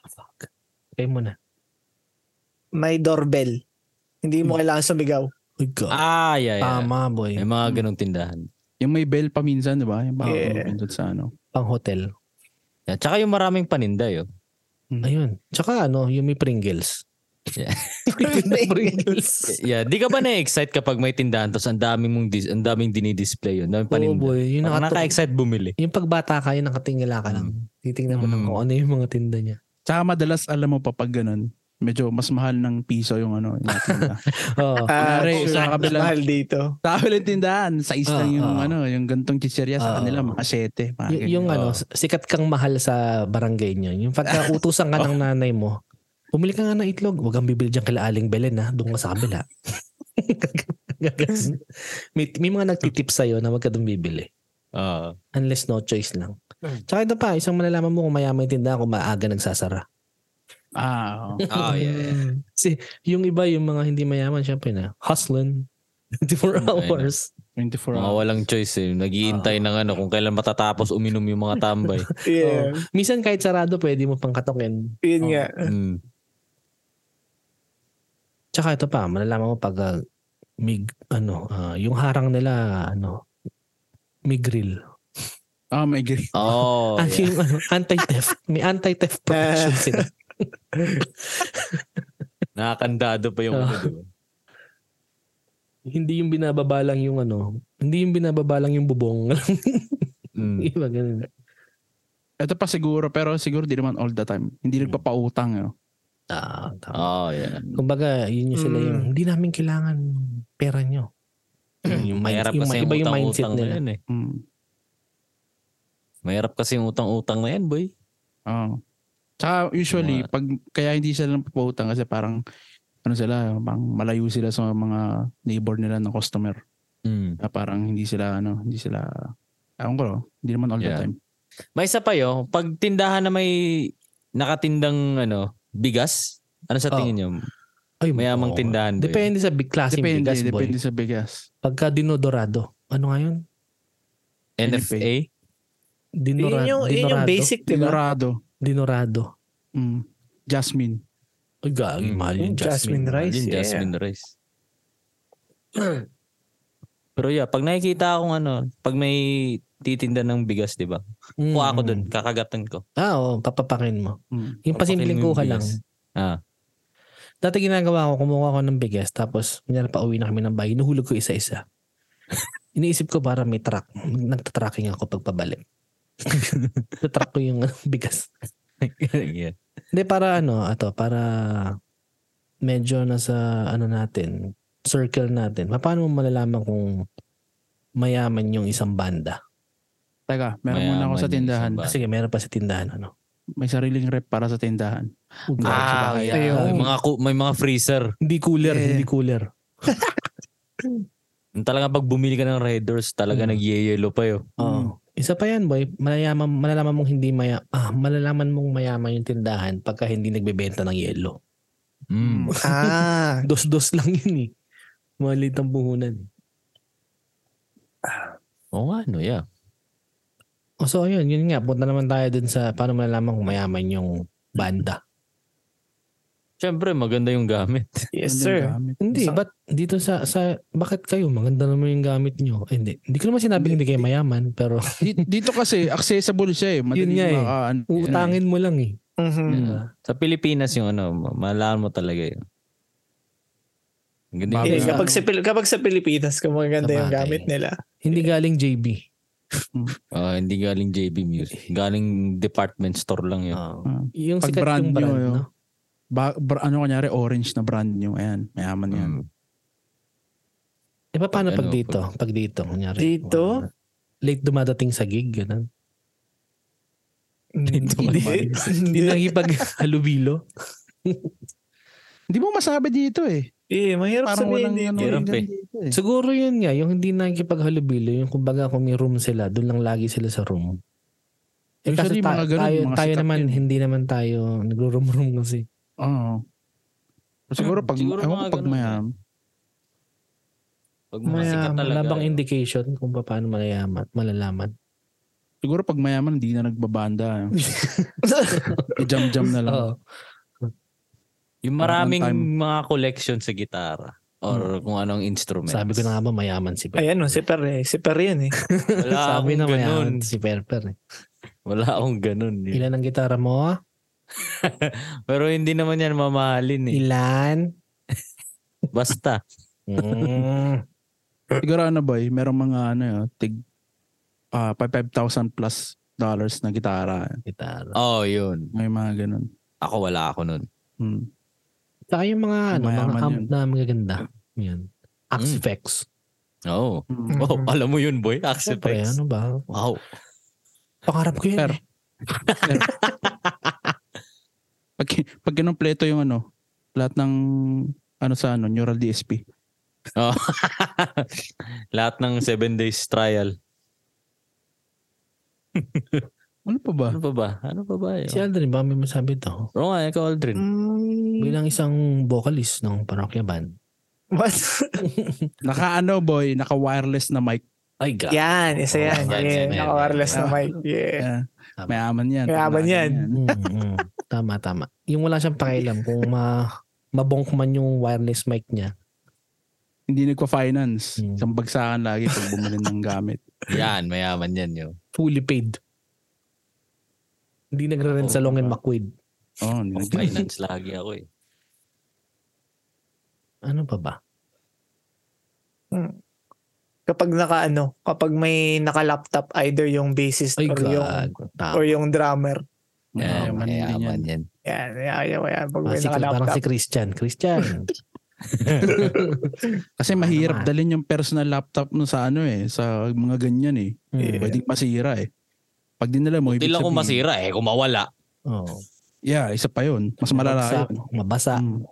[SPEAKER 1] Ah, fuck. Kaya mo na.
[SPEAKER 4] May doorbell. Hindi mo kailangan sumigaw.
[SPEAKER 1] Ay, God.
[SPEAKER 3] Ah, yeah, yeah.
[SPEAKER 1] Tama, boy.
[SPEAKER 3] May mga ganong tindahan.
[SPEAKER 2] Yung may bell paminsan, di ba? Yung parang
[SPEAKER 4] Yeah.
[SPEAKER 2] pindot sa ano.
[SPEAKER 1] Pang hotel.
[SPEAKER 3] Yeah. Tsaka yung maraming paninda yun.
[SPEAKER 1] Ayun. Tsaka ano, yung may Pringles.
[SPEAKER 3] Yeah.
[SPEAKER 1] Pringles.
[SPEAKER 3] Yeah, di ka ba na-excite kapag may tindahan tapos ang dami mong dis- ang daming dinidisplay yun, daming
[SPEAKER 1] Oo,
[SPEAKER 3] paninda.
[SPEAKER 1] boy. Yung,
[SPEAKER 3] Pag
[SPEAKER 1] nakatu-
[SPEAKER 3] naka-excite bumili.
[SPEAKER 1] yung pagbata ka, yung nakatingala ka lang. Titingnan mo lang
[SPEAKER 3] Mm.
[SPEAKER 1] kung ano yung mga tinda niya.
[SPEAKER 2] Tsaka madalas alam mo pa pag ganun, medyo mas mahal ng piso yung ano. Yung tinda.
[SPEAKER 1] Oo.
[SPEAKER 4] Ah,
[SPEAKER 2] Kunwari, sa
[SPEAKER 4] kung saan mas
[SPEAKER 2] kabilang-
[SPEAKER 4] mahal dito.
[SPEAKER 2] sa amin yung tindahan, sa isla
[SPEAKER 1] Ah,
[SPEAKER 2] yung
[SPEAKER 1] ah.
[SPEAKER 2] ano, yung gantong chicherya sa
[SPEAKER 1] Ah,
[SPEAKER 2] kanila,
[SPEAKER 1] ah.
[SPEAKER 2] mga sete. Mga
[SPEAKER 1] Y- yung
[SPEAKER 3] Oo.
[SPEAKER 1] ano, sikat kang mahal sa barangay niyo. Yung pagkautusan ka ng nanay mo, bumili ka nga ng itlog. Huwag kang bibili dyan kila Aling Belen ha. Doon ka sa kabila. may, may mga nagtitip sa'yo na huwag ka doon bibili.
[SPEAKER 3] Oo.
[SPEAKER 1] Unless no choice lang.
[SPEAKER 3] Hmm.
[SPEAKER 1] Tsaka ito pa, isang malalaman mo kung mayaman yung tindahan kung maaga nagsasara.
[SPEAKER 2] Ah, oo.
[SPEAKER 3] Oh, yeah. yeah.
[SPEAKER 1] Yung iba, yung mga hindi mayaman, syempre na, hustling 24
[SPEAKER 3] Hmm, Ayun.
[SPEAKER 1] hours.
[SPEAKER 2] 24
[SPEAKER 3] Mga
[SPEAKER 2] hours.
[SPEAKER 3] walang choice eh. Naghihintay ng ano kung kailan matatapos uminom yung mga tambay.
[SPEAKER 4] Yeah.
[SPEAKER 1] Minsan kahit sarado, pwede mo pang katokin.
[SPEAKER 4] Yun
[SPEAKER 2] Oh.
[SPEAKER 4] nga.
[SPEAKER 3] mm.
[SPEAKER 1] Tsaka ito pa, malalaman mo pag ah, may, ano, ah, yung harang nila, ano, may grill.
[SPEAKER 2] Ah, may gri-
[SPEAKER 3] Oh,
[SPEAKER 1] Ah,
[SPEAKER 3] yeah.
[SPEAKER 1] yung, ano, anti-theft. May anti-theft protection sila.
[SPEAKER 3] Nakakandado pa yung
[SPEAKER 1] Oh.
[SPEAKER 3] ano, diba?
[SPEAKER 1] Hindi yung binababalang yung ano, hindi yung binababalang yung bubong.
[SPEAKER 3] Mm.
[SPEAKER 1] Iba ganun.
[SPEAKER 2] Ito pa siguro, pero siguro di naman all the time. Hindi nagpapautang. ano? Yun.
[SPEAKER 1] Ah, tama.
[SPEAKER 3] Oh, yeah.
[SPEAKER 1] Kumbaga, yun yung sila
[SPEAKER 4] Mm.
[SPEAKER 1] yung, hindi namin kailangan pera nyo. yung mind,
[SPEAKER 3] Mm. Mahirap
[SPEAKER 1] yung,
[SPEAKER 3] kasi Hmm. yung
[SPEAKER 1] iba yung mindset
[SPEAKER 3] utang-utang na
[SPEAKER 1] nila.
[SPEAKER 3] yan eh.
[SPEAKER 2] Mm.
[SPEAKER 3] Mahirap kasi yung utang-utang na yan, boy.
[SPEAKER 2] Oo. Tsaka usually,
[SPEAKER 3] Mga-
[SPEAKER 2] pag, kaya hindi sila nagpapautang kasi parang ano sila, pang malayo sila sa mga neighbor nila ng customer.
[SPEAKER 1] Hmm.
[SPEAKER 3] Mm.
[SPEAKER 2] Ah, parang hindi sila ano, hindi sila Ewan ko, no? hindi naman all
[SPEAKER 3] Yeah.
[SPEAKER 2] the time.
[SPEAKER 3] May isa pa yo, pag tindahan na may nakatindang ano, bigas, ano sa
[SPEAKER 1] Oh.
[SPEAKER 3] tingin niyo?
[SPEAKER 1] Ay,
[SPEAKER 3] Mayamang
[SPEAKER 1] oo.
[SPEAKER 3] tindahan, boy.
[SPEAKER 1] Depende sa big klase ng
[SPEAKER 2] Depende,
[SPEAKER 1] bigas, boy.
[SPEAKER 2] depende sa bigas.
[SPEAKER 1] Pagka dinodorado. Ano nga yun?
[SPEAKER 3] NFA?
[SPEAKER 1] Dinora,
[SPEAKER 4] yun yung, yun
[SPEAKER 1] dinorado.
[SPEAKER 4] yung basic, di ba?
[SPEAKER 2] Dorado.
[SPEAKER 1] Dinorado.
[SPEAKER 2] Mm. Jasmine.
[SPEAKER 1] Ay, gagi,
[SPEAKER 3] Mm.
[SPEAKER 1] mahal yung
[SPEAKER 4] Yung
[SPEAKER 1] jasmine.
[SPEAKER 4] jasmine rice.
[SPEAKER 3] Yun,
[SPEAKER 4] yeah.
[SPEAKER 3] jasmine rice. Pero yeah, pag nakikita akong ano, pag may titinda ng bigas, di ba?
[SPEAKER 1] Mm.
[SPEAKER 3] Kuha ako dun, kakagatan ko.
[SPEAKER 1] Ah, oo, papapakin mo.
[SPEAKER 2] Mm.
[SPEAKER 1] Yung pasimpleng
[SPEAKER 3] Papakin mo yung
[SPEAKER 1] kuha lang.
[SPEAKER 3] bigas. Ah.
[SPEAKER 1] Dati ginagawa ko, kumuha ko ng bigas, tapos kunyari pa uwi na kami ng bahay, inuhulog ko isa-isa. Iniisip ko para may track. Nagtatracking ako pagpabalik. Tatrack ko yung ano, bigas.
[SPEAKER 3] yeah.
[SPEAKER 1] Hindi, para ano, ato, para medyo nasa ano natin, circle natin. Paano mo malalaman kung mayaman yung isang banda?
[SPEAKER 2] Teka, meron
[SPEAKER 3] Mayaman
[SPEAKER 2] muna ako sa
[SPEAKER 3] yung
[SPEAKER 2] tindahan.
[SPEAKER 3] isang ba-
[SPEAKER 1] Sige, meron pa sa tindahan, ano?
[SPEAKER 2] May sariling rep para sa tindahan.
[SPEAKER 3] Ah, yeah.
[SPEAKER 4] Ayun.
[SPEAKER 3] May mga, ku- may mga freezer.
[SPEAKER 1] Hindi cooler,
[SPEAKER 2] Yeah.
[SPEAKER 1] hindi cooler.
[SPEAKER 3] Talaga pag bumili ka ng Red Doors, talaga
[SPEAKER 1] Mm.
[SPEAKER 3] nagyeyelo pa yun.
[SPEAKER 1] Oo. Hmm. Isa pa yan, boy. Malalaman, malalaman mong hindi maya, ah, malalaman mong mayaman yung tindahan pagka hindi nagbebenta ng yelo. Hmm.
[SPEAKER 3] Mm.
[SPEAKER 4] Ah,
[SPEAKER 1] Dos-dos lang yun eh. Maliit ang puhunan.
[SPEAKER 3] Oo nga, no, yeah.
[SPEAKER 1] O Oh, so, ayun, yun nga. Punta naman tayo dun sa paano malalaman kung mayaman yung banda.
[SPEAKER 3] Siyempre, maganda yung gamit.
[SPEAKER 2] Yun yung
[SPEAKER 4] yes sir.
[SPEAKER 2] gamit.
[SPEAKER 1] Hindi,
[SPEAKER 4] Sa-
[SPEAKER 1] ba't dito sa, sa, bakit kayo? Maganda naman yung gamit nyo. Eh, hindi. Hindi ko naman sinabing hindi kayo mayaman, pero
[SPEAKER 2] Di- Dito kasi, accessible siya eh. Madali
[SPEAKER 1] nga eh.
[SPEAKER 2] maka- ano,
[SPEAKER 1] utangin mo lang eh.
[SPEAKER 3] Mm,
[SPEAKER 4] Mhm.
[SPEAKER 1] Diba?
[SPEAKER 3] Sa Pilipinas yung ano, ma- malaman mo talaga yun. Ang Ganda
[SPEAKER 2] Bago
[SPEAKER 4] Eh,
[SPEAKER 2] Bagay.
[SPEAKER 3] yung
[SPEAKER 2] na-
[SPEAKER 4] kapag, sa, Pil- kapag sa Pilipinas, kung maganda yung
[SPEAKER 1] Sabagay.
[SPEAKER 4] gamit nila.
[SPEAKER 1] Hindi galing JB.
[SPEAKER 3] Ah, hindi galing JB Music. Galing department store lang yun.
[SPEAKER 1] Oo.
[SPEAKER 2] Ah.
[SPEAKER 1] yung
[SPEAKER 2] Pag
[SPEAKER 1] sikat
[SPEAKER 2] brand
[SPEAKER 1] yung
[SPEAKER 2] new,
[SPEAKER 1] brand,
[SPEAKER 2] yun.
[SPEAKER 1] no?
[SPEAKER 2] ba- br- ano kanyari, orange na brand new. Ayan, mayaman yan.
[SPEAKER 3] Mm.
[SPEAKER 1] E pa, paano
[SPEAKER 3] Pag
[SPEAKER 1] pag
[SPEAKER 3] ano,
[SPEAKER 1] dito? Pag dito, kunyari.
[SPEAKER 4] Dito?
[SPEAKER 1] Late dumadating sa gig, gano'n.
[SPEAKER 4] Mm, Hindi,
[SPEAKER 2] naman.
[SPEAKER 1] Hindi
[SPEAKER 4] hindi.
[SPEAKER 1] nakipag-halubilo.
[SPEAKER 2] Hindi mo masabi dito eh.
[SPEAKER 4] Eh, mahirap
[SPEAKER 2] Parang
[SPEAKER 4] sabihin
[SPEAKER 2] walang
[SPEAKER 4] din.
[SPEAKER 2] ano
[SPEAKER 3] Hirap
[SPEAKER 2] rin
[SPEAKER 3] eh.
[SPEAKER 2] dito eh.
[SPEAKER 1] Siguro yun nga, yung hindi nakikipaghalubilo, yung kumbaga kung may room sila, doon lang lagi sila sa room. Eh, kasi
[SPEAKER 2] Usually,
[SPEAKER 1] ta-
[SPEAKER 2] mga ganun,
[SPEAKER 1] tayo,
[SPEAKER 2] mga
[SPEAKER 1] tayo
[SPEAKER 2] sikat
[SPEAKER 1] naman, eh.
[SPEAKER 2] yun.
[SPEAKER 1] hindi naman tayo nagro-room kasi.
[SPEAKER 2] Oo. Siguro pag,
[SPEAKER 3] Siguro
[SPEAKER 2] ewan ko
[SPEAKER 3] mga
[SPEAKER 2] pag
[SPEAKER 3] ganun.
[SPEAKER 2] mayaman.
[SPEAKER 3] Pag mga
[SPEAKER 1] Maya,
[SPEAKER 3] sikat talaga. eh.
[SPEAKER 1] malabang
[SPEAKER 3] yun.
[SPEAKER 1] indication kung paano malayaman, malalaman.
[SPEAKER 2] Siguro pag mayaman, hindi na nagbabanda. I-jam-jam na lang.
[SPEAKER 1] Oo.
[SPEAKER 3] Yung maraming mga collection sa gitara or kung anong instrument.
[SPEAKER 1] Sabi ko na nga ba, mayaman si Perper.
[SPEAKER 4] Ayan o, si Per eh. Si Per yan eh.
[SPEAKER 3] Wala
[SPEAKER 1] Sabi
[SPEAKER 3] akong
[SPEAKER 1] na
[SPEAKER 3] ganun.
[SPEAKER 1] mayaman si Perper. eh.
[SPEAKER 3] Wala akong ganun. eh.
[SPEAKER 1] Ilan ang gitara mo?
[SPEAKER 3] Pero hindi naman yan mamahalin eh.
[SPEAKER 1] Ilan?
[SPEAKER 3] Basta.
[SPEAKER 1] Mm.
[SPEAKER 2] Siguro ano boy, merong mga ano yun, tig ah, pa 5,000 plus dollars na gitara. eh.
[SPEAKER 1] gitara.
[SPEAKER 3] Oh, yun.
[SPEAKER 2] May mga ganun.
[SPEAKER 3] Ako wala ako nun.
[SPEAKER 2] Hmm.
[SPEAKER 1] Saka yung mga, ano, mga
[SPEAKER 2] Mayaman
[SPEAKER 1] amp
[SPEAKER 2] yun.
[SPEAKER 1] na magaganda. Yan. Axe
[SPEAKER 3] Mm.
[SPEAKER 1] Effects.
[SPEAKER 3] Oo.
[SPEAKER 2] Hmm.
[SPEAKER 3] Oh, alam mo yun, boy.
[SPEAKER 1] Mm-hmm.
[SPEAKER 3] Axe
[SPEAKER 1] Siyempre,
[SPEAKER 3] effects.
[SPEAKER 1] ano ba?
[SPEAKER 3] Wow.
[SPEAKER 1] Pangarap ko yun.
[SPEAKER 2] Per.
[SPEAKER 1] eh.
[SPEAKER 2] Pag, pag kinompleto yung ano, lahat ng ano sa ano, neural DSP.
[SPEAKER 3] Oh. Lahat ng 7 days trial.
[SPEAKER 2] Ano pa ba?
[SPEAKER 3] Ano pa ba? Ano pa ba?
[SPEAKER 1] Si
[SPEAKER 3] Yun?
[SPEAKER 1] Aldrin, ba may masabi to?
[SPEAKER 3] Oo nga, eh, ikaw Aldrin.
[SPEAKER 4] Mm,
[SPEAKER 1] Bilang isang vocalist ng parokya band.
[SPEAKER 4] what?
[SPEAKER 2] Naka ano boy, naka wireless na mic.
[SPEAKER 1] Ay, God.
[SPEAKER 4] yan, isa yan.
[SPEAKER 3] Yan,
[SPEAKER 4] Yeah,
[SPEAKER 3] yan, yan,
[SPEAKER 4] naka-wireless
[SPEAKER 2] yan.
[SPEAKER 4] na mic. Yeah.
[SPEAKER 2] Yeah. Mayaman yan.
[SPEAKER 4] Mayaman yan.
[SPEAKER 1] Mm, mm. Tama, tama. Yung wala siyang pakialam kung ma mabonk man yung wireless mic niya.
[SPEAKER 2] Hindi nagpa-finance.
[SPEAKER 1] Hmm.
[SPEAKER 2] Isang bagsakan lagi pag bumili ng gamit.
[SPEAKER 3] Yan, mayaman yan yun.
[SPEAKER 1] Fully paid. Hindi nagre-rent
[SPEAKER 3] Oo,
[SPEAKER 1] sa Long and
[SPEAKER 3] diba?
[SPEAKER 1] McQuaid.
[SPEAKER 2] Oo, Oh, hindi
[SPEAKER 3] Pag
[SPEAKER 2] nagpa-
[SPEAKER 3] finance lagi ako eh.
[SPEAKER 1] Ano pa ba?
[SPEAKER 4] Kapag naka ano, kapag may naka-laptop either yung bassist
[SPEAKER 1] Ay,
[SPEAKER 4] or yung
[SPEAKER 1] God. Tama.
[SPEAKER 4] or yung drummer.
[SPEAKER 3] Yeah,
[SPEAKER 2] Mayaman din
[SPEAKER 3] mayaman
[SPEAKER 2] yan.
[SPEAKER 3] yan.
[SPEAKER 4] Yan, ayaw, ayaw. Pag
[SPEAKER 1] Ah, si, parang
[SPEAKER 4] may
[SPEAKER 1] si
[SPEAKER 4] naka-laptop.
[SPEAKER 1] Christian. Christian.
[SPEAKER 2] Kasi
[SPEAKER 1] Tama
[SPEAKER 2] mahirap
[SPEAKER 1] naman.
[SPEAKER 2] dalhin yung personal laptop mo sa ano eh, sa mga ganyan eh.
[SPEAKER 1] Mm.
[SPEAKER 4] Yeah.
[SPEAKER 2] Pwedeng masira eh. Pag dinala mo,
[SPEAKER 3] Hindi
[SPEAKER 2] ibig
[SPEAKER 3] lang kung
[SPEAKER 2] sabihin-
[SPEAKER 3] masira eh, kung mawala.
[SPEAKER 1] Oh.
[SPEAKER 2] Yeah, isa pa yun. Mas malala
[SPEAKER 1] Mabasa.
[SPEAKER 2] yun.
[SPEAKER 1] Mabasa.
[SPEAKER 2] Mm.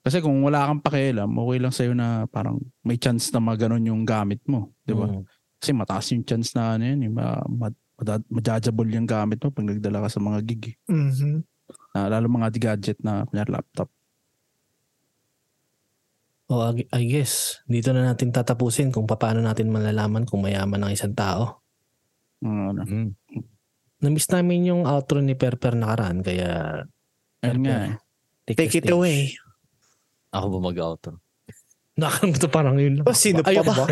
[SPEAKER 2] Kasi kung wala kang pakialam, okay lang sa'yo na parang may chance na maganon yung gamit mo. Di ba?
[SPEAKER 1] Mm.
[SPEAKER 2] Kasi mataas yung chance na ano yun, yung ma- ma- mada- majajable yung gamit mo pag nagdala ka sa mga gig. eh.
[SPEAKER 4] Mhm.
[SPEAKER 2] Na, lalo mga gadget na kunyari laptop.
[SPEAKER 1] Oh, I I guess, dito na natin tatapusin kung paano natin malalaman kung mayaman ang isang tao.
[SPEAKER 2] Mga ano.
[SPEAKER 1] Namiss namin yung outro ni Perper nakaraan, kaya
[SPEAKER 2] Ayun nga eh.
[SPEAKER 4] Take it away.
[SPEAKER 3] Ako ba mag-auto?
[SPEAKER 1] Nakakalimutan parang yun. lang.
[SPEAKER 4] O, Oh, sino pa
[SPEAKER 1] Ayun
[SPEAKER 4] ba?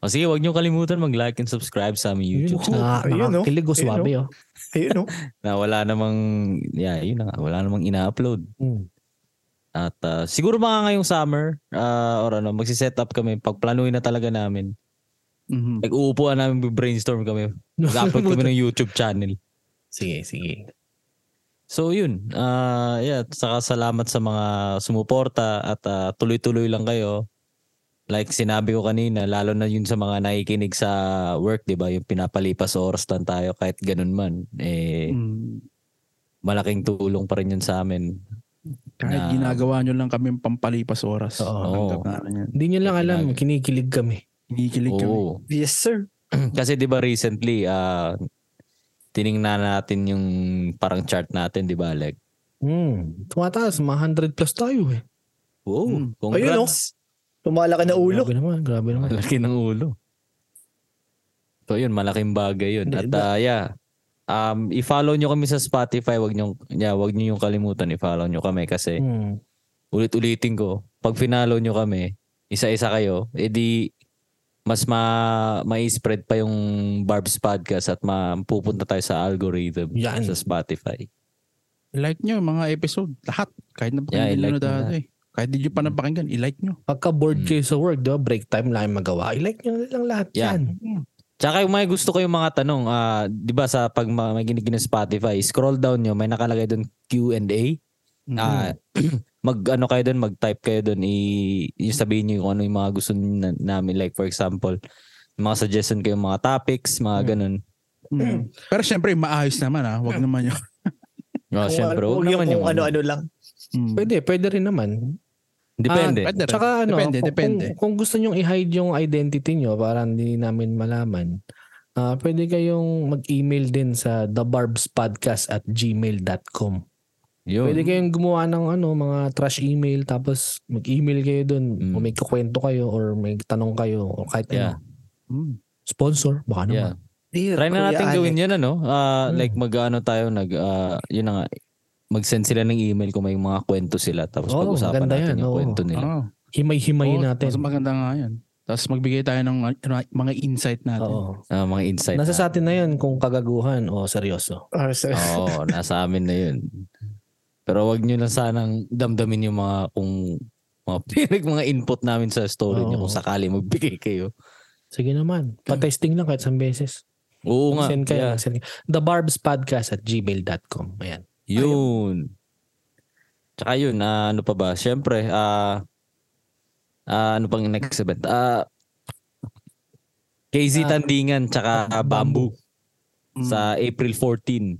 [SPEAKER 3] O sige, huwag niyo kalimutan mag-like and subscribe sa aming
[SPEAKER 1] Yun,
[SPEAKER 3] YouTube. channel.
[SPEAKER 1] na,
[SPEAKER 4] Ayun, no?
[SPEAKER 1] nakakakilig ah, o
[SPEAKER 4] Ayun, no?
[SPEAKER 1] swabe, oh.
[SPEAKER 4] Ayun, no?
[SPEAKER 3] Na wala namang, yeah, yun na nga, wala namang ina-upload.
[SPEAKER 4] Hmm.
[SPEAKER 1] Mm.
[SPEAKER 3] At ah, siguro mga ngayong summer, ah, or ano, magsiset up kami, pagplanuhin na talaga namin.
[SPEAKER 2] Mhm.
[SPEAKER 3] Eh, Nag-uupuan namin, brainstorm kami. Mag-upload kami ng YouTube channel.
[SPEAKER 1] Sige, sige.
[SPEAKER 3] So yun, ah yeah, saka salamat sa mga sumuporta at ah, tuloy-tuloy lang kayo. Like sinabi ko kanina, lalo na yun sa mga nakikinig sa work, 'di ba? Yung pinapalipas oras lang tayo kahit ganun man. Eh
[SPEAKER 2] Mm.
[SPEAKER 3] malaking tulong pa rin yun sa amin.
[SPEAKER 2] Kahit
[SPEAKER 3] Na-
[SPEAKER 2] ginagawa nyo lang kami pampalipas oras.
[SPEAKER 1] Oo.
[SPEAKER 2] Tanggap namin yan.
[SPEAKER 1] Hindi nyo lang
[SPEAKER 3] May
[SPEAKER 1] alam, kinikilig kami.
[SPEAKER 2] Hinikilig kami.
[SPEAKER 3] Oo.
[SPEAKER 4] Yes, sir.
[SPEAKER 3] Kasi 'di ba recently ah tiningnan natin yung parang chart natin, 'di ba, Alec?
[SPEAKER 1] Mm. Tumataas, mga 100 plus tayo eh.
[SPEAKER 3] Wow,
[SPEAKER 4] Ayun, oh. no?
[SPEAKER 3] congrats.
[SPEAKER 4] Tumalaki na ulo.
[SPEAKER 1] Grabe naman, grabe naman.
[SPEAKER 3] Malaki ng ulo. So yun, malaking bagay yun.
[SPEAKER 1] Hindi,
[SPEAKER 3] At ah, yeah, um, i-follow nyo kami sa Spotify. Wag nyo, yeah, wag nyo yung kalimutan. I-follow nyo kami kasi
[SPEAKER 1] Mm.
[SPEAKER 3] ulit-ulitin ko, pag finalo nyo kami, isa-isa kayo, edi mas ma ma-spread pa yung Barb's podcast at mapupunta tayo sa algorithm
[SPEAKER 1] Yan.
[SPEAKER 3] sa Spotify.
[SPEAKER 2] I-like nyo yung mga episode. Lahat. Kahit na
[SPEAKER 3] Yeah,
[SPEAKER 2] pakinggan
[SPEAKER 3] i-like nyo
[SPEAKER 2] nyo
[SPEAKER 3] Mm-hmm.
[SPEAKER 2] na dati. Kahit di nyo pa napakinggan, i-like nyo.
[SPEAKER 1] Pagka bored
[SPEAKER 3] Mm.
[SPEAKER 1] kayo sa work, diba, break time lang yung magawa. I-like nyo na lang lahat
[SPEAKER 3] Yeah. Hmm.
[SPEAKER 1] yan.
[SPEAKER 3] Tsaka yung may gusto kayong mga tanong, ah, di ba sa pag ma- may giniginig ng Spotify, scroll down nyo, may nakalagay doon Q&A.
[SPEAKER 2] Mm-hmm.
[SPEAKER 3] Ah, mag ano kayo doon, mag-type kayo doon, i yung sabihin niyo kung ano yung mga gusto niyo na, namin like for example, mga suggestion kayo mga topics, mga
[SPEAKER 1] Mm.
[SPEAKER 3] ganun.
[SPEAKER 2] Mm. Pero syempre, maayos naman ah. Huwag naman yun.
[SPEAKER 3] Oh,
[SPEAKER 4] Kung-
[SPEAKER 3] syempre,
[SPEAKER 4] Ah, huwag
[SPEAKER 3] huwag
[SPEAKER 4] yung
[SPEAKER 3] ano, naman
[SPEAKER 4] ano,
[SPEAKER 3] yung
[SPEAKER 4] kung ano-ano lang.
[SPEAKER 2] Mm.
[SPEAKER 1] Pwede, pwede rin naman.
[SPEAKER 3] Depende.
[SPEAKER 2] Ah, pwede rin.
[SPEAKER 1] Tsaka ano,
[SPEAKER 2] Depende,
[SPEAKER 1] kung,
[SPEAKER 2] depende.
[SPEAKER 1] Kung, kung gusto nyong i-hide yung identity nyo para hindi namin malaman, ah pwede kayong mag-email din sa thebarbspodcast at gmail.com.
[SPEAKER 3] Yun.
[SPEAKER 1] Pwede kayong gumawa ng ano, mga trash email tapos mag-email kayo doon
[SPEAKER 2] Hmm.
[SPEAKER 1] o
[SPEAKER 3] Mm.
[SPEAKER 1] may kukwento kayo or may tanong kayo o kahit
[SPEAKER 3] Yeah.
[SPEAKER 1] ano.
[SPEAKER 2] Hmm.
[SPEAKER 1] Sponsor, baka naman.
[SPEAKER 3] Yeah. Try na natin gawin yun ano. Ah,
[SPEAKER 1] Hmm.
[SPEAKER 3] Like mag-ano tayo, nag, ah, yun na nga, mag-send sila ng email kung may mga kwento sila. Tapos
[SPEAKER 1] Oo,
[SPEAKER 3] pag-usapan
[SPEAKER 1] maganda
[SPEAKER 3] natin
[SPEAKER 1] yan,
[SPEAKER 3] yung
[SPEAKER 1] oo.
[SPEAKER 3] kwento nila.
[SPEAKER 2] Oo.
[SPEAKER 1] Himay-himayin
[SPEAKER 2] Mm-hmm. Oo,
[SPEAKER 1] natin.
[SPEAKER 2] Oh, Mas maganda nga yan. Tapos magbigay tayo ng ano, mga insight natin.
[SPEAKER 1] Oo.
[SPEAKER 3] Ah, mga insight.
[SPEAKER 1] Nasa
[SPEAKER 3] na.
[SPEAKER 1] sa atin na yan kung kagaguhan o seryoso.
[SPEAKER 4] Or so,
[SPEAKER 3] Oo, nasa amin na yun. Pero wag nyo lang sanang damdamin yung mga kung mga pinag mga input namin sa story niyo
[SPEAKER 1] Oo.
[SPEAKER 3] kung sakali magbigay kayo.
[SPEAKER 1] Sige naman. Patesting lang kahit isang beses.
[SPEAKER 3] Oo nga.
[SPEAKER 1] Send kayo.
[SPEAKER 3] Yeah.
[SPEAKER 1] Send kayo. TheBarbsPodcast at gmail.com. Ayan.
[SPEAKER 3] Yun. Tsaka yun, ah, ano pa ba? Siyempre, ah ah, ano pang next event? Ah KZ
[SPEAKER 1] Ah,
[SPEAKER 3] Tandingan tsaka
[SPEAKER 1] ah,
[SPEAKER 3] Bamboo
[SPEAKER 2] Mm.
[SPEAKER 3] sa April 14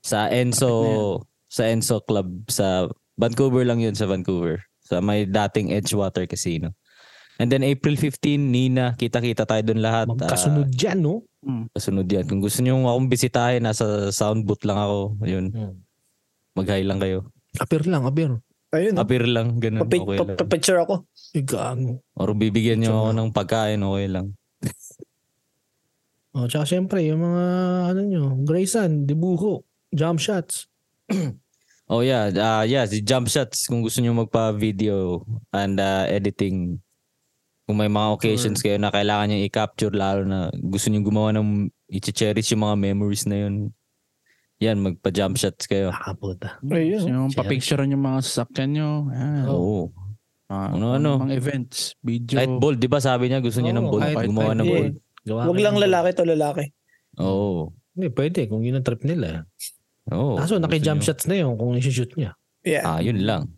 [SPEAKER 3] sa Enso sa Enso Club sa Vancouver lang yun sa Vancouver sa may dating Edgewater Casino. And then April 15 Nina, kita-kita tayo doon lahat. Ah,
[SPEAKER 1] Magkasunod dyan, no?
[SPEAKER 3] kasunod yan. Kung gusto niyo akong bisitahin, nasa sound booth lang ako. Yun,
[SPEAKER 1] Hmm.
[SPEAKER 3] mag-hi lang kayo.
[SPEAKER 1] Apir lang, apir.
[SPEAKER 4] ayun.
[SPEAKER 3] Appear lang, ganun.
[SPEAKER 4] Papi-
[SPEAKER 3] okay lang.
[SPEAKER 4] pa- Papicture ako.
[SPEAKER 1] Ay, gago.
[SPEAKER 3] Or bibigyan nyo ako
[SPEAKER 1] Tsaka-
[SPEAKER 3] ng pagkain, okay lang.
[SPEAKER 1] O, tsaka syempre, yung mga, ano nyo, Grayson, Dibuho, Jump Shots.
[SPEAKER 3] Oh yeah, ah yeah, si jump shots kung gusto nyo magpa-video and ah, editing. Kung may mga occasions kayo na kailangan nyo i-capture lalo na gusto nyo gumawa ng i-cherish yung mga memories na yun. Yan, magpa-jump shots kayo.
[SPEAKER 1] Nakaputa.
[SPEAKER 4] Ayun.
[SPEAKER 2] Gusto nyo papicturean yung mga sasakyan nyo. Ayan.
[SPEAKER 1] Ah,
[SPEAKER 3] Oo.
[SPEAKER 2] Mga-
[SPEAKER 3] Oh. Ano, ano.
[SPEAKER 2] Mga events, video.
[SPEAKER 3] Kahit bold, di ba sabi niya gusto niya ng
[SPEAKER 1] Oo,
[SPEAKER 3] bold,
[SPEAKER 1] kahit-
[SPEAKER 3] gumawa
[SPEAKER 1] kahit
[SPEAKER 3] ng
[SPEAKER 4] bold.
[SPEAKER 3] bold.
[SPEAKER 1] Gawa
[SPEAKER 4] Huwag
[SPEAKER 1] kayo
[SPEAKER 4] lang
[SPEAKER 1] ng-
[SPEAKER 4] lalaki to lalaki.
[SPEAKER 3] Oo.
[SPEAKER 1] Hindi, pwede kung yun ang trip nila.
[SPEAKER 3] Oo.
[SPEAKER 1] Kaso naki-jump
[SPEAKER 3] Gusto nyo-
[SPEAKER 1] shots na yun kung isi-shoot niya.
[SPEAKER 4] Yeah.
[SPEAKER 3] Ah, yun lang.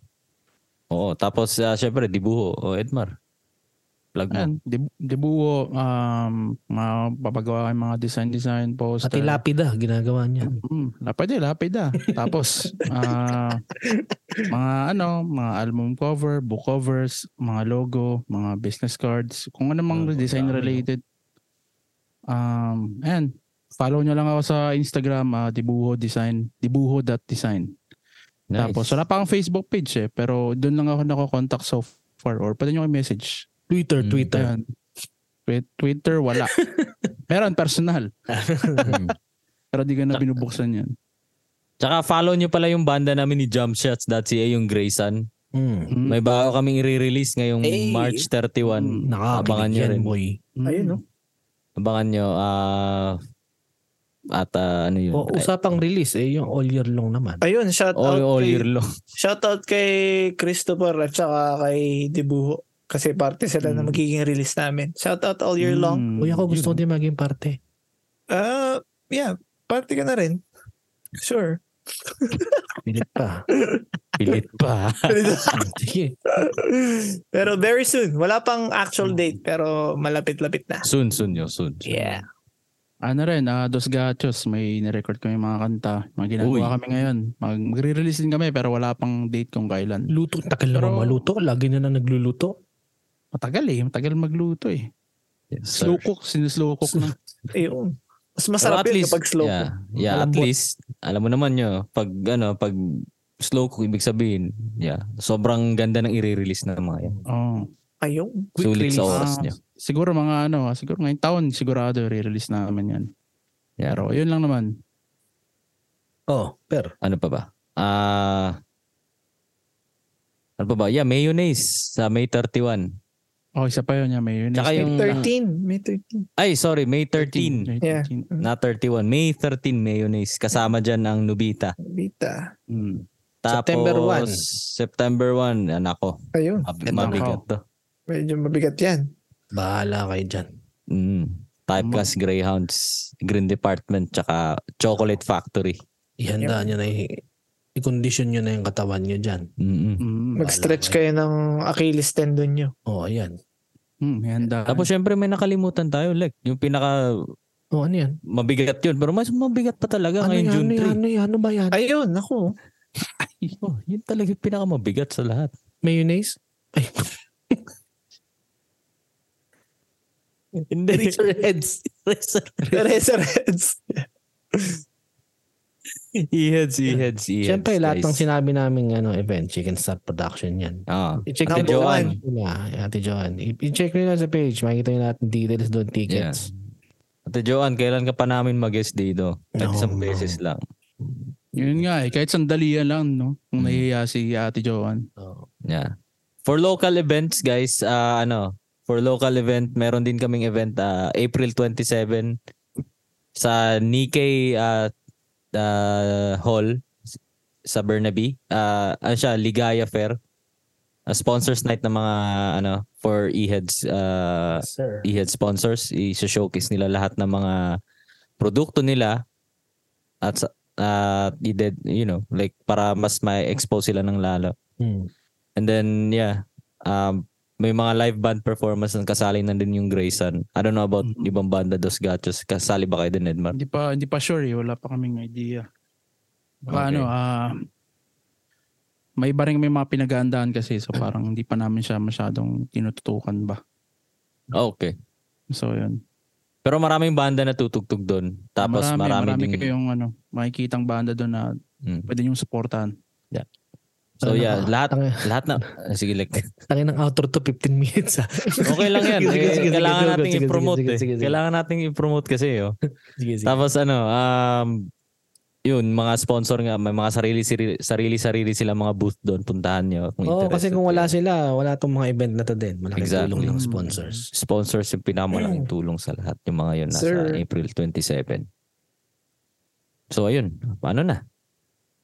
[SPEAKER 3] Oo, tapos ah, syempre, dibuho. O, Edmar. Plug mo.
[SPEAKER 2] Ayan, dib- dibuo, um, mga papagawa kayong mga design-design poster.
[SPEAKER 1] Pati lapida, ginagawa niya.
[SPEAKER 2] Mm, la- pwede, lapid ah. Tapos, ah, mga ano, mga album cover, book covers, mga logo, mga business cards, kung ano mang
[SPEAKER 1] Oh,
[SPEAKER 2] design
[SPEAKER 1] dami, no?
[SPEAKER 2] related. Um, ayan, follow nyo lang ako sa Instagram, ah, dibuho design, dibuho.design.
[SPEAKER 3] Nice.
[SPEAKER 2] Tapos, wala pa akong Facebook page eh, pero doon lang ako nakokontakt so far or pwede nyo kayo message.
[SPEAKER 1] Twitter,
[SPEAKER 3] Mm,
[SPEAKER 1] Twitter.
[SPEAKER 2] Ayan. Twi- Twitter, wala. Meron, personal.
[SPEAKER 3] Mm.
[SPEAKER 2] Pero di ko na binubuksan yan.
[SPEAKER 3] Tsaka follow nyo pala yung banda namin ni Jumpshots.ca, yung Grayson.
[SPEAKER 1] Mm.
[SPEAKER 2] Mm.
[SPEAKER 3] May bago kaming i-release ngayong
[SPEAKER 4] Hmm. Hey.
[SPEAKER 3] March
[SPEAKER 2] Hmm.
[SPEAKER 3] 31. Abangan
[SPEAKER 1] Nakakilig
[SPEAKER 3] nyo
[SPEAKER 1] yan,
[SPEAKER 3] rin.
[SPEAKER 1] boy.
[SPEAKER 2] Mm.
[SPEAKER 4] Ayun, no? Hmm.
[SPEAKER 3] Abangan nyo. ah, at ah, ano yun?
[SPEAKER 1] O, usapang release, eh, yung all year long naman.
[SPEAKER 4] Ayun, shout
[SPEAKER 3] all,
[SPEAKER 4] Oh, out
[SPEAKER 3] all
[SPEAKER 4] kay,
[SPEAKER 3] year long.
[SPEAKER 4] shout out kay Christopher at saka kay Dibuho kasi parte sila na
[SPEAKER 2] Mm.
[SPEAKER 4] magiging release namin. Shout out all year
[SPEAKER 2] Mm.
[SPEAKER 4] long.
[SPEAKER 1] Kuya ko gusto ko
[SPEAKER 2] Yun.
[SPEAKER 1] din maging parte.
[SPEAKER 4] Ah, yeah, parte ka na rin. Sure.
[SPEAKER 1] Pilit pa.
[SPEAKER 3] Pilit pa.
[SPEAKER 1] Sige.
[SPEAKER 4] pero very soon. Wala pang
[SPEAKER 3] Mm.
[SPEAKER 4] actual date pero malapit-lapit na.
[SPEAKER 3] soon, soon yun. Soon. soon.
[SPEAKER 4] Yeah.
[SPEAKER 2] Ano rin, ah, Dos Gachos, may nirecord kami mga kanta. Mga ginagawa
[SPEAKER 3] Uy.
[SPEAKER 2] kami ngayon. Mag- magre-release din kami pero wala pang date kung kailan.
[SPEAKER 1] Luto. Takal na
[SPEAKER 2] Pero-
[SPEAKER 1] maluto. Lagi na na nagluluto.
[SPEAKER 2] Matagal eh, matagal magluto eh.
[SPEAKER 3] Yes, sir.
[SPEAKER 2] Slow cook, sinuslow cook na.
[SPEAKER 4] Ayun. Mas
[SPEAKER 3] Pero
[SPEAKER 4] masarap
[SPEAKER 3] at
[SPEAKER 4] yun
[SPEAKER 3] least,
[SPEAKER 4] kapag slow.
[SPEAKER 3] Yeah, yeah at
[SPEAKER 1] Malambot.
[SPEAKER 3] least, alam mo naman nyo, pag, ano, pag slow cook, ibig sabihin, yeah, sobrang ganda ng i-release na mga yan.
[SPEAKER 2] Oh.
[SPEAKER 4] Ayun.
[SPEAKER 1] Quick
[SPEAKER 3] Sulit sa
[SPEAKER 1] release.
[SPEAKER 3] oras
[SPEAKER 2] Ah,
[SPEAKER 3] niya.
[SPEAKER 2] Siguro mga ano, ah, siguro ngayong taon sigurado i-release namin yan.
[SPEAKER 3] Yeah.
[SPEAKER 2] Pero yun lang naman.
[SPEAKER 1] Oh, per.
[SPEAKER 3] ano pa ba? Ah ano pa ba? Yeah, mayonnaise sa May 31.
[SPEAKER 2] Oh, isa pa yun, yeah, may yun.
[SPEAKER 3] Tsaka yung- ah.
[SPEAKER 4] 13. May 13.
[SPEAKER 3] Ay, sorry, May 13.
[SPEAKER 4] Yeah.
[SPEAKER 3] Not 31. May 13 mayonnaise. Kasama dyan ang Nubita.
[SPEAKER 4] Bita.
[SPEAKER 2] Mm.
[SPEAKER 3] Tapos,
[SPEAKER 1] September 1.
[SPEAKER 3] September 1. Anak ko.
[SPEAKER 4] Ayun.
[SPEAKER 3] mab-
[SPEAKER 2] Ito.
[SPEAKER 3] Mabigat to.
[SPEAKER 4] Medyo mabigat yan.
[SPEAKER 1] Bahala kayo dyan.
[SPEAKER 3] Mm. Typecast Greyhounds, Green Department, tsaka Chocolate Factory.
[SPEAKER 1] Ihanda nyo na i- i-condition nyo na yung katawan nyo dyan.
[SPEAKER 3] Mm-mm.
[SPEAKER 2] Mm.
[SPEAKER 4] Mag-stretch kayo ng Achilles tendon nyo.
[SPEAKER 1] Oh, ayan.
[SPEAKER 2] Mm, handa.
[SPEAKER 3] Tapos syempre may nakalimutan tayo, Lek. Yung pinaka
[SPEAKER 1] Oh, ano yan?
[SPEAKER 3] mabigat yun. Pero mas mabigat pa talaga
[SPEAKER 1] Ano
[SPEAKER 3] ngayon
[SPEAKER 1] yan?
[SPEAKER 3] June
[SPEAKER 1] Ano
[SPEAKER 3] 3.
[SPEAKER 1] yan? Ano yan? Ano ba yan?
[SPEAKER 4] Ayun, ako.
[SPEAKER 3] Oh, yun talaga yung pinakamabigat sa lahat.
[SPEAKER 1] Mayonnaise?
[SPEAKER 3] Hindi.
[SPEAKER 1] Razorheads. Razor.
[SPEAKER 4] Razorheads.
[SPEAKER 3] E-heads, e-heads, e-heads.
[SPEAKER 1] Siyempre, lahat ng
[SPEAKER 3] guys.
[SPEAKER 1] sinabi namin ano, event, Chicken Stop Production yan.
[SPEAKER 3] Ah.
[SPEAKER 1] I-check
[SPEAKER 4] Ate
[SPEAKER 1] nyo lang
[SPEAKER 4] Joanne.
[SPEAKER 1] Yeah, Ate Joanne. I- I-check nyo lang sa page. Makikita nyo lahat ng details doon, tickets.
[SPEAKER 3] Ate Joanne, kailan ka pa namin mag-guest dito? At
[SPEAKER 1] No,
[SPEAKER 3] isang
[SPEAKER 1] no.
[SPEAKER 3] beses lang.
[SPEAKER 2] Yun nga eh, kahit sandalian lang, no? Kung
[SPEAKER 3] Mm.
[SPEAKER 2] nahihiya si Ate Joan.
[SPEAKER 1] So,
[SPEAKER 3] Yeah. For local events, guys, ah, ano, for local event, meron din kaming event ah, April 27 sa Nikkei ah, ah, Hall sa Burnaby. Ah, ano siya, Ligaya Fair. Ah, sponsors night ng mga ano for e-heads ah,
[SPEAKER 1] sir.
[SPEAKER 3] i-head sponsors, i-showcase nila lahat ng mga produkto nila at sa- at i-dead, you know, like para mas ma-expose sila ng lalo.
[SPEAKER 1] Hmm.
[SPEAKER 3] And then yeah, um may mga live band performance na kasali na din yung Grayson. I don't know about
[SPEAKER 2] Mhm.
[SPEAKER 3] ibang banda Dos Gatos. Kasali ba kayo din, Edmar?
[SPEAKER 2] Hindi pa, hindi pa sure eh, wala pa kaming idea. Baka
[SPEAKER 3] Okay.
[SPEAKER 2] ano, ah, may iba rin may mga pinagandaan kasi so parang hindi pa namin siya masyadong tinututukan ba.
[SPEAKER 3] Ah, Okay.
[SPEAKER 2] So yun.
[SPEAKER 3] Pero maraming banda na tutugtog doon. Tapos
[SPEAKER 2] marami, marami,
[SPEAKER 3] marami, ding-
[SPEAKER 2] kayong ano, makikitang banda doon na
[SPEAKER 3] Mm.
[SPEAKER 2] pwede niyong supportahan.
[SPEAKER 3] So
[SPEAKER 1] Ano,
[SPEAKER 3] yeah, lahat
[SPEAKER 1] Tangin,
[SPEAKER 3] lahat na Ah, sige like
[SPEAKER 1] tangin ng outro to 15 minutes. ah.
[SPEAKER 3] okay lang yan.
[SPEAKER 1] Sige, sige, sige,
[SPEAKER 3] Eh,
[SPEAKER 1] sige, go,
[SPEAKER 3] kailangan
[SPEAKER 1] go,
[SPEAKER 3] nating
[SPEAKER 1] sige, sige,
[SPEAKER 3] i-promote.
[SPEAKER 1] sige,
[SPEAKER 3] eh.
[SPEAKER 1] sige, sige.
[SPEAKER 3] Kailangan nating i-promote kasi oh.
[SPEAKER 1] Sige, sige.
[SPEAKER 3] Tapos ano, um, yun, mga sponsor nga, may mga sarili-sarili sarili sila mga booth doon, puntahan nyo. Kung
[SPEAKER 1] Oo,
[SPEAKER 3] interested
[SPEAKER 1] kasi kung wala
[SPEAKER 3] kayo.
[SPEAKER 1] sila, wala tong mga event na to din. Malaking
[SPEAKER 3] Exactly.
[SPEAKER 1] tulong ng sponsors.
[SPEAKER 3] Sponsors yung pinakamalaking tulong sa lahat, yung mga yun, nasa
[SPEAKER 4] Sir.
[SPEAKER 3] April 27. So ayun, paano na?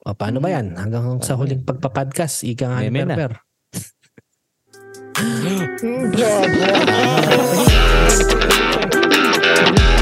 [SPEAKER 1] O, paano
[SPEAKER 3] Hmm.
[SPEAKER 1] ba yan? Hanggang sa huling pagpa-podcast, ika nga ni
[SPEAKER 3] Meme na.
[SPEAKER 1] Perper.
[SPEAKER 4] Hmm, Mm, grabe.